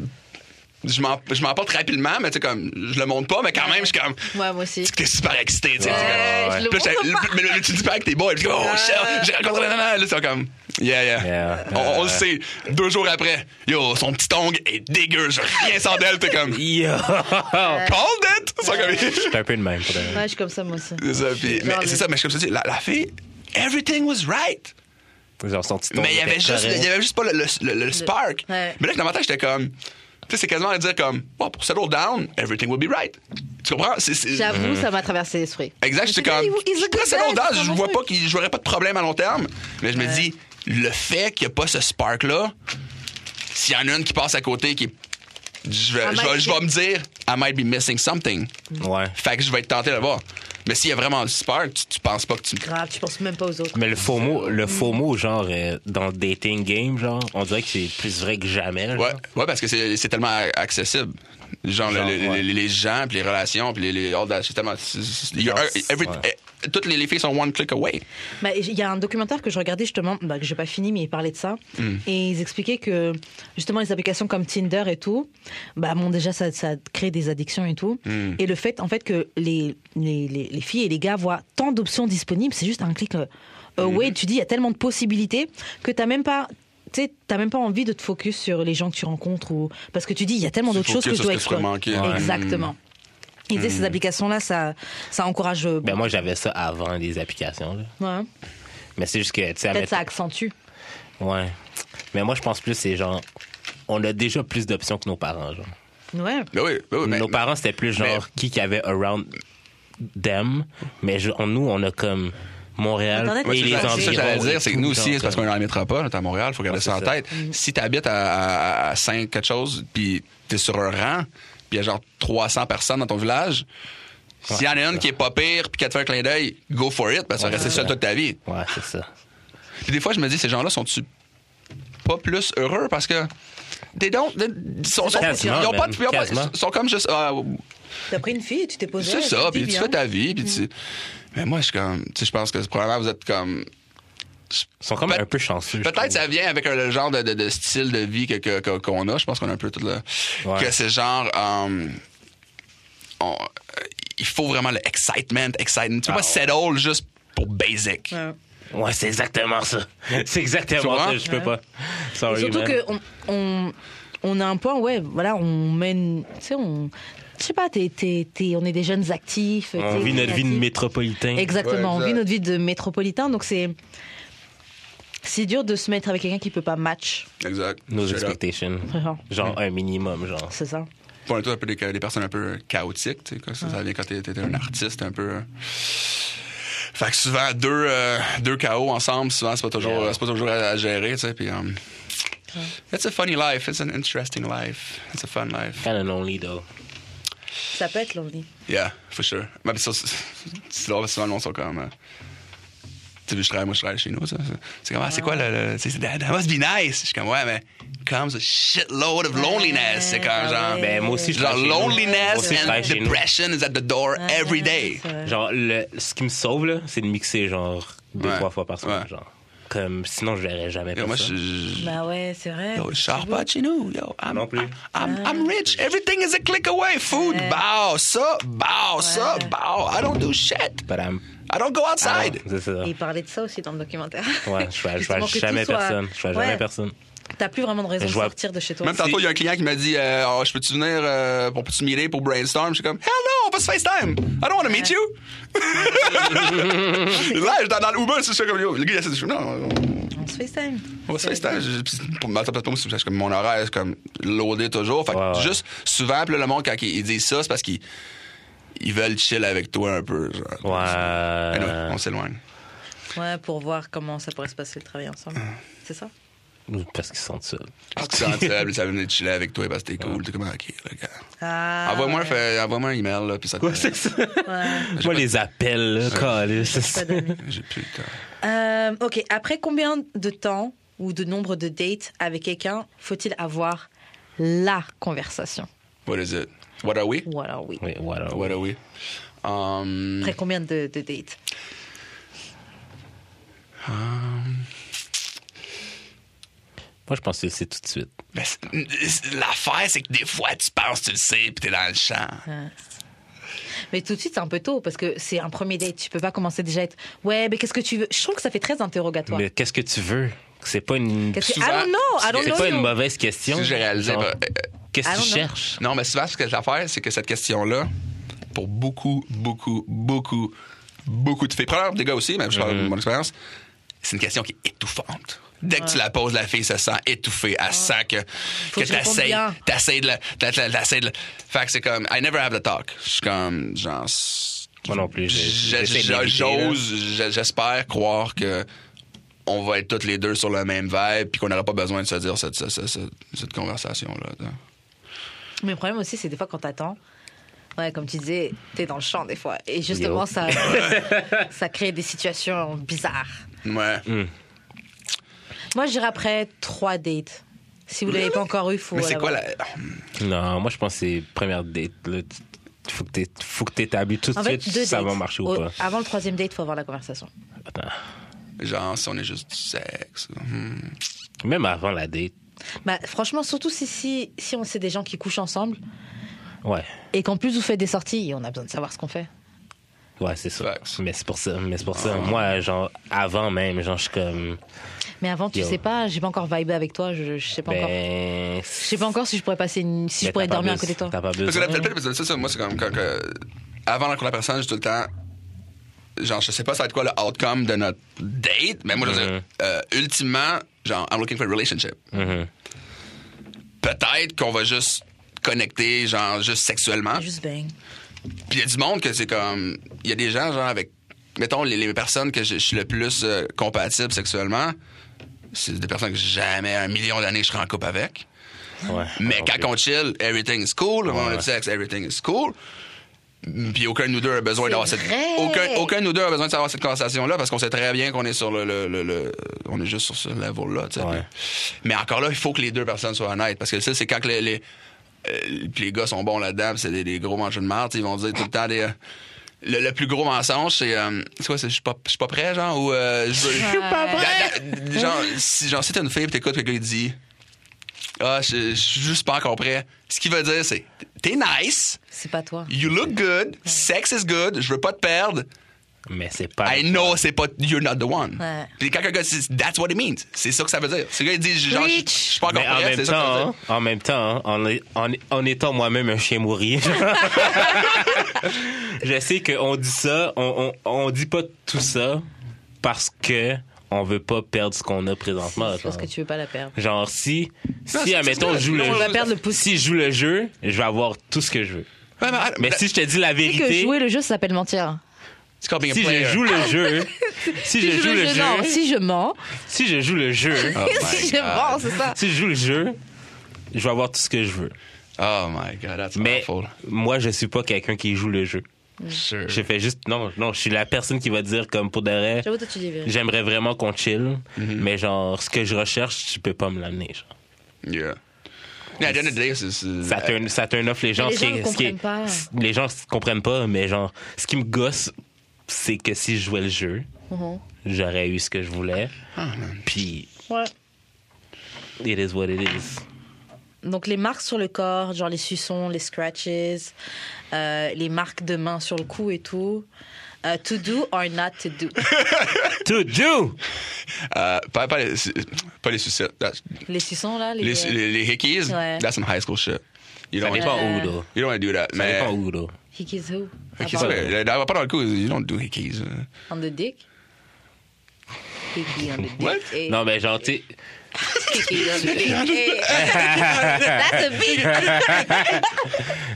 Speaker 3: Je m'en je m'en porte rapidement, mais tu sais, comme, je le montre pas, mais quand même, je suis comme.
Speaker 1: Ouais, moi aussi.
Speaker 3: Tu que t'es super excité, tu sais.
Speaker 1: Ouais,
Speaker 3: tu
Speaker 1: je
Speaker 3: sais, comme-
Speaker 1: le
Speaker 3: Puis là,
Speaker 1: montre
Speaker 3: j'étais- Mais mais tu dis pas que t'es boy, puis je dis, oh, shit, j'ai rencontré la nana. Là, c'est comme, yeah, yeah.
Speaker 2: Yeah.
Speaker 3: On, on le sait. Deux jours après, yo, son petit ongle est dégueu, je rien sans d'elle. T'es comme,
Speaker 2: Yo.
Speaker 1: Euh.
Speaker 3: called it! C'est comme-
Speaker 2: J'étais un peu de même. pour de vrai.
Speaker 1: Ouais, je suis comme ça, moi aussi.
Speaker 3: C'est ça, puis- mais
Speaker 1: Genre,
Speaker 3: c'est
Speaker 1: le-
Speaker 3: ça, mais je- comme je te dis, la, la fille, everything was right.
Speaker 2: Genre, son petit ton
Speaker 3: Mais il y
Speaker 2: était
Speaker 3: avait juste,
Speaker 2: correct.
Speaker 3: il y avait juste pas le, le- le- le spark.
Speaker 1: ouais.
Speaker 3: Mais là, dans ma tête, j'étais comme, tu sais, c'est quasiment à dire comme, bon, pour settle down, everything will be right. Tu comprends? C'est- c'est-
Speaker 1: J'avoue, ça m'a traversé l'esprit.
Speaker 3: mhm. Exact, j'étais
Speaker 1: Mais
Speaker 3: comme.
Speaker 1: il- il- il-
Speaker 3: Je suis
Speaker 1: il-
Speaker 3: très
Speaker 1: il- il-
Speaker 3: secondaire,
Speaker 1: il-
Speaker 3: je
Speaker 1: il-
Speaker 3: vois
Speaker 1: il-
Speaker 3: pas qu'il j'aurais pas de problème à long terme, mais je me dis le fait qu'il n'y a pas ce spark-là, s'il y en a une qui passe à côté, qui est- je vais,
Speaker 1: I
Speaker 3: je vais-
Speaker 1: might
Speaker 3: je vais me dire, I might be missing something.
Speaker 2: Ouais.
Speaker 3: Fait que je vais être tenté de le voir. Mais s'il y a vraiment du spark, tu, tu penses pas que tu.
Speaker 1: Grave, tu penses même pas aux autres.
Speaker 2: Mais le faux mot, le faux mot, genre, euh, dans le dating game, genre, on dirait que c'est plus vrai que jamais. genre.
Speaker 3: Ouais, ouais parce que c'est c'est tellement a- accessible. Genre, le-
Speaker 2: Genre,
Speaker 3: le-
Speaker 2: ouais.
Speaker 3: les, les gens, puis les relations, puis les. les all that, c'est tellement. c'est- c'est- il y a
Speaker 2: Genre,
Speaker 3: un- every-
Speaker 2: ouais.
Speaker 3: eh, Toutes les, les filles sont one click away.
Speaker 1: Bah, Il y a un documentaire que je regardais justement, bah, que j'ai pas fini, mais il parlait de ça.
Speaker 3: Mm.
Speaker 1: Et ils expliquaient que justement les applications comme Tinder et tout, bah, bon, déjà ça, ça crée des addictions et tout.
Speaker 3: Mm.
Speaker 2: Hmm.
Speaker 1: Et le fait en fait que les, les, les, les filles et les gars voient tant d'options disponibles, c'est juste un clic euh,
Speaker 3: Mm.
Speaker 1: away. Tu dis, il y a tellement de possibilités que t'as même pas. Tu sais, t'as même pas envie de te focus sur les gens que tu rencontres ou parce que tu dis il y a tellement
Speaker 3: Tu
Speaker 1: d'autres choses que
Speaker 3: focuses
Speaker 1: je
Speaker 3: sur
Speaker 1: dois
Speaker 3: ce que tu vas
Speaker 1: explorer.
Speaker 3: manquer. Ouais. Mm.
Speaker 1: Exactement. Ils disaient ces applications là, ça, ça encourage.
Speaker 3: Bah.
Speaker 1: euh,
Speaker 2: Ben moi j'avais ça avant les applications là.
Speaker 3: Ah
Speaker 1: ouais.
Speaker 2: Mais c'est juste que tu sais
Speaker 3: bah
Speaker 1: Peut-être
Speaker 2: admettons-
Speaker 1: ça accentue.
Speaker 2: ouais. Mais moi je pense plus c'est genre on a déjà plus d'options que nos parents genre.
Speaker 1: Ouais.
Speaker 3: Ben oui, ben oui, ben-
Speaker 2: nos parents c'était plus genre
Speaker 3: mais-
Speaker 2: qui qui avait around them mais je- on- nous on a comme Montréal
Speaker 1: Internet,
Speaker 2: et
Speaker 1: c'est
Speaker 2: les
Speaker 1: ça,
Speaker 3: C'est ça que
Speaker 2: environs
Speaker 3: j'allais
Speaker 2: et
Speaker 3: dire, c'est que
Speaker 2: tout,
Speaker 3: nous aussi,
Speaker 2: genre,
Speaker 3: c'est parce qu'on
Speaker 2: comme-
Speaker 3: est dans la métropole, t'es à Montréal, faut garder
Speaker 2: Ouais,
Speaker 3: ça en
Speaker 2: c'est ça. Mm.
Speaker 3: tête. Si t'habites à, à, 5 quelque chose, puis t'es sur un rang, puis il y a genre 300 personnes dans ton village, s'il y en a une qui est pas pire, puis qu'elle te fait un clin d'œil, go for it, parce que tu vas
Speaker 2: Ouais,
Speaker 3: rester
Speaker 2: c'est
Speaker 3: seul
Speaker 2: ça.
Speaker 3: toute ta vie.
Speaker 2: Ouais, c'est ça.
Speaker 3: Puis des fois, je me dis, ces gens-là sont-tu pas plus heureux parce que. They don't, they- ils sont, sont-
Speaker 2: Quasiment,
Speaker 3: ils ont pas,
Speaker 2: man,
Speaker 3: ils ont pas-
Speaker 2: quasiment.
Speaker 3: ils sont comme juste. ah,
Speaker 1: T'as pris une fille et tu t'es posé.
Speaker 3: c'est ça, puis
Speaker 1: hein.
Speaker 3: tu fais ta vie, puis tu. Mais moi, je suis comme. Tu sais, je pense que probablement vous êtes comme.
Speaker 2: Ils sont comme
Speaker 3: Pe-
Speaker 2: un peu chanceux. je
Speaker 3: Peut-être
Speaker 2: trouve.
Speaker 3: ça vient avec un- le genre de, de- de style de vie que- que- que- qu'on a. Je pense qu'on a un peu tout le.
Speaker 2: Ouais.
Speaker 3: Que c'est genre. euh, on- euh, il faut vraiment le excitement, excitement. Tu peux
Speaker 2: Ah
Speaker 3: pas settle juste pour basic.
Speaker 2: Ouais, c'est exactement ça. C'est
Speaker 3: Tu
Speaker 2: exactement
Speaker 3: vois?
Speaker 2: ça, je peux pas. Sorry,
Speaker 1: surtout
Speaker 2: man.
Speaker 1: qu'on on, on a un point, ouais, voilà, on mène. Tu sais, on. Je sais pas, t'es- t'es- t'es- on est des jeunes actifs.
Speaker 2: On
Speaker 1: t'es
Speaker 2: vit notre vie de
Speaker 1: créatifs.
Speaker 2: métropolitain.
Speaker 1: Exactement,
Speaker 5: Ouais,
Speaker 1: on vit
Speaker 5: exact.
Speaker 1: notre vie de métropolitain, donc c'est. C'est dur de se mettre avec quelqu'un qui peut pas match,
Speaker 3: Exact.
Speaker 2: Nos
Speaker 3: Straight up.
Speaker 2: expectations.
Speaker 1: Vraiment.
Speaker 2: Genre un minimum, genre.
Speaker 1: c'est ça.
Speaker 3: Puis On est tous un peu des, des personnes un peu chaotiques. tu sais, quoi. Ça, ça vient quand t'es t'es un artiste un peu. euh. Fait que souvent, deux, euh, deux chaos ensemble, souvent, c'est pas toujours,
Speaker 2: Yeah.
Speaker 3: c'est pas toujours à, à gérer. tu sais, Puis. euh, It's a funny life. It's an interesting life. It's a fun life.
Speaker 2: Kind of lonely, though.
Speaker 1: Ça peut être l'envie.
Speaker 3: Yeah, for sure. er Mais puis ça, c'est c'est drôle, parce que souvent, le monde sont comme. euh, Tu sais, je travaille, moi, je travaille chez nous, ça. ça. C'est comme, ah, c'est quoi le. le- tu sais, that, that must be er nice. Je suis comme, ouais, mais. Comes a shitload of loneliness. C'est comme, genre.
Speaker 2: Ben, moi aussi, je
Speaker 3: genre,
Speaker 2: travaille chez nous. Moi
Speaker 3: loneliness
Speaker 2: aussi, je
Speaker 3: and
Speaker 2: travaille chez nous.
Speaker 3: depression is at the door every
Speaker 1: er
Speaker 3: day.
Speaker 2: Genre, le, ce qui me sauve, là, c'est de mixer, genre, deux,
Speaker 3: Ouais.
Speaker 2: trois fois par semaine,
Speaker 3: Ouais.
Speaker 2: genre. Comme, sinon, je verrais jamais
Speaker 3: Yo,
Speaker 2: faire
Speaker 3: moi,
Speaker 2: ça.
Speaker 3: je. je-
Speaker 1: Bah ouais, c'est vrai.
Speaker 3: Yo, je sors pas de chez nous. Yo, I'm,
Speaker 2: Non plus.
Speaker 3: I'm, I'm, I'm rich. Everything is a click away. Food, bow, ça, bow, ça, bow. I don't do shit.
Speaker 2: But I'm-
Speaker 3: I don't go outside.
Speaker 2: Ah, c'est ça.
Speaker 1: Et il parlait de ça aussi dans le documentaire.
Speaker 2: Ouais, je vois, je
Speaker 1: Justement,
Speaker 2: vois
Speaker 1: que tout
Speaker 2: jamais
Speaker 1: soit-
Speaker 2: personne. Je vois
Speaker 1: Ouais.
Speaker 2: jamais personne.
Speaker 1: T'as plus vraiment de raison de
Speaker 2: Je vois-
Speaker 1: sortir de chez toi.
Speaker 3: Même tantôt, il y a un client qui m'a dit euh, Oh, Je peux-tu venir euh, pour peux-tu meeter pour brainstorm Je suis comme Hell no, on va se FaceTime. I don't want to meet you. Là, j'étais dans l'Uber, c'est ça comme Yo, Le gars, il a cette- je suis comme, Non,
Speaker 1: On se FaceTime.
Speaker 3: on va se FaceTime. Je- puis, Pour ma tête, pas moi, c'est parce que mon horaire est comme loadé toujours. Fait que
Speaker 2: Ouais, ouais.
Speaker 3: juste souvent, puis là, le monde, quand ils ils disent ça, c'est parce qu'ils ils veulent chill avec toi un peu. genre.
Speaker 2: Ouais.
Speaker 3: Anyway, on s'éloigne.
Speaker 1: Ouais, pour voir comment ça pourrait se passer le travail ensemble. C'est ça
Speaker 2: Parce qu'ils sont seuls.
Speaker 3: Parce que c'est rentable, ça venir chiller avec toi parce que t'es cool. T'es comme Ok, regarde.
Speaker 1: Ah,
Speaker 3: Envoie-moi un
Speaker 1: ouais.
Speaker 3: fa- envoie-moi un email, là, puis ça te.
Speaker 2: ça.
Speaker 1: Ah, Ouais.
Speaker 2: Moi, les appels, là, câlisse.
Speaker 1: Pas d'amis.
Speaker 3: J'ai plus le temps.
Speaker 1: Euh, ok, après combien de temps ou de nombre de dates avec quelqu'un faut-il avoir la conversation
Speaker 3: What is it? What are we?
Speaker 1: Ou alors oui.
Speaker 2: Wait, what are we?
Speaker 3: What are we? Um,
Speaker 1: Après combien de, de dates
Speaker 2: Moi, je pense que c'est tout de suite.
Speaker 3: ben, c'est- c'est- L'affaire, c'est que des fois, tu penses, tu le sais, puis t'es dans le champ.
Speaker 1: Mais tout de suite, c'est un peu tôt parce que c'est un premier date. Tu peux pas commencer déjà à être Ouais, mais qu'est-ce que tu veux Je trouve que ça fait très interrogatoire.
Speaker 2: Mais qu'est-ce que tu veux? C'est pas une.
Speaker 1: Qu'est-ce que... I
Speaker 3: souvent,
Speaker 1: don't know, I don't
Speaker 2: C'est
Speaker 1: know.
Speaker 2: pas
Speaker 1: you.
Speaker 2: une mauvaise question.
Speaker 3: Si j'ai réalisé,
Speaker 2: Genre,
Speaker 3: bah, euh,
Speaker 2: Qu'est-ce
Speaker 1: I
Speaker 2: que tu
Speaker 1: don't know.
Speaker 2: cherches?
Speaker 3: Non, mais souvent, ce que l'affaire, c'est que cette question-là, pour beaucoup, beaucoup, beaucoup, beaucoup de filles, probablement des gars aussi, mais je parle
Speaker 2: Mhm.
Speaker 3: de mon expérience, c'est une question qui est étouffante. Dès que tu la poses, la fille se sent étouffée. Elle sent que, que
Speaker 1: que je réponde
Speaker 3: t'essayes,
Speaker 1: bien.
Speaker 3: t'essayes de la, t'as- t'as- t'essayes de la- Fait que c'est comme, I never have the talk. Je suis comme, genre,
Speaker 2: Moi non plus. j'ai-
Speaker 3: Je-
Speaker 2: j'essaie de
Speaker 3: je-
Speaker 2: l'éviter, là.
Speaker 3: J'ose, je- j'espère croire que on va être toutes les deux sur le même vibe, puis qu'on n'aura pas besoin de se dire cette, cette, cette- cette conversation-là. tu sais.
Speaker 1: Mais le problème aussi, c'est des fois quand t'attends, ouais, comme tu disais, t'es dans le champ des fois. Et justement,
Speaker 2: Yo.
Speaker 1: ça, euh, ça crée des situations bizarres.
Speaker 3: Ouais.
Speaker 1: Moi, je dirais après trois dates. Si vous l'avez pas encore eu, faut. euh,
Speaker 3: Mais c'est quoi
Speaker 1: l'avoir.
Speaker 3: la.
Speaker 2: Non, moi, je pense que c'est première date. Là. Tu- Faut que t'é- faut que t'établis tout de
Speaker 1: En fait,
Speaker 2: suite
Speaker 1: deux
Speaker 2: si ça
Speaker 1: dates. Oh.
Speaker 2: va marcher
Speaker 1: Au-
Speaker 2: ou pas.
Speaker 1: Avant le troisième date, faut avoir la conversation.
Speaker 2: Attends.
Speaker 3: Genre, si on est juste du sexe. hmm.
Speaker 2: Même avant la date.
Speaker 1: Bah, franchement, surtout si, si, si on sait des gens qui couchent ensemble
Speaker 2: Ouais.
Speaker 1: et qu'en plus vous faites des sorties, on a besoin de savoir ce qu'on fait.
Speaker 2: Ouais, c'est ça.
Speaker 3: Facts. Ah.
Speaker 2: Mais c'est pour ça. Mais c'est pour ça. Moi, genre, avant même, genre, je suis comme.
Speaker 1: Mais avant, tu
Speaker 2: Yo.
Speaker 1: sais pas, j'ai pas encore vibé avec toi, je, je sais pas encore.
Speaker 2: Ben.
Speaker 1: Je sais pas encore si je pourrais passer une, si je pourrais dormir à côté de toi.
Speaker 2: T'as pas besoin.
Speaker 3: Parce que la peut-être parce que ça, ça, moi, c'est comme quand. que- avant d'encontrer la personne, j'ai tout le temps. Genre, je sais pas ça va être quoi le outcome de notre date, mais moi, je veux dire,
Speaker 1: Mm-hmm.
Speaker 2: Mhm.
Speaker 3: euh, ultimement, genre, I'm looking for a relationship.
Speaker 2: Mhm.
Speaker 3: Peut-être qu'on va juste connecter, genre, juste sexuellement.
Speaker 1: Juste bang.
Speaker 3: Puis il y a du monde que c'est comme. Il y a des gens, genre, avec. Mettons, les, les personnes que je, je suis le plus euh, compatible sexuellement, c'est des personnes que jamais, un million d'années, je serai en couple avec.
Speaker 2: Ouais.
Speaker 3: Mais
Speaker 2: Ah, Ok.
Speaker 3: quand on chill, everything is cool. On a
Speaker 2: Ouais.
Speaker 3: du sexe, everything is cool. Mm, Puis aucun de nous deux a besoin
Speaker 1: C'est
Speaker 3: d'avoir cette
Speaker 1: vrai.
Speaker 3: aucun aucun de nous deux a besoin de savoir cette conversation là parce qu'on sait très bien qu'on est sur le, le- le- le- on est juste sur ce level là.
Speaker 2: Ouais.
Speaker 3: Mais encore là, il faut que les deux personnes soient honnêtes parce que ça c'est quand que les les, euh, puis les gars sont bons là-dedans, puis c'est des, des gros mangeurs de marde, ils vont dire tout le temps des euh, le, le plus gros mensonge, c'est euh, c'est quoi, c'est je suis pas, je suis pas prêt, genre, ou euh, je veux-
Speaker 1: pas prêt.
Speaker 3: Da- da- genre, si, genre, si t'es une fille et t'écoutes quelqu'un qui dit Ah, je je suis juste pas encore prêt. Ce qu'il veut dire, c'est T'es nice,
Speaker 1: C'est pas toi.
Speaker 3: you look good, sex is good, je veux pas te perdre.
Speaker 2: Mais c'est pas.
Speaker 3: I know c'est pas You're not the one.
Speaker 1: Ouais.
Speaker 3: Puis quand quelqu'un dit That's what it means, c'est ça que ça veut dire. C'est le gars qui dit genre, je je suis pas encore
Speaker 2: Mais en
Speaker 3: prêt,
Speaker 2: même,
Speaker 3: c'est ça que ça veut
Speaker 2: temps,
Speaker 3: dire.
Speaker 2: hein, en même temps, en, est- en, est- en étant moi-même un chien mourri, je sais qu'on dit ça, on, on, on dit pas tout ça parce que on veut pas perdre ce qu'on a présentement.
Speaker 1: C'est parce
Speaker 2: genre.
Speaker 1: que tu veux pas la perdre.
Speaker 2: Genre, si,
Speaker 3: Non,
Speaker 2: si
Speaker 3: c'est-
Speaker 2: admettons,
Speaker 3: c'est-
Speaker 2: je joue le
Speaker 3: non, on
Speaker 1: On
Speaker 3: va
Speaker 1: va
Speaker 3: Je-
Speaker 2: jeu,
Speaker 1: perdre le pouce.
Speaker 2: si je joue le jeu, je vais avoir tout ce que je veux.
Speaker 3: Ouais, mais, ah,
Speaker 2: Mais si je te dis la
Speaker 1: Tu sais que
Speaker 2: vérité,
Speaker 1: jouer le jeu, ça s'appelle mentir.
Speaker 3: c'est called being a
Speaker 2: si je
Speaker 3: player.
Speaker 2: joue le jeu, si je joue le
Speaker 1: non,
Speaker 2: jeu,
Speaker 1: si je mens,
Speaker 2: si je joue le jeu,
Speaker 3: Oh my
Speaker 1: si je
Speaker 3: God.
Speaker 1: mens, c'est ça.
Speaker 2: si je joue le jeu, je vais avoir tout ce que je veux. Ah,
Speaker 3: Oh my god, that's
Speaker 2: Mais
Speaker 3: awful.
Speaker 2: moi, je suis pas quelqu'un qui joue le jeu.
Speaker 3: Sure.
Speaker 2: Je fais juste. Non, non, je suis la personne qui va dire, comme pour de vrai,
Speaker 1: J'avoue, toi, tu dis vrai.
Speaker 2: j'aimerais vraiment qu'on chill, mais genre, ce que je recherche, tu peux pas me l'amener. genre.
Speaker 3: Yeah. Yeah, at the end of the day, c'est- c'est-
Speaker 2: Ça turn, ça turn off les gens.
Speaker 1: les
Speaker 2: ce qui
Speaker 1: gens
Speaker 2: est-
Speaker 1: le
Speaker 2: ce qui est-
Speaker 1: comprennent pas.
Speaker 2: c- Les gens s- comprennent pas, mais genre, ce qui me gosse, c'est que si je jouais le jeu,
Speaker 1: Mhm.
Speaker 2: j'aurais eu ce que je voulais. Puis,
Speaker 1: Ouais.
Speaker 2: it is what it is.
Speaker 1: Donc les marques sur le corps, genre les suçons, les scratches, euh, les marques de main sur le cou et tout. Euh, to do or not to do.
Speaker 2: To do!
Speaker 3: Euh, pas, pas, les, pas les sucettes. That's-
Speaker 1: Les suçons là, les,
Speaker 3: les, les, les hickeys,
Speaker 1: Ouais.
Speaker 3: that's some high school shit. You
Speaker 2: Ça
Speaker 3: don't,
Speaker 2: dépend
Speaker 1: Ouais.
Speaker 2: où, là.
Speaker 3: you don't wanna do that.
Speaker 2: Ça
Speaker 3: mais
Speaker 2: dépend où, là.
Speaker 1: hickeys who?
Speaker 3: Hickeys,
Speaker 1: About-
Speaker 3: ouais, là, pas dans le coup, you don't do hickeys.
Speaker 1: On the dick? Hickey on the dick.
Speaker 3: What?
Speaker 1: Eh,
Speaker 2: Non, mais genre, tu sais,
Speaker 1: hickey on the dick. Eh. That's a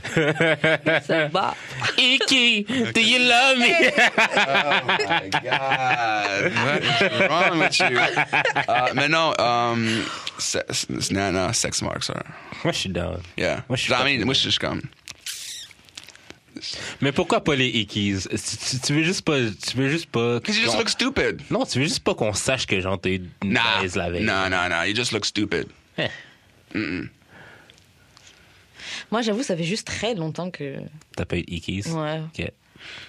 Speaker 1: big. Ça bat.
Speaker 2: Icky, do you love me?
Speaker 3: my God. What is wrong with you? Euh, mais non, um, se- se- non, non, sex marks are.
Speaker 2: Moi, je suis down.
Speaker 3: Yeah.
Speaker 2: Moi, je suis
Speaker 3: Genre,
Speaker 2: pas-
Speaker 3: I mean, moi, je suis juste comme.
Speaker 2: Mais pourquoi pas les Ickies? Tu, tu- tu veux juste pas. Tu veux juste pas.
Speaker 3: Because you just
Speaker 2: qu'on-
Speaker 3: look stupid.
Speaker 2: Non, tu veux juste pas qu'on sache que genre t'es une
Speaker 3: Nah.
Speaker 2: baise la veille.
Speaker 3: Nah, nah, nah. You just look stupid.
Speaker 2: Eh.
Speaker 1: Moi j'avoue, ça fait juste très longtemps que.
Speaker 2: T'as pas eu de Ickies?
Speaker 1: Ouais.
Speaker 2: Ok.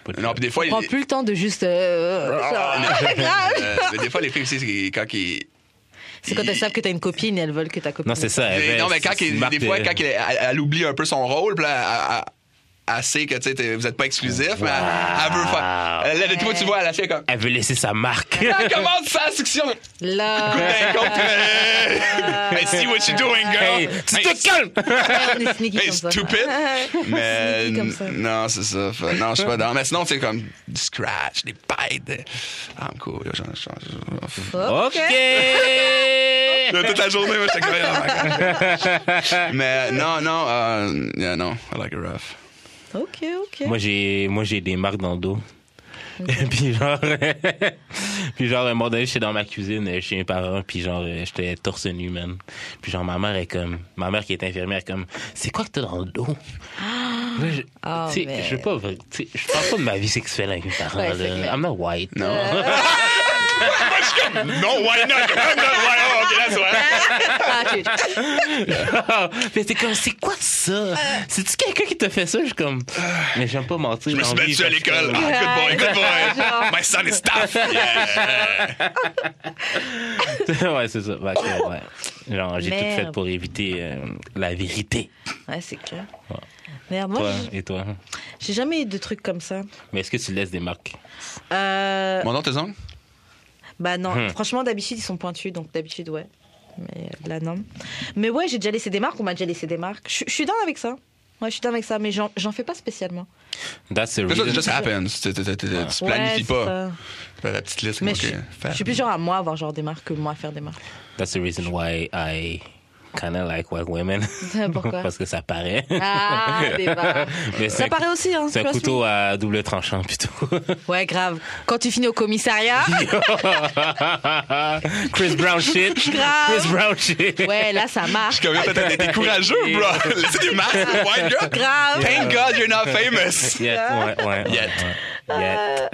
Speaker 2: Pas de-
Speaker 3: Non, puis des fois,
Speaker 1: On prend
Speaker 3: il-
Speaker 1: plus le temps de juste. euh,
Speaker 3: Ah.
Speaker 1: ça-
Speaker 2: Ah,
Speaker 3: euh, mais des fois, les filles aussi, c'est qu'ils- quand ils.
Speaker 1: C'est quand elles savent que t'as une copine et elles veulent que ta copine.
Speaker 2: Non, c'est ça. elle
Speaker 3: Mais
Speaker 2: fait-
Speaker 3: non, mais quand
Speaker 2: c'est
Speaker 3: il-
Speaker 2: une marque
Speaker 3: des fois,
Speaker 2: de-
Speaker 3: quand il- elle, elle oublie un peu son rôle, puis là, elle, elle- elle sait que tu sais, t'es- vous n'êtes pas exclusif, mais elle, elle veut faire. Elle, elle- toi, tu vois, elle a fait comme.
Speaker 2: Elle veut laisser sa marque.
Speaker 3: Elle commence sa suction. Coup
Speaker 1: Là.
Speaker 3: d'un euh, con, puis là, I see what you're doing, girl.
Speaker 2: Hey, tu te calmes!
Speaker 1: Ouais, Ah, on est sneaky
Speaker 3: Hey,
Speaker 1: comme ça.
Speaker 3: stupid. Mais
Speaker 1: Sneaky comme ça.
Speaker 3: non, c'est ça. Fait- non, je suis pas dans. Mais sinon, c'est comme du scratch, des bites. des- Ah, I'm cool. Yo, j'en- j'en- j'en-
Speaker 2: Ok!
Speaker 3: Là, toute la journée, moi, j'étais comme, oh my God. Mais non, non, euh, yeah, non, I like it rough.
Speaker 1: Ok, ok.
Speaker 2: moi, j'ai moi, j'ai des marques dans le dos. puis genre, puis genre, un moment donné, j'étais dans ma cuisine euh, chez mes parents, puis genre, euh, j'étais torse nu, man. Puis genre, ma mère est comme, ma mère qui est infirmière, est comme, c'est quoi que t'as dans le dos? Là, je,
Speaker 1: Ah,
Speaker 2: tu sais,
Speaker 1: mais-
Speaker 2: je veux pas, tu sais, je parle pas de ma vie sexuelle avec mes parents,
Speaker 1: Ouais, c'est
Speaker 2: là.
Speaker 1: clair.
Speaker 2: I'm not white. Non.
Speaker 3: Non, why not? Why not? Okay, that's why.
Speaker 1: Ah, ok.
Speaker 2: mais t'es comme, c'est quoi
Speaker 1: Euh.
Speaker 2: ça? C'est-tu quelqu'un qui t'a fait ça? Je suis comme, mais j'aime pas mentir.
Speaker 3: Euh. Je me suis
Speaker 2: dans la vie,
Speaker 3: battu à
Speaker 2: parce que-
Speaker 3: l'école. Ah, good boy, good boy. My son is tough. Yeah.
Speaker 2: ouais, c'est ça. Fait que, ouais. Genre, j'ai tout
Speaker 1: Merde.
Speaker 2: fait pour éviter euh, la vérité.
Speaker 1: Ouais, c'est clair. Merde, moi,
Speaker 2: Toi
Speaker 1: j'-
Speaker 2: et toi.
Speaker 1: j'ai jamais eu de trucs comme ça.
Speaker 2: Mais est-ce que tu laisses des marques?
Speaker 1: Euh,
Speaker 3: Mon nom, tes ongles?
Speaker 1: bah non,
Speaker 2: Hmm.
Speaker 1: franchement, d'habitude, ils sont pointus, donc d'habitude, ouais. Mais euh, là, non. Mais ouais, j'ai déjà laissé des marques, on m'a déjà laissé des marques. Je je suis dans avec ça. Ouais, je suis dans avec ça, mais j'en j'en fais pas spécialement.
Speaker 2: That's the
Speaker 3: Just, just
Speaker 2: reason.
Speaker 3: happens. Tu, tu- tu- tu- tu planifies
Speaker 1: Ouais, c'est
Speaker 3: pas.
Speaker 1: ça.
Speaker 3: La petite liste.
Speaker 1: Mais
Speaker 3: ok,
Speaker 1: je, suis-
Speaker 3: faire.
Speaker 1: je suis plus genre à moi avoir genre des marques que moi faire des marques.
Speaker 2: That's the reason why I kinda like white women.
Speaker 1: Pourquoi
Speaker 2: Parce que ça paraît.
Speaker 1: Ah, des marques.
Speaker 2: Mais c'est
Speaker 1: Ça
Speaker 2: un-
Speaker 1: paraît aussi, hein.
Speaker 2: C'est un
Speaker 1: trust me.
Speaker 2: couteau à double tranchant, plutôt.
Speaker 1: Ouais, grave. Quand tu finis au commissariat,
Speaker 2: Ah, Chris Brown shit.
Speaker 1: Grave.
Speaker 2: Chris Brown shit.
Speaker 1: ouais, là, ça marche.
Speaker 3: Comme t'as t'as été courageux, bro. Laissez des marques, white girl.
Speaker 1: Grave.
Speaker 3: Thank God you're not famous.
Speaker 2: Yet,
Speaker 1: Ah.
Speaker 2: ouais, ouais, ouais,
Speaker 3: Yet.
Speaker 2: ouais. Yet.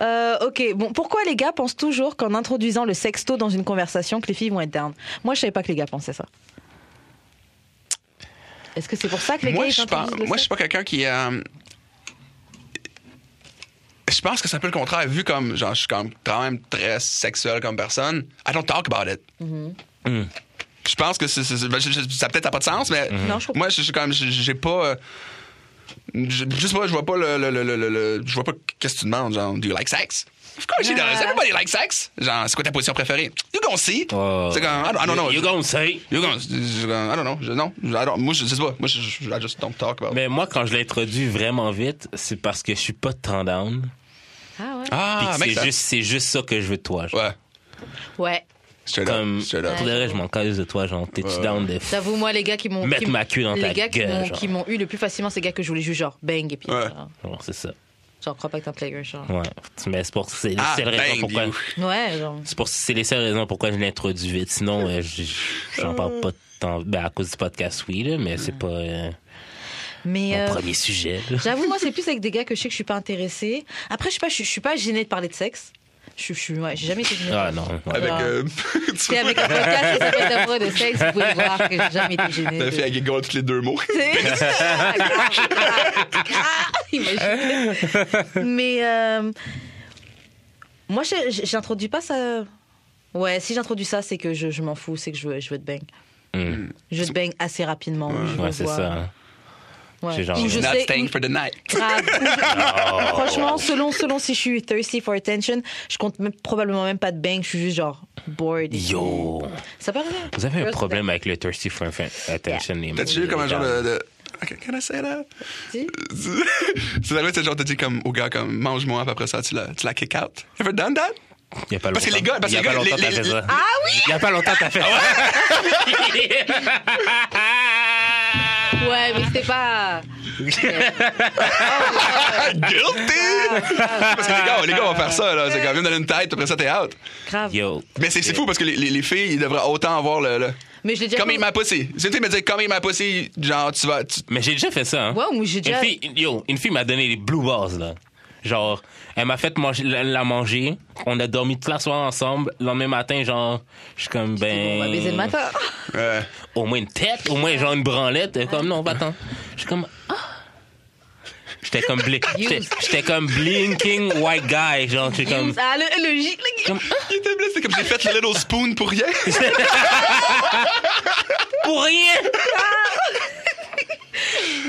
Speaker 1: Euh, ok, bon, pourquoi les gars pensent toujours qu'en introduisant le sexto dans une conversation, que les filles vont être down Moi, je savais pas que les gars pensaient ça. Est-ce que c'est pour ça que les
Speaker 3: Moi,
Speaker 1: gars ils
Speaker 3: je pense,
Speaker 1: introduisent le
Speaker 3: moi, je suis
Speaker 1: sexe
Speaker 3: pas quelqu'un qui. euh, je pense que c'est un peu le contraire, vu comme genre, je suis comme quand même très sexuel comme personne. I don't talk about it.
Speaker 2: Mm.
Speaker 3: Je pense que c'est- c'est- c'est- ben, je- je- ça peut-être a pas de sens, mais
Speaker 1: Non, je comprends.
Speaker 3: moi, je suis comme j'ai j'ai pas. euh, je je sais pas, je vois pas le. le- le- le- le- le- je vois pas qu'est-ce que tu demandes, genre, do you like sex? Of course you do.
Speaker 1: Ah.
Speaker 3: Everybody likes sex. Genre, c'est quoi ta position préférée? You gonna see.
Speaker 2: Oh.
Speaker 3: C'est comme, I don't, I don't know.
Speaker 2: You gonna say.
Speaker 3: You're gonna, you're gonna- I don't know. Je- non, I don't- moi, je sais pas. Moi, je, je- I just don't talk about it.
Speaker 2: Mais moi, quand je l'introduis vraiment vite, c'est parce que je suis pas de temps down.
Speaker 1: Ah ouais.
Speaker 2: Puis
Speaker 3: Ah,
Speaker 2: que
Speaker 3: mec,
Speaker 2: c'est
Speaker 3: ça-
Speaker 2: juste, c'est juste ça que je veux de toi. genre.
Speaker 3: Ouais.
Speaker 2: Ah.
Speaker 1: Ouais.
Speaker 3: Straight
Speaker 2: Comme,
Speaker 3: up. Straight up.
Speaker 2: pour le reste, je m'en calise de toi, genre, t'es-tu
Speaker 3: Ouais.
Speaker 2: down de
Speaker 1: J'avoue, moi, les gars qui m'ont.
Speaker 2: Mettre
Speaker 1: qui m-
Speaker 2: ma queue dans
Speaker 1: les
Speaker 2: ta
Speaker 1: gars qui
Speaker 2: gueule,
Speaker 1: m'ont-
Speaker 2: genre.
Speaker 1: qui m'ont eu le plus facilement, c'est les gars que je voulais juste genre bang et puis.
Speaker 3: Ouais.
Speaker 1: genre,
Speaker 2: Genre, c'est ça.
Speaker 1: Genre, crois pas que t'es un player, genre.
Speaker 2: Ouais. Mais c'est pour c'est les
Speaker 3: Ah,
Speaker 2: seules
Speaker 3: bang,
Speaker 2: raisons pourquoi.
Speaker 3: you.
Speaker 1: Ouais, genre.
Speaker 2: C'est pour c'est les seules raisons pourquoi je l'introduis vite. Sinon, euh, j- j'en parle pas tant. Ben, à cause du podcast, oui, là, mais c'est pas euh,
Speaker 1: Mais.
Speaker 2: mon
Speaker 1: euh,
Speaker 2: premier sujet. là.
Speaker 1: J'avoue, moi, c'est plus avec des gars que je sais que je suis pas intéressée. Après, je sais pas, je, je suis pas gênée de parler de sexe. Je, je, ouais, j'ai jamais été gênée.
Speaker 2: Ah non. ouais.
Speaker 3: Avec. Euh, tu
Speaker 1: C'est avec un podcast qui s'appelle D'amoureux de sexe, vous pouvez voir que j'ai jamais été gênée.
Speaker 3: t'as fait à giggle tous les deux mots.
Speaker 2: Ah,
Speaker 1: Imagine. Mais euh, moi, je- je- j'introduis pas ça. Ouais, si j'introduis ça, c'est que je, je m'en fous, c'est que je veux, je veux te bang.
Speaker 2: Mm.
Speaker 1: Je veux te bang assez rapidement. ou je
Speaker 2: Ouais,
Speaker 1: veux
Speaker 2: c'est
Speaker 1: voir.
Speaker 2: ça. hein.
Speaker 1: Ouais.
Speaker 2: C'est genre-
Speaker 1: Ou je
Speaker 3: Not
Speaker 1: sais-
Speaker 3: staying
Speaker 1: ou-
Speaker 3: for the night.
Speaker 1: grave. Franchement, selon, selon si je suis thirsty for attention, je compte même- probablement même pas de bang, je suis juste genre bored. et
Speaker 2: Yo!
Speaker 1: tout. Ça peut arriver.
Speaker 2: Vous avez un problème avec le thirsty for Inf- attention, les mecs.
Speaker 3: T'as-tu vu comme un genre de. de... Okay, can I say that?
Speaker 1: Si.
Speaker 3: c'est la c'est genre, t'as dit comme au gars, comme mange-moi, puis après ça, tu la, tu la kick out. You ever done that?
Speaker 2: Il y a pas
Speaker 3: Parce que
Speaker 2: longtemps.
Speaker 3: les gars- parce
Speaker 2: Il y a
Speaker 3: que les
Speaker 2: pas
Speaker 3: gars,
Speaker 2: longtemps,
Speaker 3: les-
Speaker 2: t'as fait
Speaker 3: les-
Speaker 2: ça. Ah oui! Il y a pas longtemps, t'as fait ça.
Speaker 1: Ouais, mais c'était pas.
Speaker 3: Guilty! parce que les gars, les gars vont faire ça, là. C'est quand même dans une tête, après ça, t'es out.
Speaker 1: Grave.
Speaker 2: Yo.
Speaker 3: Mais c'est c'est fou parce que les, les, les filles, ils devraient autant avoir le. le...
Speaker 1: Mais je l'ai déjà
Speaker 3: Comme
Speaker 1: fait.
Speaker 3: il m'a poussé. Si une fille me dit comme il m'a poussé, genre, tu vas. Tu...
Speaker 2: Mais j'ai déjà fait ça. Hein.
Speaker 1: Ouais, moi, j'ai déjà-
Speaker 2: Une fille, yo, une fille m'a donné les blue balls, là. Genre, elle m'a fait manger, la, la manger. On a dormi toute la soirée ensemble. Le lendemain matin, genre, je suis comme, ben.
Speaker 1: On va baiser le matin.
Speaker 3: Ouais.
Speaker 2: Au moins une tête, au moins genre une branlette. Elle est comme, non, va-t'en. Je suis comme, ah. J'étais comme, bli- j'étais j'étais comme blinking white guy. Genre, je suis comme.
Speaker 1: Ah, le, le, J- le-
Speaker 3: Il était blessé comme j'ai fait le little spoon pour rien.
Speaker 2: Pour rien!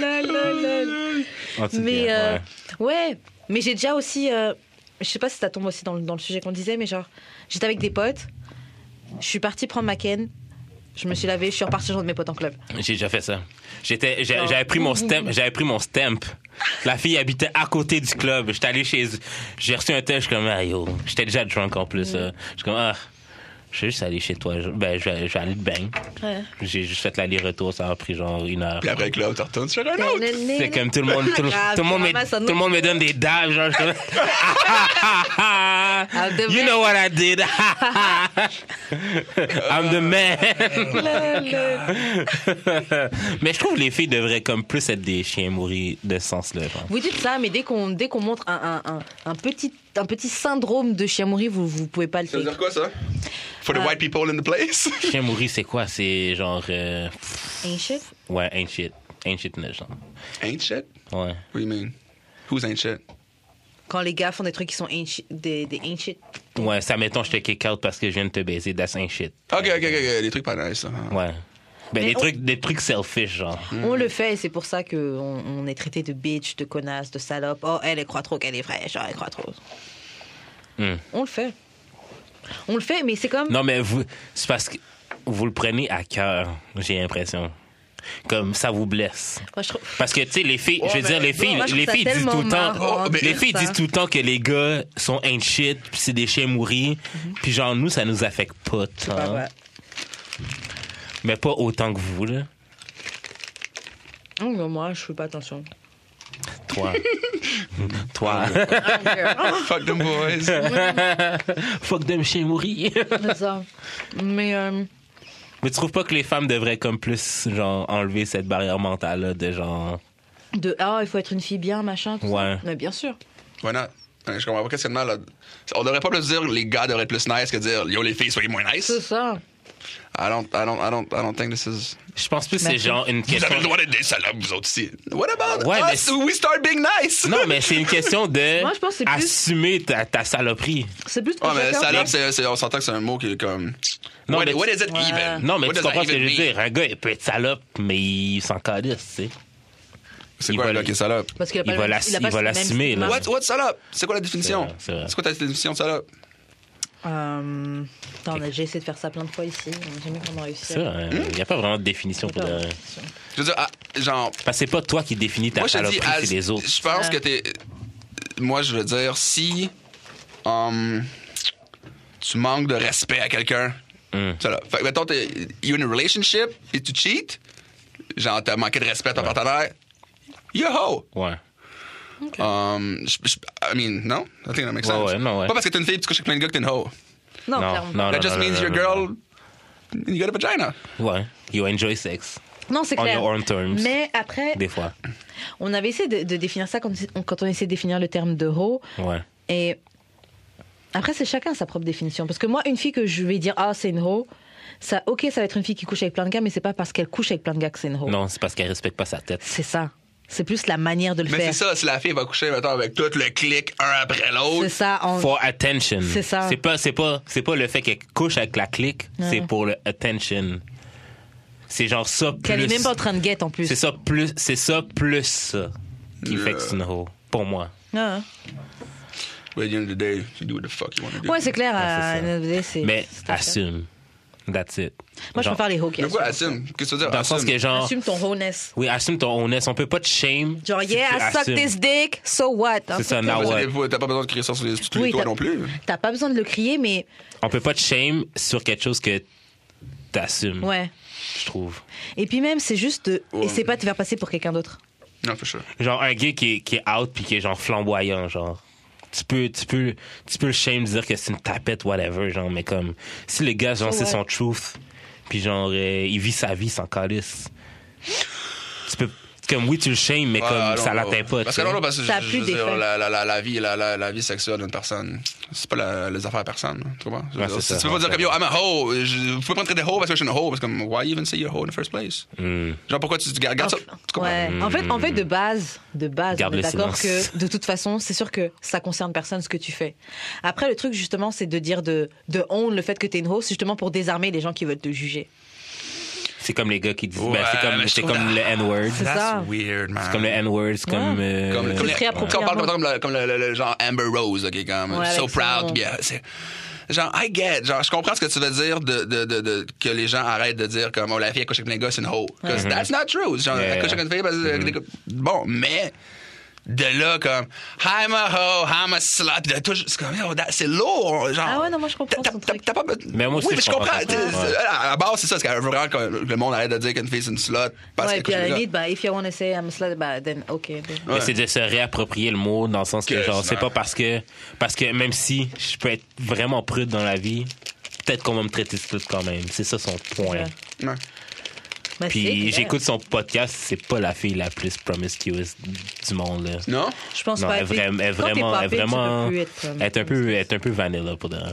Speaker 1: la- la- la- la- Mais euh, ouais. mais j'ai déjà aussi. euh, je sais pas si ça tombe aussi dans le, dans le sujet qu'on disait, mais genre, j'étais avec des potes. Je suis partie prendre ma ken. Je me suis lavée, je suis repartie rejoindre mes potes en club.
Speaker 2: J'ai déjà fait ça. J'étais, j'a-
Speaker 1: Non.
Speaker 2: j'avais pris mon stamp, j'avais pris mon stamp. La fille habitait à côté du club. J'étais allé chez, j'ai reçu un tel, je suis comme ah yo, j'étais déjà drunk en plus. euh. Je suis comme ah, Je suis juste allé chez toi. je- Ben, je vais, je vais aller te baigner.
Speaker 6: Ouais.
Speaker 2: J'ai juste fait l'aller-retour, ça a pris genre une heure.
Speaker 3: Puis après, Claude, tu retournes sur un autre.
Speaker 2: C'est comme tout le monde, tout, le- tout le monde me,
Speaker 6: Grave,
Speaker 2: tout le monde me donne des daves, genre. je suis
Speaker 6: Ah,
Speaker 2: comme, you know what I did. I'm the man. Mais je trouve que les filles devraient comme plus être des chiens mouris de ce sens-là. genre.
Speaker 1: Vous dites ça, mais dès qu'on dès qu'on montre un, un, un, un petit un petit syndrome de chien mourir, vous vous pouvez pas le
Speaker 3: Ça veut
Speaker 1: faire.
Speaker 3: dire quoi, ça? For the white people in the place?
Speaker 2: Chien mouris, c'est quoi? C'est genre. euh,
Speaker 6: Ancient?
Speaker 2: ouais, ain't shit. Ain't shitness, genre.
Speaker 3: Ain't shit?
Speaker 2: Ouais.
Speaker 3: What do you mean? Who's ain't shit?
Speaker 1: Quand les gars font des trucs qui sont ancient, des, des ancient.
Speaker 2: Ouais, ça, mettons, je te kick out parce que je viens de te baiser, that's ain't shit.
Speaker 3: Ok, ok, ok, ok, des trucs pas nice, hein. ça.
Speaker 2: Ouais. Ben,
Speaker 1: Mais
Speaker 2: des,
Speaker 1: on-
Speaker 2: trucs, des trucs selfish, genre.
Speaker 3: Hmm.
Speaker 1: On le fait et c'est pour ça qu'on on est traité de bitch, de connasse, de salope. Oh, elle, elle croit trop qu'elle est fraîche, oh, elle croit trop.
Speaker 2: Hmm.
Speaker 1: On le fait. On le fait, mais c'est comme.
Speaker 2: Non, mais vous, c'est parce que vous le prenez à cœur, j'ai l'impression. Comme ça vous blesse.
Speaker 1: Moi, je trouve-
Speaker 2: Parce que, tu sais, les filles, je veux dire, les filles,
Speaker 1: moi, je
Speaker 2: les
Speaker 1: trouve ça
Speaker 2: filles disent tout le
Speaker 1: tellement
Speaker 2: temps.
Speaker 1: marrant
Speaker 3: Oh, mais-
Speaker 1: de
Speaker 2: Les
Speaker 1: dire
Speaker 2: filles
Speaker 1: ça.
Speaker 2: disent tout le temps que les gars sont ain't shit, puis c'est des chiens mouris,
Speaker 1: Mhm.
Speaker 2: puis genre nous ça nous affecte pas
Speaker 3: Ah.
Speaker 2: tant,
Speaker 1: Bah ouais.
Speaker 2: mais pas autant que vous là.
Speaker 1: Oh, mais moi, je fais pas attention.
Speaker 2: Toi, toi,
Speaker 1: Ah,
Speaker 3: Ah, Fuck them boys.
Speaker 2: fuck them chiens mouris.
Speaker 1: C'est ça. Mais euh,
Speaker 2: mais tu trouves pas que les femmes devraient comme plus genre enlever cette barrière mentale là, de genre
Speaker 1: de ah, il faut être une fille bien, machin. Tout
Speaker 2: Ouais.
Speaker 1: Ça. Mais bien sûr.
Speaker 3: Why not? Ouais, Je comprends pas qu'est-ce qu'il y a de mal. là. On devrait pas plus dire les gars devraient être plus nice que dire yo les filles soyez moins nice.
Speaker 1: C'est ça.
Speaker 3: I don't, I don't, I don't, I don't think this is.
Speaker 2: Je pense plus que c'est
Speaker 1: Merci.
Speaker 2: genre une
Speaker 3: Vous avez
Speaker 2: question.
Speaker 3: le droit d'être des salopes vous autres ici. What about
Speaker 2: Ouais, mais
Speaker 3: us?
Speaker 2: c'est-
Speaker 3: We start being nice.
Speaker 2: Non, mais c'est une question de
Speaker 1: Moi, je pense que c'est plus-
Speaker 2: assumer ta, ta saloperie.
Speaker 1: C'est plus. que
Speaker 3: Ouais, mais
Speaker 1: chacun-
Speaker 3: salope c'est, c'est- on s'entend que c'est un mot qui est comme.
Speaker 2: Non,
Speaker 3: what,
Speaker 2: mais tu-
Speaker 3: what is it
Speaker 1: Ouais.
Speaker 3: even?
Speaker 2: Non, mais
Speaker 3: What
Speaker 2: tu
Speaker 3: does that
Speaker 2: comprends ce que je
Speaker 3: even
Speaker 2: veux
Speaker 3: mean?
Speaker 2: dire. Un gars, il peut être salope, mais il s'en calisse, tu sais.
Speaker 3: C'est
Speaker 2: Il
Speaker 3: quoi
Speaker 2: va
Speaker 3: un gars
Speaker 2: le-
Speaker 3: qui est salope?
Speaker 1: Parce qu'il a
Speaker 2: Il
Speaker 1: pas le
Speaker 2: va
Speaker 1: même-
Speaker 2: la-
Speaker 1: il a pas
Speaker 2: il va
Speaker 1: le même
Speaker 2: l'assumer,
Speaker 1: stigma.
Speaker 2: là.
Speaker 3: What, what salope? C'est quoi la définition?
Speaker 2: vrai, Ah. c'est vrai.
Speaker 3: quoi ta définition de salope?
Speaker 1: Euh, attends, on a déjà essayé de faire ça plein de fois ici. On n'a jamais vraiment réussi.
Speaker 2: Ça, hein,
Speaker 3: Hmm.
Speaker 2: il n'y a pas vraiment de définition pour
Speaker 1: Attends.
Speaker 2: le.
Speaker 3: Je veux dire, ah, genre,
Speaker 2: Parce que c'est pas toi qui définis ta
Speaker 3: Moi, je te dis,
Speaker 2: saloperie,
Speaker 3: ah,
Speaker 2: c'est les autres.
Speaker 3: Je pense que t'es. Moi, je veux dire, si. hum, tu manques de respect à quelqu'un.
Speaker 2: Mm.
Speaker 3: ça là. Fait que, mettons, t'es you're in a relationship et tu cheats. Genre, t'as manqué de respect à ton partenaire. Yo ho!
Speaker 2: Ouais.
Speaker 3: Hum, je- je- I mean, non? I think that makes
Speaker 2: Ouais,
Speaker 3: sense.
Speaker 2: ouais, non, ouais.
Speaker 3: Pas parce que t'es une fille et tu couches avec plein de gars que t'es une hoe.
Speaker 1: Non,
Speaker 2: Non,
Speaker 1: clairement.
Speaker 2: non,
Speaker 3: That just
Speaker 2: non,
Speaker 3: means
Speaker 2: non,
Speaker 3: your
Speaker 2: non,
Speaker 3: girl. You got a vagina.
Speaker 2: Ouais. You enjoy sex.
Speaker 1: Non, c'est
Speaker 2: On
Speaker 1: clair.
Speaker 2: your own terms.
Speaker 1: Mais après,
Speaker 2: Des fois.
Speaker 1: on avait essayé de, de définir ça quand, on- quand on essayait de définir le terme de hoe.
Speaker 2: Ouais.
Speaker 1: Et après, c'est chacun sa propre définition. Parce que moi, une fille que je vais dire, ah, c'est une hoe, ça, ok, ça va être une fille qui couche avec plein de gars, mais c'est pas parce qu'elle couche avec plein de gars que c'est une hoe.
Speaker 2: Non, c'est parce qu'elle respecte pas sa tête.
Speaker 1: C'est ça. C'est plus la manière de le
Speaker 3: Mais
Speaker 1: faire.
Speaker 3: c'est ça, si la fille va coucher, mettons, avec tout le clic, un après
Speaker 1: C'est
Speaker 3: l'autre.
Speaker 1: ça. on-
Speaker 2: For attention.
Speaker 1: C'est ça.
Speaker 2: C'est pas, c'est pas, c'est pas le fait qu'elle couche avec la clique,
Speaker 1: Ouais.
Speaker 2: c'est pour le attention. C'est genre ça plus.
Speaker 1: Qu'elle est même pas en train de guette en plus.
Speaker 2: C'est ça plus, c'est ça plus ça qui fait que c'est une hoe, pour moi.
Speaker 1: Ah.
Speaker 3: But ben, at the end of the day, you do what the fuck you want to do.
Speaker 1: Ouais, c'est clair.
Speaker 2: Bah, c'est ça.
Speaker 1: euh, NFD, c'est-
Speaker 2: Mais
Speaker 1: c'est tout à fait.
Speaker 2: assume. That's it.
Speaker 1: Moi, je
Speaker 2: Genre,
Speaker 1: préfère les hoes qui
Speaker 3: Mais quoi,
Speaker 1: assument.
Speaker 3: assume? Qu'est-ce que tu veux dire?
Speaker 2: Dans le sens
Speaker 3: assume?
Speaker 2: que genre.
Speaker 1: Assume ton honest.
Speaker 2: Oui, assume ton honnêteté. On peut pas te shame.
Speaker 1: Genre,
Speaker 2: si
Speaker 1: yeah,
Speaker 2: tu
Speaker 1: I suck
Speaker 2: assumes.
Speaker 1: this dick, so what? Un
Speaker 2: C'est ça,
Speaker 1: truc
Speaker 2: now
Speaker 3: Parce que
Speaker 2: what?
Speaker 3: des fois, T'as pas besoin de crier ça sur les tous les
Speaker 1: Oui,
Speaker 3: toits
Speaker 1: t'as-
Speaker 3: non plus.
Speaker 1: T'as pas besoin de le crier, mais
Speaker 2: On peut pas te shame sur quelque chose que t'assumes.
Speaker 1: ouais.
Speaker 2: Je trouve.
Speaker 1: Et puis même, c'est juste de.
Speaker 3: Ouais.
Speaker 1: Essaie pas de te faire passer pour quelqu'un d'autre.
Speaker 3: Non, for sure.
Speaker 2: Genre, un gars qui est, qui est out puis qui est genre flamboyant, genre. Tu peux, tu peux, tu peux le shame, dire que c'est une tapette, whatever, genre, mais comme. Si le gars, genre, c'est son truth, puis genre, euh, il vit sa vie sans calice. Tu peux. Comme oui, tu le shame, mais
Speaker 3: Ah,
Speaker 2: comme
Speaker 3: I
Speaker 2: ça
Speaker 3: don't know.
Speaker 2: l'atteint pas.
Speaker 3: Parce
Speaker 2: tu
Speaker 3: que
Speaker 2: sais.
Speaker 3: non, parce que je,
Speaker 1: Ça a
Speaker 3: je
Speaker 1: plus
Speaker 3: veux dire,
Speaker 1: d'effet.
Speaker 3: la, la, la, la vie, la, la, la vie sexuelle d'une personne, c'est pas la, les affaires à personne. Tu comprends? Je veux
Speaker 2: Ouais,
Speaker 3: dire,
Speaker 2: c'est
Speaker 3: si
Speaker 2: ça,
Speaker 3: tu peux
Speaker 2: ouais,
Speaker 3: pas dire
Speaker 2: c'est
Speaker 3: comme yo, I'm a hoe, je, vous pouvez pas me traiter de hoe parce que je suis une hoe. Parce que comme, why even say you're a hoe in the first place?
Speaker 2: Hmm.
Speaker 3: Genre, pourquoi tu, tu gardes gardes ça? Tu comprends?
Speaker 1: Oh, Ouais. En fait, en fait, de base, de base,
Speaker 2: Mm. Garde
Speaker 1: on est
Speaker 2: le
Speaker 1: d'accord
Speaker 2: silence.
Speaker 1: que de toute façon, c'est sûr que ça concerne personne ce que tu fais. Après, le truc justement, c'est de dire de de own le fait que t'es une host justement pour désarmer les gens qui veulent te juger.
Speaker 2: C'est comme les gars qui disent. ben,
Speaker 3: Ouais,
Speaker 2: c'est comme,
Speaker 3: mais je
Speaker 2: c'est
Speaker 3: trouve-
Speaker 2: comme le N-word.
Speaker 1: C'est ça.
Speaker 3: That's weird, man.
Speaker 2: C'est comme le N-word, c'est comme. euh,
Speaker 3: Comme, comme,
Speaker 1: C'est très
Speaker 3: les, comme, on
Speaker 1: approprié.
Speaker 3: parle, comme, le, comme le, le- le genre Amber Rose, là, qui est comme
Speaker 1: Ouais,
Speaker 3: so
Speaker 1: avec
Speaker 3: proud.
Speaker 1: son-
Speaker 3: puis, euh, c'est- genre, I get. Genre, je comprends ce que tu veux dire de, de, de, de- que les gens arrêtent de dire comme oh, la fille a
Speaker 1: Mm-hmm.
Speaker 3: couché avec plein de gars, c'est une hoe. Because that's not true. Genre,
Speaker 2: Yeah.
Speaker 3: elle couche avec une fille parce que. Bon, mais. de là, comme I'm a hoe, I'm a slut. de tout- C'est comme, yo, that- c'est lourd. Genre,
Speaker 1: Ah ouais, non, moi, je comprends
Speaker 3: T'as-
Speaker 1: son
Speaker 3: t'as-
Speaker 1: truc.
Speaker 3: t'as pas be-
Speaker 2: Mais moi aussi,
Speaker 3: oui, mais
Speaker 2: je
Speaker 3: je
Speaker 2: comprends
Speaker 3: comprends.
Speaker 2: son
Speaker 3: t'sais,
Speaker 2: truc, ouais.
Speaker 3: À la base, c'est ça. C'est qu'elle veut vraiment que le monde arrête de dire qu'une fille, c'est une slut. Parce
Speaker 1: Ouais,
Speaker 3: qu'elle
Speaker 1: puis à
Speaker 3: couche
Speaker 1: la
Speaker 3: avec
Speaker 1: limite, bah, if you wanna say I'm a slut, bah, then, OK. then.
Speaker 2: Mais c'est de se réapproprier le mot dans le sens que,
Speaker 3: Que
Speaker 2: genre,
Speaker 3: je
Speaker 2: c'est
Speaker 3: meurs.
Speaker 2: pas parce que. Parce que même si je peux être vraiment prude dans la vie, peut-être qu'on va me traiter de slut quand même. C'est ça son point.
Speaker 1: Ouais.
Speaker 3: le gars. Ouais.
Speaker 1: Bah, c'est
Speaker 2: Puis
Speaker 1: clair.
Speaker 2: j'écoute son podcast, c'est pas la fille la plus promiscuous du monde, là.
Speaker 3: Non?
Speaker 1: Je pense
Speaker 2: Non,
Speaker 1: pas.
Speaker 2: elle,
Speaker 1: Puis
Speaker 2: vraiment, elle
Speaker 1: quand t'es
Speaker 2: vraiment,
Speaker 1: pas
Speaker 2: elle
Speaker 1: fait, tu peux
Speaker 2: vraiment,
Speaker 1: plus être comme-
Speaker 2: elle est un peu, elle est un peu vanilla pour de vrai.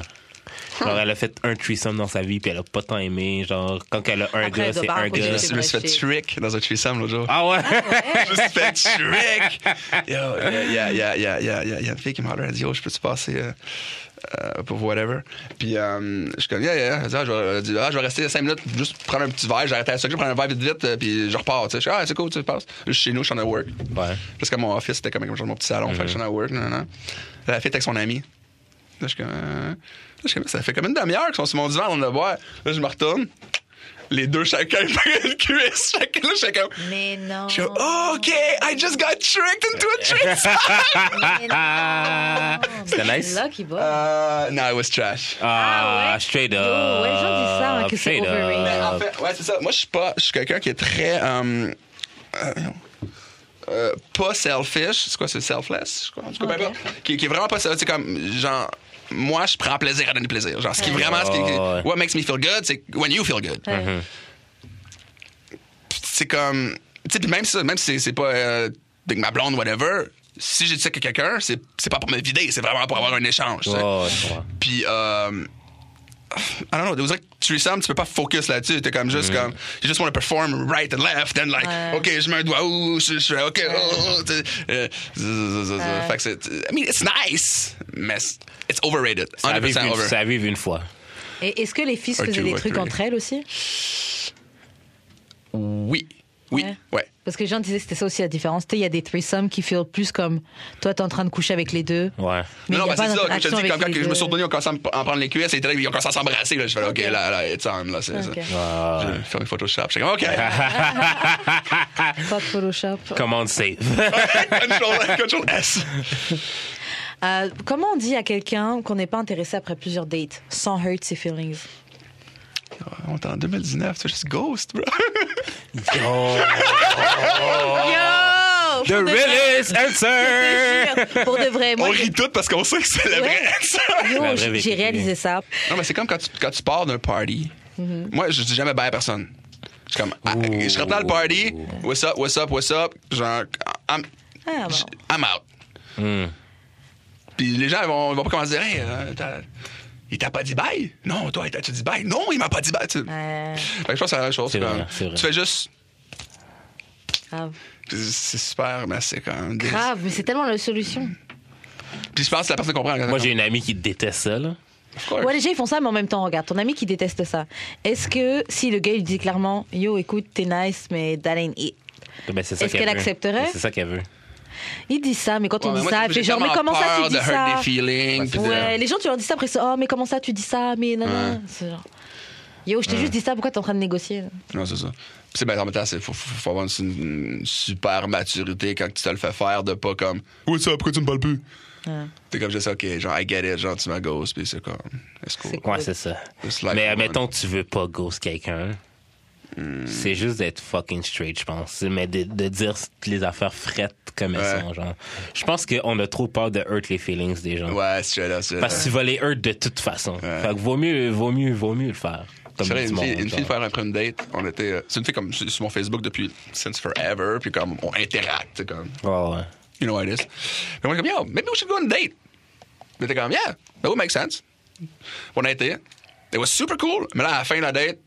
Speaker 2: Genre, elle a fait un threesome dans sa vie, puis elle a pas tant aimé. Genre, quand elle a un
Speaker 1: Après,
Speaker 2: gars,
Speaker 1: elle doit
Speaker 2: c'est
Speaker 1: pas
Speaker 2: un
Speaker 3: Je
Speaker 2: gars.
Speaker 3: me
Speaker 1: raconter.
Speaker 3: suis- je me suis fait trick dans un threesome l'autre jour.
Speaker 2: Ah ouais?
Speaker 3: Je me suis fait trick! Yo, il y a, y a- y a- y a- y a- y a une fille qui me holler, elle dit, yo, je peux-tu passer euh, euh, pour whatever? Puis euh, je suis comme, yeah, yeah, yeah. Elle dit, Ah, je vais- elle dit, ah, je vais rester 5 minutes, juste prendre un petit verre, j'arrête à ça, je prends un verre vite vite, euh, puis je repars, tu sais. Je suis, ah, c'est cool, tu sais, passe. Je suis chez nous, je suis en work.
Speaker 2: Ouais.
Speaker 3: Parce que mon office, c'était comme genre mon petit salon, fait que je suis en work, non, non, non. La fille était avec son ami. Là, je suis comme, euh, là, je suis comme, ça fait comme une demi-heure qu'ils sont sur mon divan, on le boire. Là, je me retourne. Les deux, chacun, une cuisse. Chacun, là, chacun.
Speaker 1: Mais non.
Speaker 3: Je suis comme, oh, OK, I just got tricked into a trick.
Speaker 1: Mais non.
Speaker 2: Ah, C'était nice?
Speaker 1: Lucky boy.
Speaker 3: uh, no, it was trash.
Speaker 2: Ah,
Speaker 1: Ah ouais?
Speaker 2: straight up.
Speaker 1: Yo, ouais, les gens disent ça, hein, que c'est
Speaker 2: Straight up.
Speaker 1: overrated.
Speaker 3: Mais Uh, en fait, ouais, c'est ça. Moi, je suis pas. Je suis quelqu'un qui est très. euh, euh, euh, pas selfish. C'est quoi, c'est selfless? Je crois, en tout cas, peu
Speaker 1: Ok.
Speaker 3: importe. Qui, qui est vraiment pas ça. C'est comme, genre. Moi, je prends plaisir à donner plaisir. Genre, ce qui est vraiment. Ce qui, qui-
Speaker 2: Ouais.
Speaker 3: what makes me feel good, c'est when you feel good.
Speaker 1: Ouais.
Speaker 2: Mm-hmm.
Speaker 3: c'est comme. Tu sais, puis même ça, même si c'est- c'est pas euh, avec ma blonde, whatever, si j'ai dit ça à quelqu'un, c'est c'est pas pour me vider, c'est vraiment pour avoir un échange. tu sais.
Speaker 2: Oh, je comprends.
Speaker 3: Puis, euh, I don't know, it was like threesome, tu peux pas focus là-dessus. T'es comme juste comme, you just want to perform right and left, and like,
Speaker 1: Ouais.
Speaker 3: OK, je mets un doigt, ouh, je je fais OK, ouh, tu sais, euh, z- z- z- z-
Speaker 1: Ouais.
Speaker 3: fait que c'est, I mean, it's nice, mais c'est- it's overrated.
Speaker 2: Ça arrive
Speaker 3: 100%
Speaker 2: une-
Speaker 3: over.
Speaker 2: ça arrive une fois.
Speaker 1: Et est-ce que les filles se
Speaker 3: Ok,
Speaker 1: faisaient des
Speaker 3: ouais,
Speaker 1: trucs
Speaker 3: ok.
Speaker 1: entre elles aussi
Speaker 3: Oui, oui,
Speaker 1: Ouais.
Speaker 3: ouais.
Speaker 1: Parce que les gens disaient que c'était ça aussi la différence. Tu sais, Il y a des threesomes qui feel plus comme toi, t'es en train de coucher avec les deux.
Speaker 2: Ouais.
Speaker 1: Mais il y
Speaker 3: non, non,
Speaker 1: a
Speaker 3: mais
Speaker 1: pas
Speaker 3: c'est ça, comme je
Speaker 1: d'interaction
Speaker 3: te dis,
Speaker 1: avec
Speaker 3: comme quand
Speaker 1: les
Speaker 3: je me
Speaker 1: deux.
Speaker 3: suis retourné, on commence à en prendre les cuisses, et ils ont commencé à s'embrasser, là, je fais, OK, là, là, it's on, là, c'est
Speaker 1: Ok.
Speaker 3: ça. J'ai fermé Photoshop, j'étais comme, OK,
Speaker 1: Pas de Photoshop.
Speaker 2: Commande save.
Speaker 3: control, control S.
Speaker 1: Euh, comment on dit à quelqu'un qu'on n'est pas intéressé après plusieurs dates sans hurt ses feelings
Speaker 3: On est en 2019, c'est juste ghost, bro. Oh.
Speaker 1: Yo
Speaker 2: The realest answer!
Speaker 1: Pour de vrai,
Speaker 3: On
Speaker 1: moi,
Speaker 3: rit toutes parce qu'on sait que c'est la
Speaker 1: Ouais.
Speaker 3: vraie action.
Speaker 1: yo,
Speaker 2: La vraie
Speaker 1: j'ai
Speaker 2: vérité.
Speaker 1: j'ai réalisé ça.
Speaker 3: Non, mais c'est comme quand tu, quand tu pars d'un party.
Speaker 1: Mm-hmm.
Speaker 3: Moi, je dis jamais bye à personne. Je suis comme, ah, je rentre dans le party, what's up, what's up, what's up. Genre, I'm,
Speaker 1: Ah, bon.
Speaker 3: I'm out.
Speaker 2: Hmm.
Speaker 3: Puis les gens, ils vont, ils vont pas commencer à dire, hey, euh, t'as- il t'a pas dit bye? Non, toi, t'as-tu dit bye? Non, il m'a pas dit bye. Tu-
Speaker 1: Ouais,
Speaker 3: Fait que je pense que c'est la même chose.
Speaker 2: C'est
Speaker 3: comme,
Speaker 2: vrai, c'est vrai.
Speaker 3: Tu fais juste,
Speaker 1: grave.
Speaker 3: c'est super, mais c'est comme. des-
Speaker 1: Grave, mais c'est tellement la solution.
Speaker 3: Puis je pense que la personne comprend.
Speaker 2: Moi, j'ai une amie qui déteste ça, là.
Speaker 3: Of course.
Speaker 1: Ouais, les gens ils font ça, mais en même temps, regarde, ton ami qui déteste ça. Est-ce que si le gars lui dit clairement, yo, écoute, t'es nice, mais that ain't it.
Speaker 2: Ben, c'est ça
Speaker 1: Est-ce qu'elle
Speaker 2: veut.
Speaker 1: accepterait?
Speaker 2: C'est ça qu'elle veut.
Speaker 1: Il dit ça, mais quand
Speaker 3: Ouais,
Speaker 1: on
Speaker 3: mais
Speaker 1: dit
Speaker 3: moi,
Speaker 1: ça,
Speaker 3: j'ai
Speaker 1: elle fait genre, mais
Speaker 3: tellement
Speaker 1: comment ça tu
Speaker 3: peur
Speaker 1: dis
Speaker 3: de hurt
Speaker 1: ça
Speaker 3: des feelings. puis de-
Speaker 1: Ouais, les gens, tu leur dis ça, après, c'est, oh, mais comment ça tu dis ça Mais non, non, c'est genre. Yo, je t'ai juste dit ça, pourquoi t'es en train de négocier là
Speaker 3: Non, c'est ça. Puis c'est ben, en même temps, il faut, faut- faut avoir une, une super maturité quand tu te le fais faire de pas comme Oui, ça, pourquoi tu me parles plus?
Speaker 1: Oh,
Speaker 3: T'es comme juste, ok, genre, I get it, genre, tu m'as ghost, puis c'est comme, c'est cool.
Speaker 1: C'est
Speaker 2: Ouais, c'est ça.
Speaker 3: It's like
Speaker 2: mais
Speaker 3: one. Hmm.
Speaker 2: mettons que tu veux pas ghost quelqu'un. C'est juste d'être fucking straight, je pense. Mais de, de dire les affaires frettes comme elles
Speaker 3: Ouais.
Speaker 2: sont, genre. Je pense qu'on a trop peur de hurt les feelings des gens.
Speaker 3: Ouais, c'est là, c'est euh, là.
Speaker 2: Parce que tu vas les hurt de toute façon.
Speaker 3: Ouais.
Speaker 2: Fait que vaut mieux, vaut mieux, vaut mieux le faire. Comme
Speaker 3: C'est vrai,
Speaker 2: du
Speaker 3: une
Speaker 2: monde,
Speaker 3: fille, une fille
Speaker 2: genre.
Speaker 3: faire après une date, on était. euh, C'est une fille comme sur sur mon Facebook depuis since forever, puis comme on interacte, c'est comme,
Speaker 2: Ouais, ouais.
Speaker 3: you know what it is. Puis moi, comme, yo, maybe we should go on a date. Mais t'es comme, yeah, that would make sense. On a été. It was super cool. Mais là, à la fin de la date,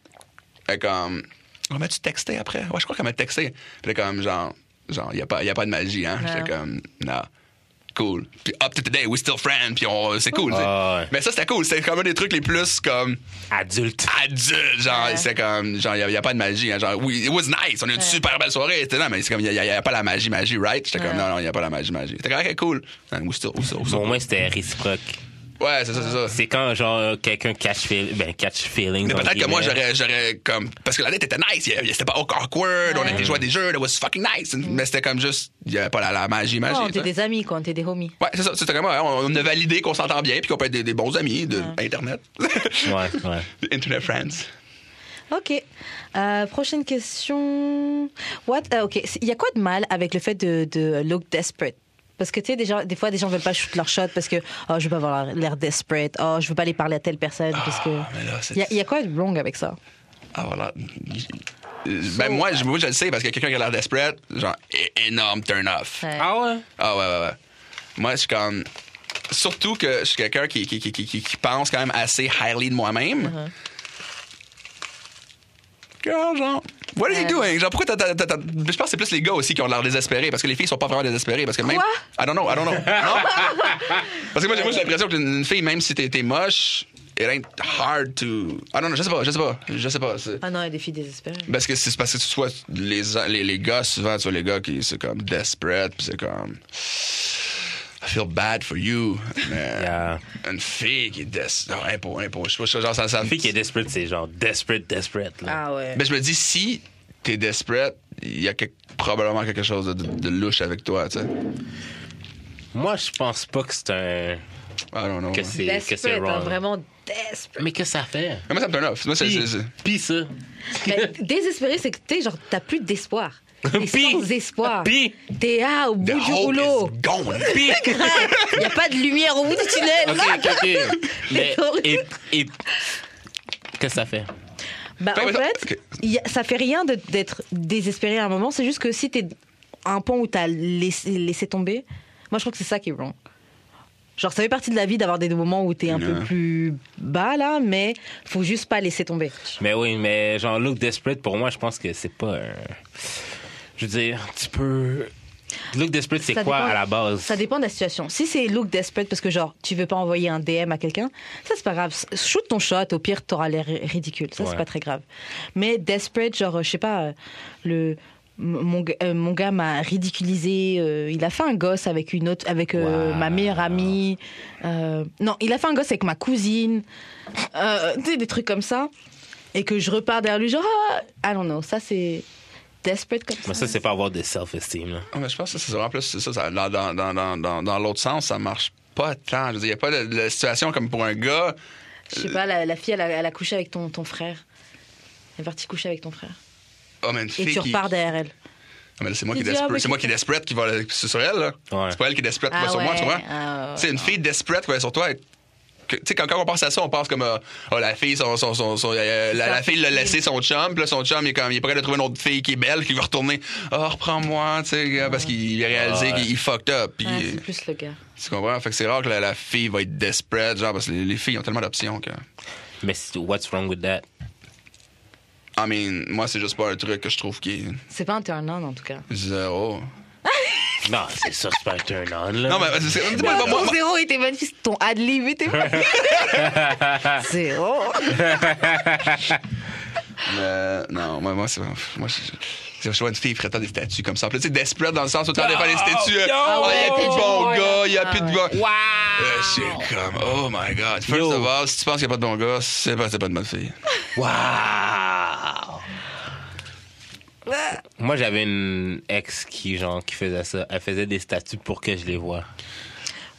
Speaker 3: elle est comme, on m'a-tu texté après? Ouais, je crois qu'elle m'a texté. Puis elle est comme, genre, genre, y a pas, y a pas de magie, hein.
Speaker 1: Ouais.
Speaker 3: J'étais comme, non. Cool. Puis up to today, we still friends, puis on, c'est cool. tu sais.
Speaker 2: Ah ouais.
Speaker 3: Mais ça, c'était cool. C'était comme un des trucs les plus comme
Speaker 2: Adulte.
Speaker 3: adulte. Genre, c'est comme, genre, il n'y a, pas de magie. hein. genre, oui, it was nice. On a eu une super belle soirée. C'était là, mais c'est comme, il n'y a, y a pas la magie, Hein, magie, right? J'étais comme, non, non, il n'y a pas la magie, magie. C'était quand même cool. And we still, we still, we
Speaker 2: Bon,
Speaker 3: still-
Speaker 2: au moins, c'était réciproque.
Speaker 3: Ouais, c'est ça, c'est ça.
Speaker 2: C'est quand, genre, quelqu'un catch, feel- ben, catch feelings.
Speaker 3: Mais
Speaker 2: entre
Speaker 3: peut-être que moi,
Speaker 2: guillemets.
Speaker 3: j'aurais, j'aurais comme. Parce que la date était nice, il- c'était pas awkward, on était joué à des jeux, it was fucking nice. Mais c'était comme juste, il y avait pas la, la magie, magie.
Speaker 1: Non, on était
Speaker 3: tu sais.
Speaker 1: Oh, des amis, quoi. On était des homies.
Speaker 3: Ouais, c'est ça, c'était comme, ouais, on, on a validé qu'on s'entend bien, puis qu'on peut être des, des bons amis de Internet.
Speaker 2: Ouais, ouais.
Speaker 3: Internet friends.
Speaker 1: Ok. Euh, prochaine question. What? euh, ok. Il y a quoi de mal avec le fait de, de look desperate? Parce que tu sais, des, gens- des fois, des gens veulent pas shoot leur shot parce que oh, je veux pas avoir l'air desperate. Oh, je veux pas aller parler à telle personne parce que.
Speaker 3: mais là, c'est-
Speaker 1: Il y a- il y, a quoi de wrong avec ça?
Speaker 3: Ah, voilà. Euh, Ben, moi, je, moi, je le sais, parce que quelqu'un qui a l'air desperate, genre, é- énorme turn-off.
Speaker 2: Ah ouais?
Speaker 3: Ah ouais, ouais, ouais. Moi, je suis comme. Surtout que je suis quelqu'un qui, qui, qui, qui, qui pense quand même assez highly de moi-même. Girl, genre. What are you doing? Genre, pourquoi t'as- t'as. t'as- t'as- Je pense que c'est plus les gars aussi qui ont l'air désespérés parce que les filles sont pas vraiment désespérées. Parce que même. I don't know, I don't know. Non? parce que moi, j'ai moi, j'ai l'impression qu'une une fille, même si t'es t'es moche, it ain't hard to. I don't know, je sais pas, je sais pas, je sais pas. c'est-
Speaker 1: Ah non, il y a des filles désespérées.
Speaker 3: parce que c'est parce que tu vois les, les, les gars, souvent, tu vois les gars qui c'est comme desperate, puis c'est comme. I feel bad for you. Mais
Speaker 2: Yeah.
Speaker 3: Une fille qui est des. Non, impôt, impôt. Je sais pas, je sais pas, genre, ça, ça
Speaker 2: Une fille qui est desperate, c'est genre desperate, desperate. Là.
Speaker 1: Ah ouais.
Speaker 3: Mais je me dis, si t'es desperate, il y a quelque- probablement quelque chose de, de- de louche avec toi, tu sais.
Speaker 2: Moi, je pense pas que c'est un.
Speaker 3: I don't know.
Speaker 2: que
Speaker 3: man.
Speaker 2: c'est que c'est
Speaker 1: Desperate, hein,
Speaker 2: wrong.
Speaker 1: vraiment desperate.
Speaker 2: Mais que ça fait?
Speaker 3: Mais moi, ça me turn off. Moi, c'est.
Speaker 2: Pis,
Speaker 3: c'est- c'est-
Speaker 2: pis ça.
Speaker 1: Mais désespéré, c'est que t'es genre, t'as plus d'espoir. T'es
Speaker 2: Pis.
Speaker 1: sans espoir.
Speaker 2: Pis.
Speaker 1: T'es ah, au
Speaker 3: The
Speaker 1: bout du
Speaker 3: hope
Speaker 1: rouleau.
Speaker 3: is gone.
Speaker 2: Pis.
Speaker 1: Il n'y a pas de lumière au bout du tunnel.
Speaker 2: Ok, ok, ok. Mais.
Speaker 1: horrible.
Speaker 2: Et. et... Qu'est-ce que ça fait?
Speaker 1: Bah,
Speaker 3: Fait
Speaker 1: en
Speaker 3: que-
Speaker 1: fait,
Speaker 3: ok.
Speaker 1: il y a- ça fait rien de- d'être désespéré à un moment. C'est juste que si t'es à un point où t'as laissé, laissé tomber, moi je trouve que c'est ça qui est wrong. Genre, ça fait partie de la vie d'avoir des moments où t'es un peu
Speaker 3: Ouais.
Speaker 1: plus bas là, mais faut juste pas laisser tomber.
Speaker 2: Mais oui, mais genre, look desperate, pour moi, je pense que c'est pas un. Je veux dire, tu peux. Look desperate, c'est
Speaker 1: Ça
Speaker 2: quoi
Speaker 1: dépend-
Speaker 2: à la base?
Speaker 1: Ça dépend de la situation. Si c'est look desperate parce que genre tu veux pas envoyer un DM à quelqu'un, ça c'est pas grave. Shoot ton shot, au pire t'auras l'air ridicule. Ça
Speaker 2: Ouais.
Speaker 1: c'est pas très grave. Mais desperate, genre euh, je sais pas euh, le m- mon, g- euh, mon gars m'a ridiculisé. euh, il a fait un gosse avec une autre, avec euh,
Speaker 2: Wow.
Speaker 1: ma meilleure amie. Euh, non, il a fait un gosse avec ma cousine. Euh, tu sais, des trucs comme ça. Et que je repars derrière lui genre ah I don't know. Ça c'est desperate comme
Speaker 2: Mais
Speaker 1: ça.
Speaker 2: Bah, ça, c'est pas avoir de self-esteem, là.
Speaker 3: Ah, mais je pense que c'est vraiment plus c'est ça, ça- dans, dans, dans, dans, dans, dans l'autre sens, ça marche pas tant. Je veux dire, il n'y a pas de, de situation comme pour un gars.
Speaker 1: Je sais pas, la, la fille, elle a, elle a couché avec ton, ton frère. Elle est partie coucher avec ton frère.
Speaker 3: Oh, mais une
Speaker 1: Et
Speaker 3: fille
Speaker 1: tu
Speaker 3: qui-
Speaker 1: repars derrière elle.
Speaker 3: Ah, mais là, c'est moi qui
Speaker 1: Il dit,
Speaker 3: est
Speaker 1: ah,
Speaker 3: desperate.
Speaker 1: mais
Speaker 3: C'est moi qui est desperate qui va sur sur elle, là.
Speaker 2: Ouais.
Speaker 3: C'est pas elle qui est desperate qui
Speaker 1: Ah
Speaker 3: va Bah, sur moi, tu
Speaker 1: ouais,
Speaker 3: vois.
Speaker 1: ah ouais,
Speaker 3: c'est une fille desperate qui va sur toi. et que- Tu sais, quand, quand on pense à ça, on pense comme euh, oh, la fille, son, son, son, son- euh, la, la fille l'a laissé son chum, puis là, son chum, il est, comme, il est prêt de trouver une autre fille qui est belle, qui va retourner. Oh, reprends-moi, tu sais, gars, parce qu'il a réalisé
Speaker 2: Ouais.
Speaker 3: qu'il il fucked up. puis- euh,
Speaker 1: Ouais, Ah, c'est plus le gars.
Speaker 3: tu comprends? Fait que c'est rare que la, la fille va être desperate, genre, parce que les, les filles ont tellement d'options que.
Speaker 2: Mais c'est- what's wrong with that?
Speaker 3: I mean, moi, c'est juste pas un truc que je trouve qui est
Speaker 1: C'est pas un turn-on en tout cas.
Speaker 3: zéro.
Speaker 2: Non, c'est ça, c'est pas un turn-on, là.
Speaker 3: Non, mais c'est- c'est. moi, moi, bah, moi-
Speaker 1: Ton zéro était magnifique, ton ad-lib était magnifique. zéro.
Speaker 3: Euh, non, moi, moi, c'est. Moi, je. Je je vois une fille frétant des statues comme ça. Puis là, tu sais, desperate dans le sens où t'en défends les statues. Ah, il y a plus de bon gars, il y a plus de bon. Wow! c'est comme, oh my god. First
Speaker 2: Yo.
Speaker 3: of all, si tu penses qu'il n'y a pas de bon gars, c'est parce que c'est pas de bonne fille.
Speaker 2: Wow! Moi, j'avais une ex qui, genre, qui faisait ça. Elle faisait des statues pour que je les voie.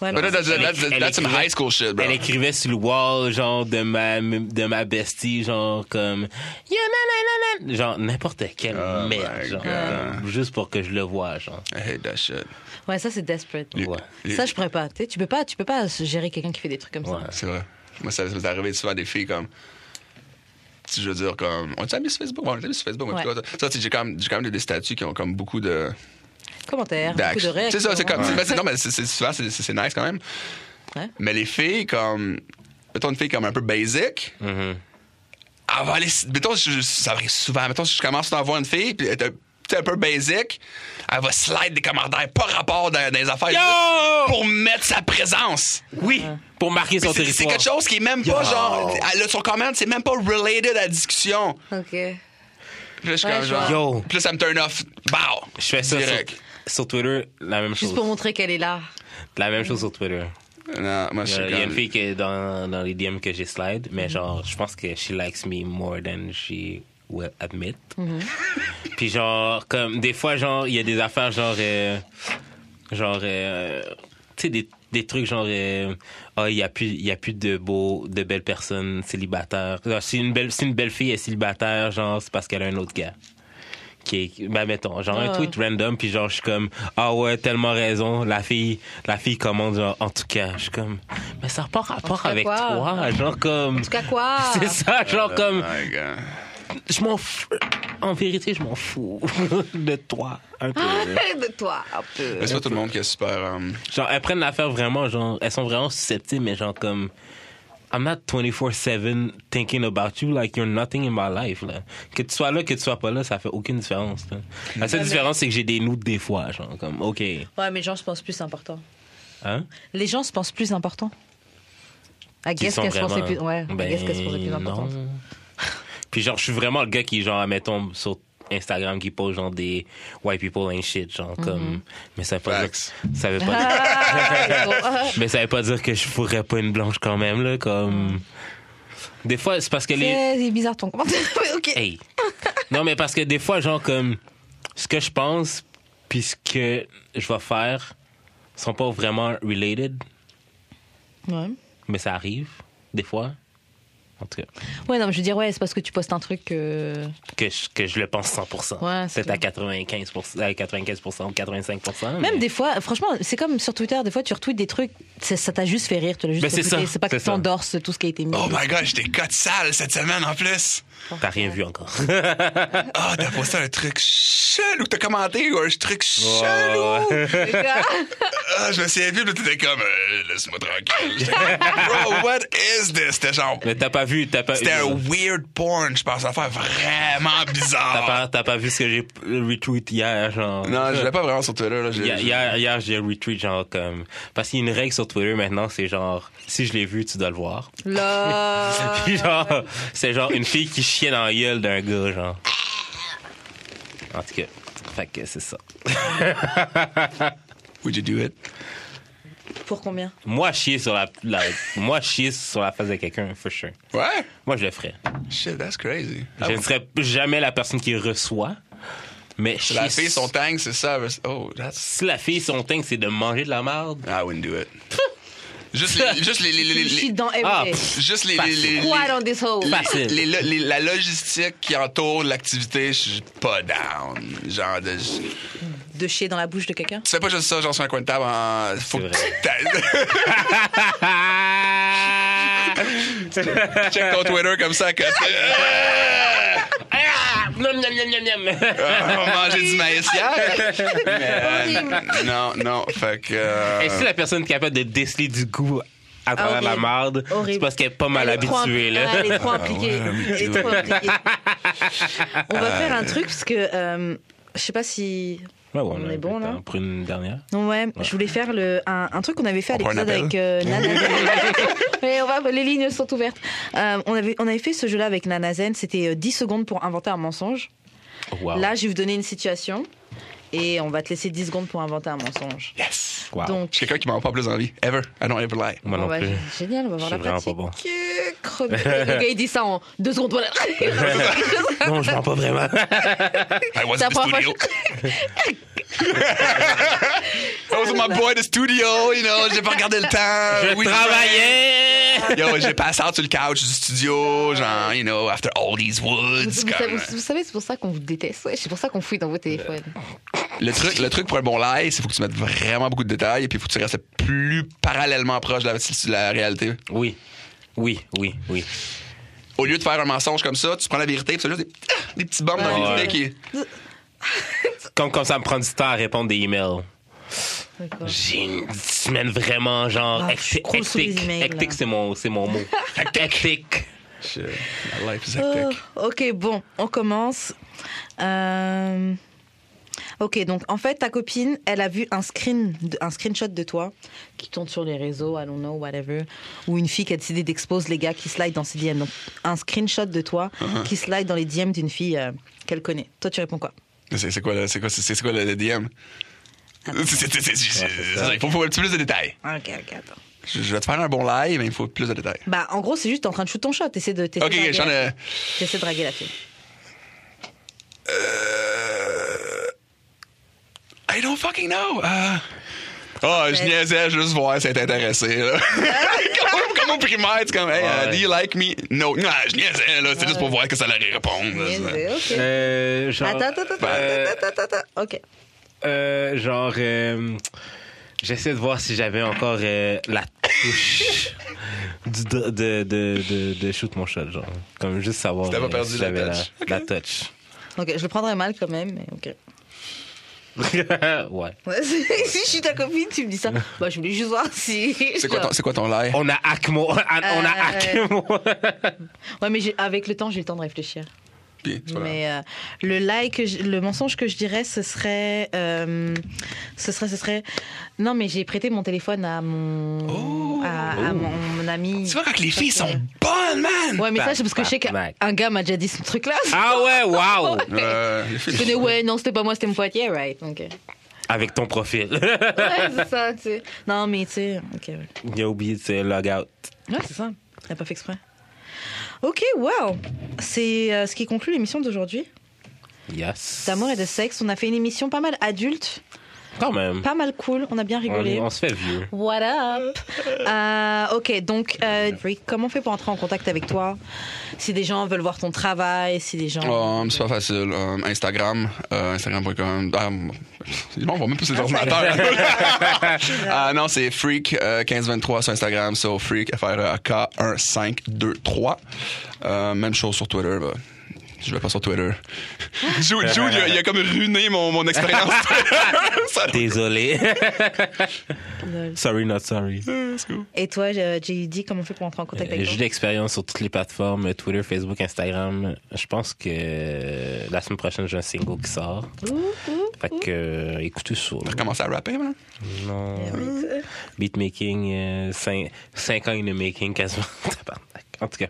Speaker 1: Ouais,
Speaker 3: But
Speaker 1: mais
Speaker 3: that- that- that- that's,
Speaker 2: Elle
Speaker 3: that's some
Speaker 2: écrivait-
Speaker 3: high school shit, bro.
Speaker 2: Elle écrivait sur le wall, genre, de ma, de ma bestie, genre, comme, Yo, nan, nan, nan, nan. genre, n'importe quelle
Speaker 3: Oh
Speaker 2: merde,
Speaker 3: my
Speaker 2: genre,
Speaker 3: God.
Speaker 2: comme, juste pour que je le voie, genre.
Speaker 3: I hate that shit.
Speaker 1: ouais, ça c'est desperate.
Speaker 2: Ouais.
Speaker 3: Les-
Speaker 1: Ça je pourrais pas. Tu sais, tu peux pas, tu peux pas gérer quelqu'un qui fait des trucs comme
Speaker 2: Ouais.
Speaker 1: ça.
Speaker 3: C'est vrai. Moi, ça, ça m'est arrivé souvent des filles comme. tu- Je veux dire, comme. On est amis sur Facebook? Ouais, On est amis sur Facebook. moi,
Speaker 1: Ouais.
Speaker 3: puis toi, Ça, tu sais, j'ai quand, même- j'ai quand même des- des statues qui ont comme beaucoup de.
Speaker 1: Commentaire, beaucoup de hein.
Speaker 3: d'action.
Speaker 1: règles.
Speaker 3: C'est ça, c'est comme. c'est- ben, c'est- non, mais c'est- c'est souvent, c'est c'est- c'est nice quand même.
Speaker 1: Ouais.
Speaker 3: Mais les filles, comme. Mettons une fille comme un peu basic.
Speaker 2: Mm-hmm.
Speaker 3: Elle va aller. Mettons, je- ça arrive souvent. Mettons, je commence à en voir une fille, puis elle est un- tu sais, un peu basic. Elle va slide des commentaires, pas rapport dans, dans les affaires.
Speaker 2: Yo!
Speaker 3: Pour mettre sa présence.
Speaker 2: Oui! Pour marquer son
Speaker 3: C'est c'est
Speaker 2: territoire.
Speaker 3: quelque chose qui est même pas genre. elle a son comment, c'est même pas related à la discussion.
Speaker 1: Ok.
Speaker 3: Puis là, je suis
Speaker 1: Ouais,
Speaker 3: comme
Speaker 1: je
Speaker 3: genre.
Speaker 2: vois. Yo.
Speaker 3: Puis là, ça me turn off. Bow!
Speaker 2: Je fais ça sur,
Speaker 3: Direct.
Speaker 2: sur Twitter, la même
Speaker 1: Juste
Speaker 2: chose.
Speaker 1: pour montrer qu'elle est là.
Speaker 2: La même chose sur Twitter.
Speaker 7: Non, moi, je
Speaker 2: Il y
Speaker 7: suis
Speaker 2: a- il y a une
Speaker 7: comme.
Speaker 2: fille que dans, dans les DM que j'ai slide, mais genre, je pense que she likes me more than she will admit. Puis genre, comme des fois, genre, il y a des affaires genre, euh, genre, euh, tu sais, des, des trucs genre, euh, ah, il y a plus, il y a plus de beaux, de belles personnes célibataires. Genre, si une belle, si une belle fille est célibataire, genre, c'est parce qu'elle a un autre gars. Qui est, ben mettons, genre
Speaker 1: Ah.
Speaker 2: un tweet random, puis genre je suis comme, ah ouais, tellement raison, la fille, la fille commande, genre, en tout cas, je suis comme, mais ça n'a pas rapport
Speaker 1: cas,
Speaker 2: avec
Speaker 1: quoi?
Speaker 2: toi, genre comme,
Speaker 1: tout cas, quoi?
Speaker 2: c'est ça, genre comme,
Speaker 7: My God.
Speaker 2: je m'en fous. En vérité, je m'en fous de toi. Un peu.
Speaker 1: Ah! de toi, un peu.
Speaker 7: Mais c'est pas tout le monde qui est super.
Speaker 3: um,
Speaker 7: euh,
Speaker 2: Genre, elles prennent l'affaire vraiment, genre, elles sont vraiment susceptibles, mais genre comme. I'm not 24-7 thinking about you like you're nothing in my life. Là. Que tu sois là, que tu sois pas là, ça fait aucune différence. là. La seule différence, c'est que j'ai des nudes des fois. Genre, comme, OK.
Speaker 1: Ouais, mais les gens se pensent plus important.
Speaker 2: Hein?
Speaker 1: Les gens se pensent plus important. I
Speaker 2: Qui
Speaker 1: guess
Speaker 2: sont
Speaker 1: qu'elles se pensaient
Speaker 2: vraiment-
Speaker 1: plus. Ouais,
Speaker 2: Ben,
Speaker 1: I guess qu'elles se pensaient plus importantes.
Speaker 2: non. Puis genre, je suis vraiment le gars qui, genre, mettons, sur Instagram, qui pose genre des white people and shit, genre,
Speaker 1: Mm-hmm.
Speaker 2: comme. Mais ça veut pas dire.
Speaker 7: Facts.
Speaker 2: Ça veut pas dire- Mais ça veut pas dire que je fourrais pas une blanche quand même, là, comme... Des fois, c'est parce que les...
Speaker 1: C'est c'est bizarre ton commentaire. Mais ok.
Speaker 2: Hey! Non, mais parce que des fois, genre, comme... Ce que je pense, puis ce que je vais faire, sont pas vraiment related,
Speaker 1: Ouais.
Speaker 2: mais ça arrive, des fois. En tout cas,
Speaker 1: ouais, non, mais je veux dire, ouais, c'est parce que tu postes un truc euh, que.
Speaker 2: que je, que je le pense 100%.
Speaker 1: Ouais, c'est
Speaker 2: Peut-être à 95%, à 95% ou 85%.
Speaker 1: Même
Speaker 2: mais-
Speaker 1: des fois, franchement, c'est comme sur Twitter, des fois tu retweets des trucs, c'est- ça t'a juste fait rire, tu l'as juste
Speaker 2: Ben, c'est
Speaker 1: retweeté.
Speaker 2: ça,
Speaker 1: C'est pas que
Speaker 2: c'est ça. bah.
Speaker 1: t'endorses tout ce qui a été mis.
Speaker 3: Oh my god, j'étais cote sale cette semaine en plus.
Speaker 2: T'as rien vu encore.
Speaker 3: Ah, t'as posté un truc chelou, t'as commenté un truc chelou.
Speaker 2: Ouais,
Speaker 3: Ah, je me souviens plus, puis t'étais comme, euh, laisse-moi tranquille. J'étais comme, Bro, what is this? C'était genre,
Speaker 2: Mais t'as pas vu, t'as pas...
Speaker 3: c'était un weird porn, je pense, à faire vraiment
Speaker 2: T'as
Speaker 3: bizarre.
Speaker 2: pas, t'as pas vu ce que j'ai retweet hier, genre...
Speaker 3: Non, je l'ai pas vraiment sur Twitter, là. je-
Speaker 2: Hier, hier, hier, j'ai retweet, genre, comme. Parce qu'il y a une règle sur Twitter maintenant, c'est genre, si je l'ai vu, tu dois le voir.
Speaker 1: Là.
Speaker 2: Puis genre, c'est genre une fille qui chie dans la gueule d'un gars, genre. En tout cas, fait que c'est ça.
Speaker 3: Would you do it?
Speaker 1: Pour combien
Speaker 2: Moi, chier sur la, la- moi, chier sur la face de quelqu'un, for sure.
Speaker 3: Ouais?
Speaker 2: Moi, je le ferais.
Speaker 3: Ah Shit, that's crazy. Ah
Speaker 2: Je ne serais jamais la personne qui reçoit, mais
Speaker 3: Ah, La
Speaker 2: chier
Speaker 3: fille,
Speaker 2: sur-
Speaker 3: son tang, c'est ça. mais- Oh, that's.
Speaker 2: Si la fille, son thing, c'est de manger de la merde.
Speaker 3: I wouldn't do it. Juste les. Juste les. les- les- les-
Speaker 1: Je suis
Speaker 3: les-
Speaker 1: dans eh,
Speaker 2: Ah,
Speaker 1: everyday.
Speaker 2: pff,
Speaker 3: Juste les. les- les-
Speaker 1: Right on this hole.
Speaker 2: facile.
Speaker 3: les- les- les- la logistique qui entoure l'activité, je suis pas down. Genre, de, tu
Speaker 1: De chier dans la bouche de quelqu'un
Speaker 3: fais pas juste ça, genre sur un coin de table en. Faut
Speaker 2: C'est
Speaker 3: que tu t'a- check ton Twitter comme ça, que
Speaker 2: Ah! Miam, miam, miam, miam, miam.
Speaker 3: euh, on mangeait du maïs hier. Mais, non, non, fait que. euh,
Speaker 2: Et si la personne est capable de déceler du goût à travers la
Speaker 1: horrible.
Speaker 2: marde, c'est
Speaker 1: Horrible.
Speaker 2: parce qu'elle est pas mal
Speaker 1: Les trois
Speaker 2: habituée,
Speaker 1: impli-
Speaker 2: là.
Speaker 1: Ah, les trois impliqués. Les trois impliqués. On
Speaker 3: Ah
Speaker 1: va faire un truc parce que euh, je sais pas si.
Speaker 2: Ouais, ouais,
Speaker 1: On
Speaker 2: a
Speaker 1: est bon,
Speaker 2: le
Speaker 1: là?
Speaker 2: temps. Prends une dernière.
Speaker 1: Non, ouais, je voulais faire le, un, un truc qu'on avait fait à
Speaker 3: On prend un
Speaker 1: l'épisode
Speaker 3: appel.
Speaker 1: avec euh, Nana. Mais on va, les lignes sont ouvertes. Euh, on, avait, on avait fait ce jeu-là avec Nana Zen. C'était euh, 10 secondes pour inventer un mensonge.
Speaker 2: Wow.
Speaker 1: Là, je vais vous donner une situation et on va te laisser 10 secondes pour inventer un mensonge.
Speaker 3: Yes!
Speaker 2: Wow.
Speaker 3: Je
Speaker 1: Donc,
Speaker 3: suis quelqu'un qui m'en pas plus envie. Ever. I don't ever lie.
Speaker 2: Ah. Moi
Speaker 1: bon,
Speaker 2: non
Speaker 1: bah,
Speaker 2: plus.
Speaker 1: gé- génial, on va
Speaker 2: Je
Speaker 1: voir
Speaker 2: suis
Speaker 1: la
Speaker 2: vraiment
Speaker 1: pratique.
Speaker 2: pas bon.
Speaker 1: Crevé. Le gars, il dit ça en 2 secondes. Voilà.
Speaker 2: Non, je mens pas vraiment.
Speaker 3: I was
Speaker 1: C'est la
Speaker 3: in the
Speaker 1: première
Speaker 3: studio. I was with my boy in the studio, you know, j'ai pas regardé le temps.
Speaker 2: Je
Speaker 3: Oui,
Speaker 2: travaillais!
Speaker 3: Yo, j'ai passé sur le couch du studio, genre, you know, after all these
Speaker 1: Vous,
Speaker 3: woods.
Speaker 1: vous savez,
Speaker 3: Comme...
Speaker 1: vous- vous savez, c'est pour ça qu'on vous déteste. Ouais, c'est pour ça qu'on fouille dans vos téléphones.
Speaker 3: Le, truc, le truc pour un bon lie, c'est faut que tu mettes vraiment beaucoup de détails et puis faut que tu restes plus parallèlement proche de la, de la réalité.
Speaker 2: Oui. Oui, oui, oui.
Speaker 3: Au lieu de faire un mensonge comme ça, tu prends la vérité puis c'est juste des, des petits bombes dans
Speaker 2: Ouais.
Speaker 3: les idées qui.
Speaker 2: Comme, comme ça me prend du temps à répondre des emails.
Speaker 1: D'accord.
Speaker 2: J'ai une semaine vraiment genre
Speaker 1: Ah, je suis
Speaker 2: hectique.
Speaker 1: trop sous les
Speaker 2: Hectique,
Speaker 1: emails,
Speaker 2: Hectique,
Speaker 1: là.
Speaker 2: c'est mon, c'est mon mot. hectique.
Speaker 3: Shit, my life is hectic.
Speaker 1: Oh, ok, bon, on commence. Euh, Ok, donc en fait, ta copine, elle a vu un, screen, de- un screenshot de toi qui tourne sur les réseaux, I don't know, whatever, ou une fille qui a décidé d'exposer les gars qui slide dans ses DM. Donc un screenshot de toi
Speaker 3: Uh-huh.
Speaker 1: qui slide dans les DM d'une fille euh, qu'elle connaît. Toi, tu réponds quoi
Speaker 3: C'est c'est quoi, le- c'est quoi, c'est- c'est quoi
Speaker 1: Ah,
Speaker 3: le DM? C'est- c'est- c'est- c'est- c'est- c'est- Il faut faut un petit peu plus de détails.
Speaker 1: Ok, ok, attends.
Speaker 3: Je je vais te faire un bon live, mais il faut plus de détails.
Speaker 1: Bah, en gros, c'est juste t'es en train de shoot ton shot. T'essaies de, t'essaies
Speaker 3: Ok,
Speaker 1: de draguer
Speaker 3: j'en
Speaker 1: la
Speaker 3: ai-
Speaker 1: fille. T'essaies de draguer la fille.
Speaker 3: I don't fucking know. Ah, Ah, je niaisais juste voir s'être intéressé. Là. comme, comme au primaire, c'est comme, hey, euh,
Speaker 2: Ouais.
Speaker 3: do you like me? No. Non, je niaisais, là. C'est juste pour voir que ça allait répondre. là.
Speaker 1: Mais, ok.
Speaker 2: Euh, genre,
Speaker 3: Bah,
Speaker 1: Attends, attends, attends,
Speaker 2: euh,
Speaker 1: attends, attends, attends, attends. Ok.
Speaker 2: euh, genre, euh, j'essaie de voir si j'avais encore euh, la touche du- de, de, de, de- de shoot mon shot, genre. Comme juste savoir
Speaker 3: t'avais
Speaker 2: euh,
Speaker 3: perdu
Speaker 2: si
Speaker 3: la
Speaker 2: j'avais
Speaker 3: touch.
Speaker 2: la touch.
Speaker 1: Ok, je le prendrais mal quand même, mais ok.
Speaker 2: ouais.
Speaker 1: Ouais, si je suis ta copine, tu me dis ça. Bah, je voulais juste voir si.
Speaker 3: C'est quoi ton, c'est quoi ton live?
Speaker 2: On a hack mon. On a
Speaker 1: Euh,
Speaker 2: hacké mon.
Speaker 1: Ouais, mais j'ai- avec le temps, j'ai eu le temps de réfléchir.
Speaker 3: Puis, c'est pas grave.
Speaker 1: Mais euh, le lie que je- le mensonge que je dirais, ce serait, euh, ce serait, ce serait. Non, mais j'ai prêté mon téléphone à
Speaker 3: Oh.
Speaker 1: mon, à, à mon, mon ami.
Speaker 3: Tu vois, quand les filles sont bonnes, man!
Speaker 1: Ouais, mais ça, c'est parce que je sais
Speaker 3: Bah,
Speaker 2: Tabarnak.
Speaker 1: qu'un gars m'a déjà dit ce truc-là.
Speaker 2: Ah ouais, wow!
Speaker 3: Euh, les filles
Speaker 1: Je connais, ouais, non, c'était pas moi, c'était mon pote. Yeah, right. Ok.
Speaker 2: Avec ton profil.
Speaker 1: Ouais, c'est ça, tu sais. Non, mais tu sais, ok. Ouais,
Speaker 2: Il a oublié de se log out.
Speaker 1: Ouais, c'est ça. T'as pas fait exprès. Ok, wow. C'est euh, ce qui conclut l'émission d'aujourd'hui.
Speaker 2: Yes.
Speaker 1: D'amour et de sexe. On a fait une émission pas mal adulte,
Speaker 2: Quand même.
Speaker 1: pas mal cool. On a bien
Speaker 2: On,
Speaker 1: rigolé.
Speaker 2: est- on se fait vieux.
Speaker 1: What up? Euh, ok, donc, euh, Rick, comment on fait pour entrer en contact avec toi? Si des gens veulent voir ton travail, si des gens.
Speaker 2: Oh.
Speaker 3: Um, c'est pas facile. Um, Instagram, euh, instagram.com. Ah, m- bon, on va même pousser les ordinateurs. Ah, non, c'est freak euh, 1523 sur Instagram, so freak f r E a k 1523. Euh, même chose sur Twitter. bah, Je vais pas sur Twitter. Jou, Jou, il, a, il a comme ruiné mon, mon expérience. Ça-
Speaker 2: Désolé. sorry, not sorry.
Speaker 1: Et toi, euh, JUD, comment on fait pour entrer en contact avec
Speaker 2: Euh, J'ai de
Speaker 1: toi?
Speaker 2: l'expérience sur toutes les plateformes Twitter, Facebook, Instagram. Je pense que euh, la semaine prochaine, j'ai un single qui sort. Fait que euh, écoutez ça. là.
Speaker 3: Commence à rapper, man.
Speaker 2: Non.
Speaker 1: Eh
Speaker 2: euh, Beatmaking, 5 ans in the making quasiment. Tabarnak. En tout cas.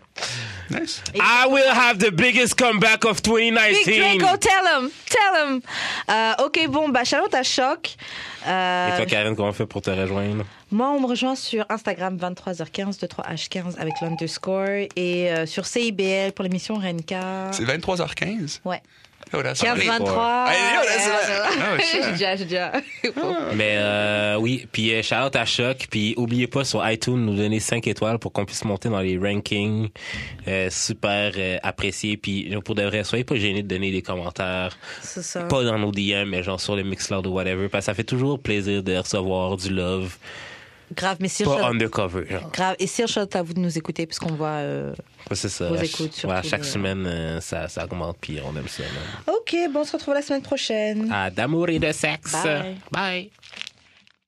Speaker 3: Nice.
Speaker 2: I will have the biggest comeback of
Speaker 1: Big
Speaker 2: 2019.
Speaker 1: Draco, tell him! Tell him! Euh, ok, bon, bah, Charlotte à choc. Euh,
Speaker 2: Et toi, Karen, comment on fait pour te rejoindre?
Speaker 1: moi, on me rejoint sur Instagram 23h15, 23h15 avec l'underscore et euh, sur CIBL pour l'émission Renka.
Speaker 3: C'est 23h15.
Speaker 1: Ouais.
Speaker 3: Oh, that's
Speaker 1: 15,
Speaker 3: alright.
Speaker 1: 23.
Speaker 3: Hey, yo, that's
Speaker 1: euh,
Speaker 3: Ah, ouais,
Speaker 1: J'ai
Speaker 3: shit.
Speaker 1: déjà, j'ai déjà.
Speaker 2: Mais euh, oui, puis euh, shout-out à Choc. Puis oubliez pas sur iTunes nous donner 5 étoiles pour qu'on puisse monter dans les rankings. Euh, super euh, apprécié. Puis euh, pour de vrai, soyez pas gênés de donner des commentaires.
Speaker 1: C'est ça.
Speaker 2: Pas dans nos DM, mais genre sur le Mixcloud ou whatever. Parce que ça fait toujours plaisir de recevoir du love.
Speaker 1: Grave, mais si
Speaker 2: Pas undercover. Genre.
Speaker 1: Grave. Et c'est un shout à vous de nous écouter, puisqu'on voit. euh,
Speaker 2: Ouais, C'est ça.
Speaker 1: Vos
Speaker 2: À ch-
Speaker 1: écoutes, surtout,
Speaker 2: ouais, à chaque
Speaker 1: euh.
Speaker 2: semaine, euh, ça, ça augmente. Puis on aime ça. là.
Speaker 1: Ok, bon, on se retrouve la semaine prochaine.
Speaker 2: À d'amour et de sexe.
Speaker 1: Bye.
Speaker 2: Bye.